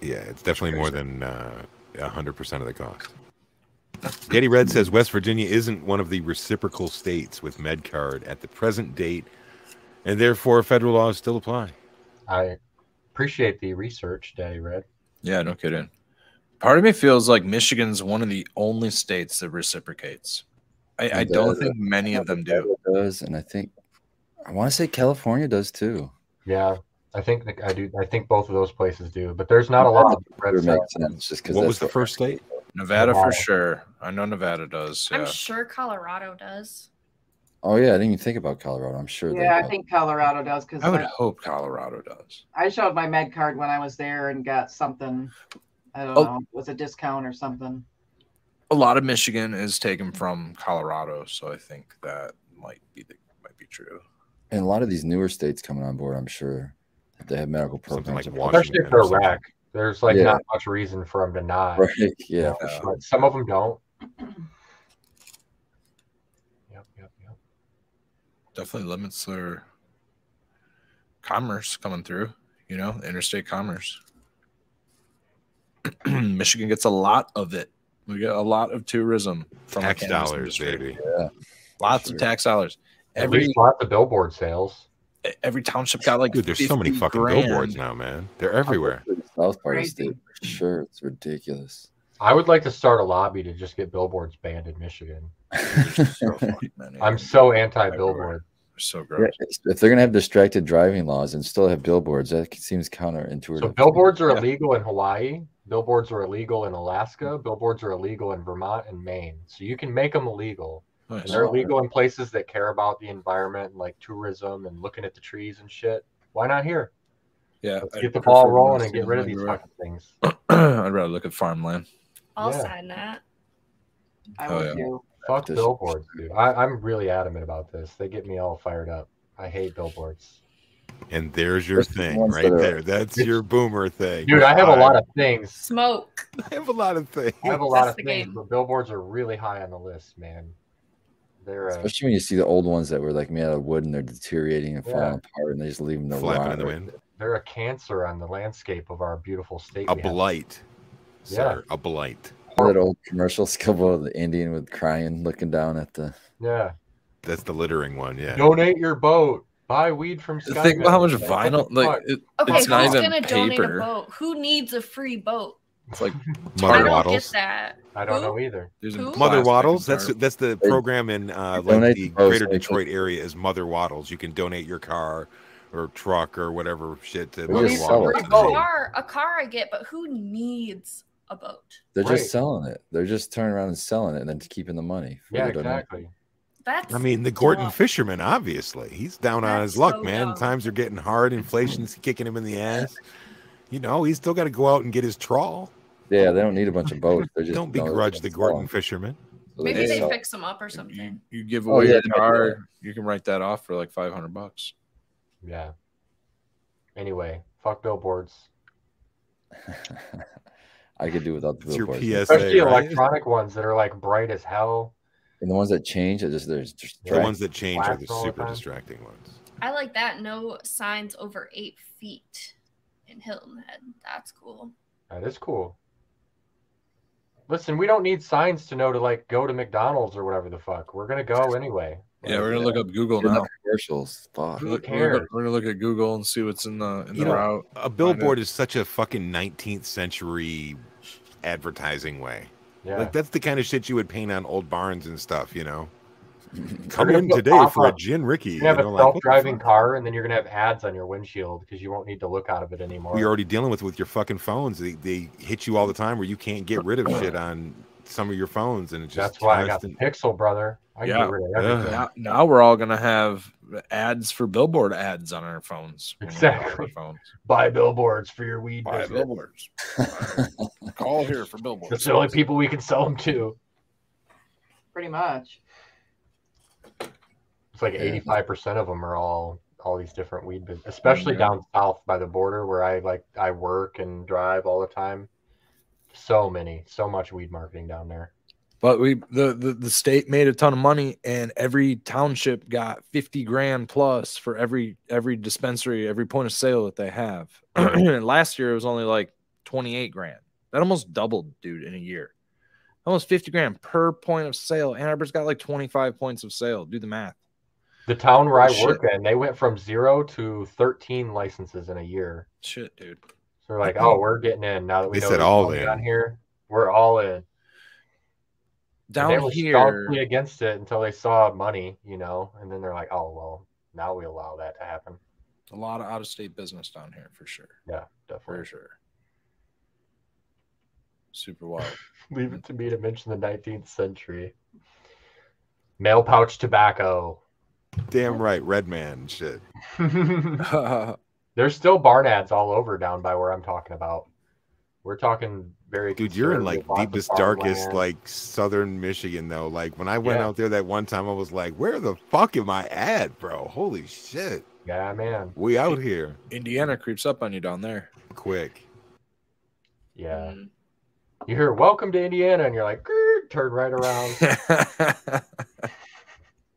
Yeah, it's definitely more than uh, 100% of the cost. Daddy Red says West Virginia isn't one of the reciprocal states with MedCard at the present date, and therefore federal laws still apply. I appreciate the research, Daddy Red. Yeah, no kidding. Part of me feels like Michigan's one of the only states that reciprocates. I, I It don't does. think many of them do. does, and I think I want to say California does too. Yeah, I think that I do. I think both of those places do, but there's not a lot. of red It makes sauce. sense just because What was the first state? Nevada for Nevada. sure. I know Nevada does. Yeah. I'm sure Colorado does. Oh yeah, I didn't even think about Colorado. I'm sure. Yeah, I do. think Colorado does because I would I, hope Colorado does. I showed my med card when I was there and got something. I don't Oh. know, it was a discount or something. A lot of Michigan is taken from Colorado, so I think that might be the, might be true. and a lot of these newer states coming on board, I'm sure that they have medical programs. Something like in place. Washington. Especially if they're whack. There's like Yeah. not much reason for them to not. Right? Yeah. Uh, But some of them don't. Yep, yep, yep. definitely limits their commerce coming through, you know, interstate commerce. Michigan gets a lot of it. We get a lot of tourism from the Tax cannabis dollars, baby. industry. Lots Sure. of tax dollars. At Every least lots of billboard sales. every township got like Dude, there's so many 50 fucking grand. billboards now, man. They're everywhere. South part of the Crazy. state, for sure. It's ridiculous. I would like to start a lobby to just get billboards banned in Michigan. There's just so fucking many. I'm so anti billboard. They're so Yeah, gross. it's- if they're gonna have distracted driving laws and still have billboards, that seems counterintuitive. So billboards are Yeah. illegal in Hawaii. Billboards are illegal in Alaska. Billboards are illegal in Vermont and Maine. So you can make them illegal. And Nice. they're illegal in places that care about the environment, and like tourism and looking at the trees and shit. Why not here? Yeah, Let's I'd get the prefer ball to rolling see and get them rid of these everywhere. fucking things. I'd rather look at farmland. I'll Yeah. sign that. I Oh, would yeah. too. Fuck Just- billboards, dude. I, I'm really adamant about this. They get me all fired up. I hate billboards. And there's your There's the thing ones right that are- there. That's your boomer thing. Dude, I have a lot of things. Smoke. I have a lot of things. I have a lot That's of the things, game. but billboards are really high on the list, man. They're uh, Especially when you see the old ones that were like made out of wood and they're deteriorating and falling Yeah. apart, and they just leave them to Flapping rot. in the or- wind. they're a cancer on the landscape of our beautiful state. A we have. blight, sir. A blight. Or that old commercial couple of the Indian with crying, looking down at the. Yeah. That's the littering one. Yeah. Donate your boat. Buy weed from Sky. Think about how much vinyl, like it, Okay, it's not who's even gonna donate a paper. boat? Who needs a free boat? It's like I Mother don't waddles. get that. I don't know either. there's a Who? Mother plastic Waddles. That's environment. that's the They- program in uh, they like donate the to those Greater things. Detroit area is Mother Waddles. You can donate your car or truck or whatever shit to They Mother just sell Waddles. it. A and they- car, a car I get, but who needs a boat? They're Right. just selling it. They're just turning around and selling it, and then keeping the money. for Yeah, the donation. exactly. That's I mean, the Gordon dumb. fisherman, obviously, he's down on That's his luck, so man. dumb. Times are getting hard. Inflation's kicking him in the ass. You know, he's still got to go out and get his trawl. Yeah, they don't need a bunch of boats. They're just Don't no, they're begrudge just the Gordon selling. fisherman. So Maybe just they sell- fix them up or something. You, you give Oh, away yeah, your they might do car, you can write that off for like 500 bucks. Yeah. Anyway, fuck billboards. I could do without the It's your billboards. PSA. Especially right? electronic ones that are like bright as hell. And the ones that change, I just there's just The ones that change are the Blast all the super time. distracting ones. I like that. No signs over eight feet in Hilton Head. That's cool. That is cool. Listen, we don't need signs to know to like go to McDonald's or whatever the fuck. We're gonna go anyway. Yeah, we're gonna look up Google Good now. enough commercials. Fuck. We're Who look- we're gonna- cares? we're gonna look at Google and see what's in the in You the know, route. A billboard is such a fucking 19th century advertising way. Yeah. Like that's the kind of shit you would paint on old barns and stuff, you know. Come gonna in put today for a pop-up. gin Ricky. you have you a know, like, what the self-driving fuck? car, and then you're gonna have ads on your windshield because you won't need to look out of it anymore. We're already dealing with with your fucking phones. They, they hit you all the time where you can't get rid of shit on some of your phones, and it's just That's why I got the constant- Pixel, brother. I can Yeah. get rid of everything. Ugh. Now, now we're all gonna have ads for billboard ads on our phones. when we have Exactly. Our phones. Buy billboards for your weed. Buy business. billboards. Call here for That's billboards. the only people we can sell them to. pretty much. It's like Yeah. eighty-five percent of them are all all these different weed business, especially yeah. down south by the border where I like I work and drive all the time. So many, so much weed marketing down there. But we the, the the state made a ton of money, and every township got fifty grand plus for every every dispensary, every point of sale that they have. and last year it was only like twenty eight grand. That almost doubled, dude, in a year. Almost fifty grand per point of sale. Ann Arbor's got like twenty five points of sale. Do the math. The town where I Shit. work in, they went from zero to thirteen licenses in a year. Shit, dude. So they're like, oh, we're getting in now that They we know said there's all money in. on here. We're all in. And they Down were here, staunchly against it until they saw money, you know, and then they're like, oh well, now we allow that to happen. a lot of out of state business down here for sure. Yeah, For definitely. sure. Super wild. Leave it to me to mention the 19th century. Mail pouch tobacco. damn right, red man and shit. There's still barn ads all over down by where I'm talking about. We're talking very Dude, you're in like conservative, lots of deepest, darkest, farmland. like southern Michigan, though. Like when I went Yeah. out there that one time, I was like, "Where the fuck am I at, bro? Holy shit, yeah, man, we out here Indiana creeps up on you down there. quick." yeah. Mm. You hear "Welcome to Indiana" and you're like, "Grrr," turn right around.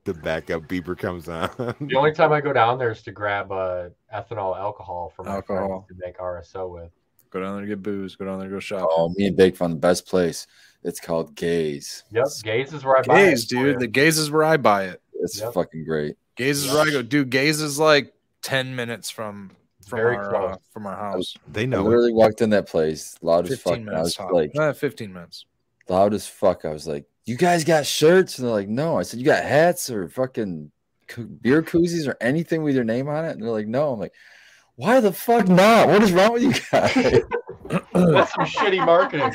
The backup beeper comes on. the only time I go down there is to grab uh, ethanol alcohol for my Alcohol. friends to make RSO with. go down there to get booze. Go down there to go shop. Oh, me and Big Fun, the best place. It's called Gaze. Yep, Gaze is where I buy. it Gaze, for dude. you. The gaze is where I buy it. It's Yep. fucking great. Gaze is where I go. Dude, gaze is like ten minutes from from Very our close. uh, from our house. They I know it. literally walked in that place, loud as fuck. Fifteen and I was minutes. tops. like, Eh, Fifteen minutes. loud as fuck. I was like, "You guys got shirts?" And they're like, "No." I said, "You got hats or fucking cou- beer koozies or anything with your name on it?" And they're like, "No." I'm like, "Why the fuck not? What is wrong with you guys?" That's some shitty marketing.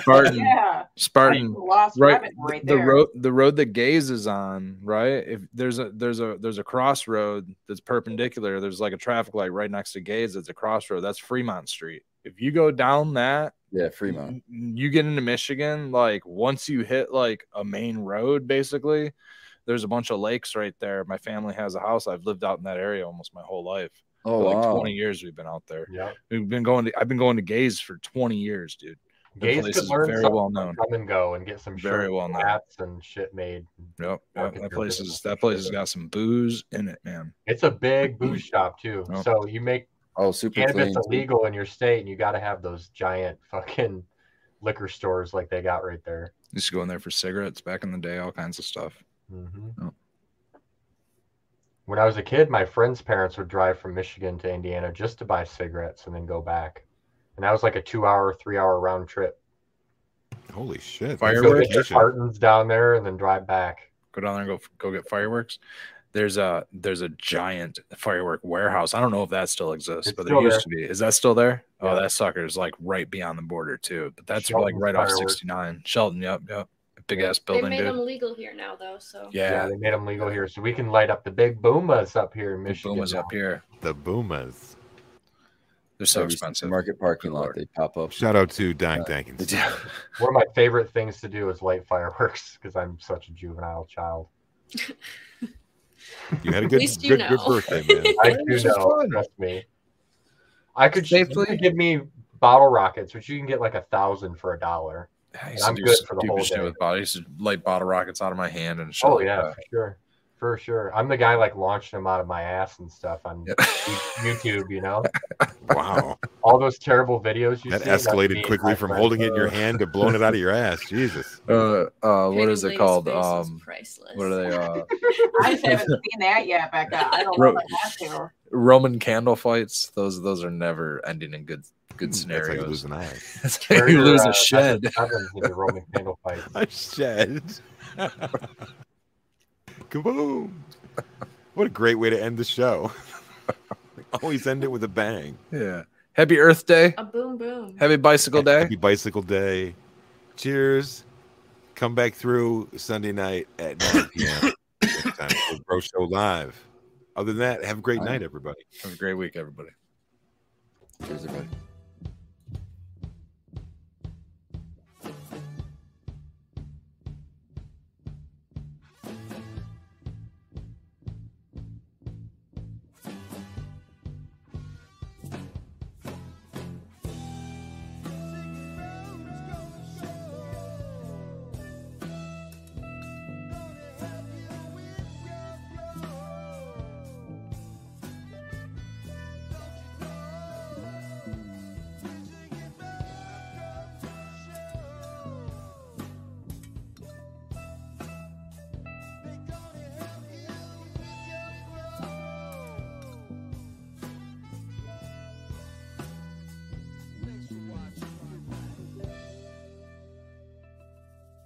Spartan. Yeah, Spartan. lost right, rabbit right the there. road the road that gaze is on right if there's a there's a there's a crossroad that's perpendicular there's like a traffic light right next to gaze that's a crossroad that's fremont street if you go down that yeah, Fremont. n- you get into michigan like once you hit like a main road basically there's a bunch of lakes right there my family has a house i've lived out in that area almost my whole life Oh For like wow. 20 years we've been out there Yep. we've been going to i've been going to gaze for 20 years dude The Gaze place could is learn very something well from known. Come and go and get some Very shirts well and known. hats and shit made. Yep, yep. Market That for place business is for that place has sure. got some booze in it, man. It's a big booze shop too. Oh. So you make Oh, super cannabis clean. illegal in your state, and you got to have those giant fucking liquor stores like they got right there. Used to go in there for cigarettes back in the day, all kinds of stuff. Mhm. Oh. When I was a kid, my friends' parents would drive from Michigan to Indiana just to buy cigarettes and then go back. And that was like a two-hour, three-hour round trip. Holy shit! that's Go Fireworks? get your dedication. cartons down there and then drive back. Go down there and go go get fireworks. There's a there's a giant firework warehouse. I don't know if that still exists, It's but still there used there. to be. Is that still there? Yeah. Oh, that sucker is like right beyond the border too. But that's like Shelton's right off fireworks. 69. Shelton, yep, yep. Big ass They building, made dude. them legal here now, though. So Yeah, yeah, they made them legal here, so we can light up the big boomas up here in the Michigan. boom was now. up here. The Boomas. They're so Every expensive. Market parking lot. They pop up. Shout out to Uh, Dying Dankins. One of my favorite things to do is light fireworks because I'm such a juvenile child. You had a At good, least you good, good know. birthday, man. I do Fireworks are know, fun. trust me. I could Safely? safely give me bottle rockets, which you can get like a thousand for a dollar. I I'm good for the stupid whole shit day. with bottle. I used to light bottle rockets out of my hand and shit. Oh like yeah, that. for sure, for sure. I'm the guy like launching them out of my ass and stuff on Yeah. YouTube. You know, Wow, all those terrible videos you that see. that's me escalated and quickly my from friends. holding it in your hand to blowing it out of your ass. Jesus, Uh, uh, what Penny is it Blade's called? face was Um, priceless. what are they? Uh, I haven't seen that yet, Becca. I don't know Ro- if I have to. Roman candle fights. Those those are never ending in good good Mm, that's like you lose scenarios. an eye. That's Or like you your, lose uh, a Dr. shed. Severins in the Roman candle fight. I shed. Kaboom! What a great way to end the show. We Always end it with a bang. Yeah. Happy Earth Day. A boom boom. Happy Bicycle Day. Happy bicycle day. Cheers. Come back through Sunday night at 9 p.m. Same time for Bro Show Live. Other than that, have a great night, everybody. Have a great week, everybody.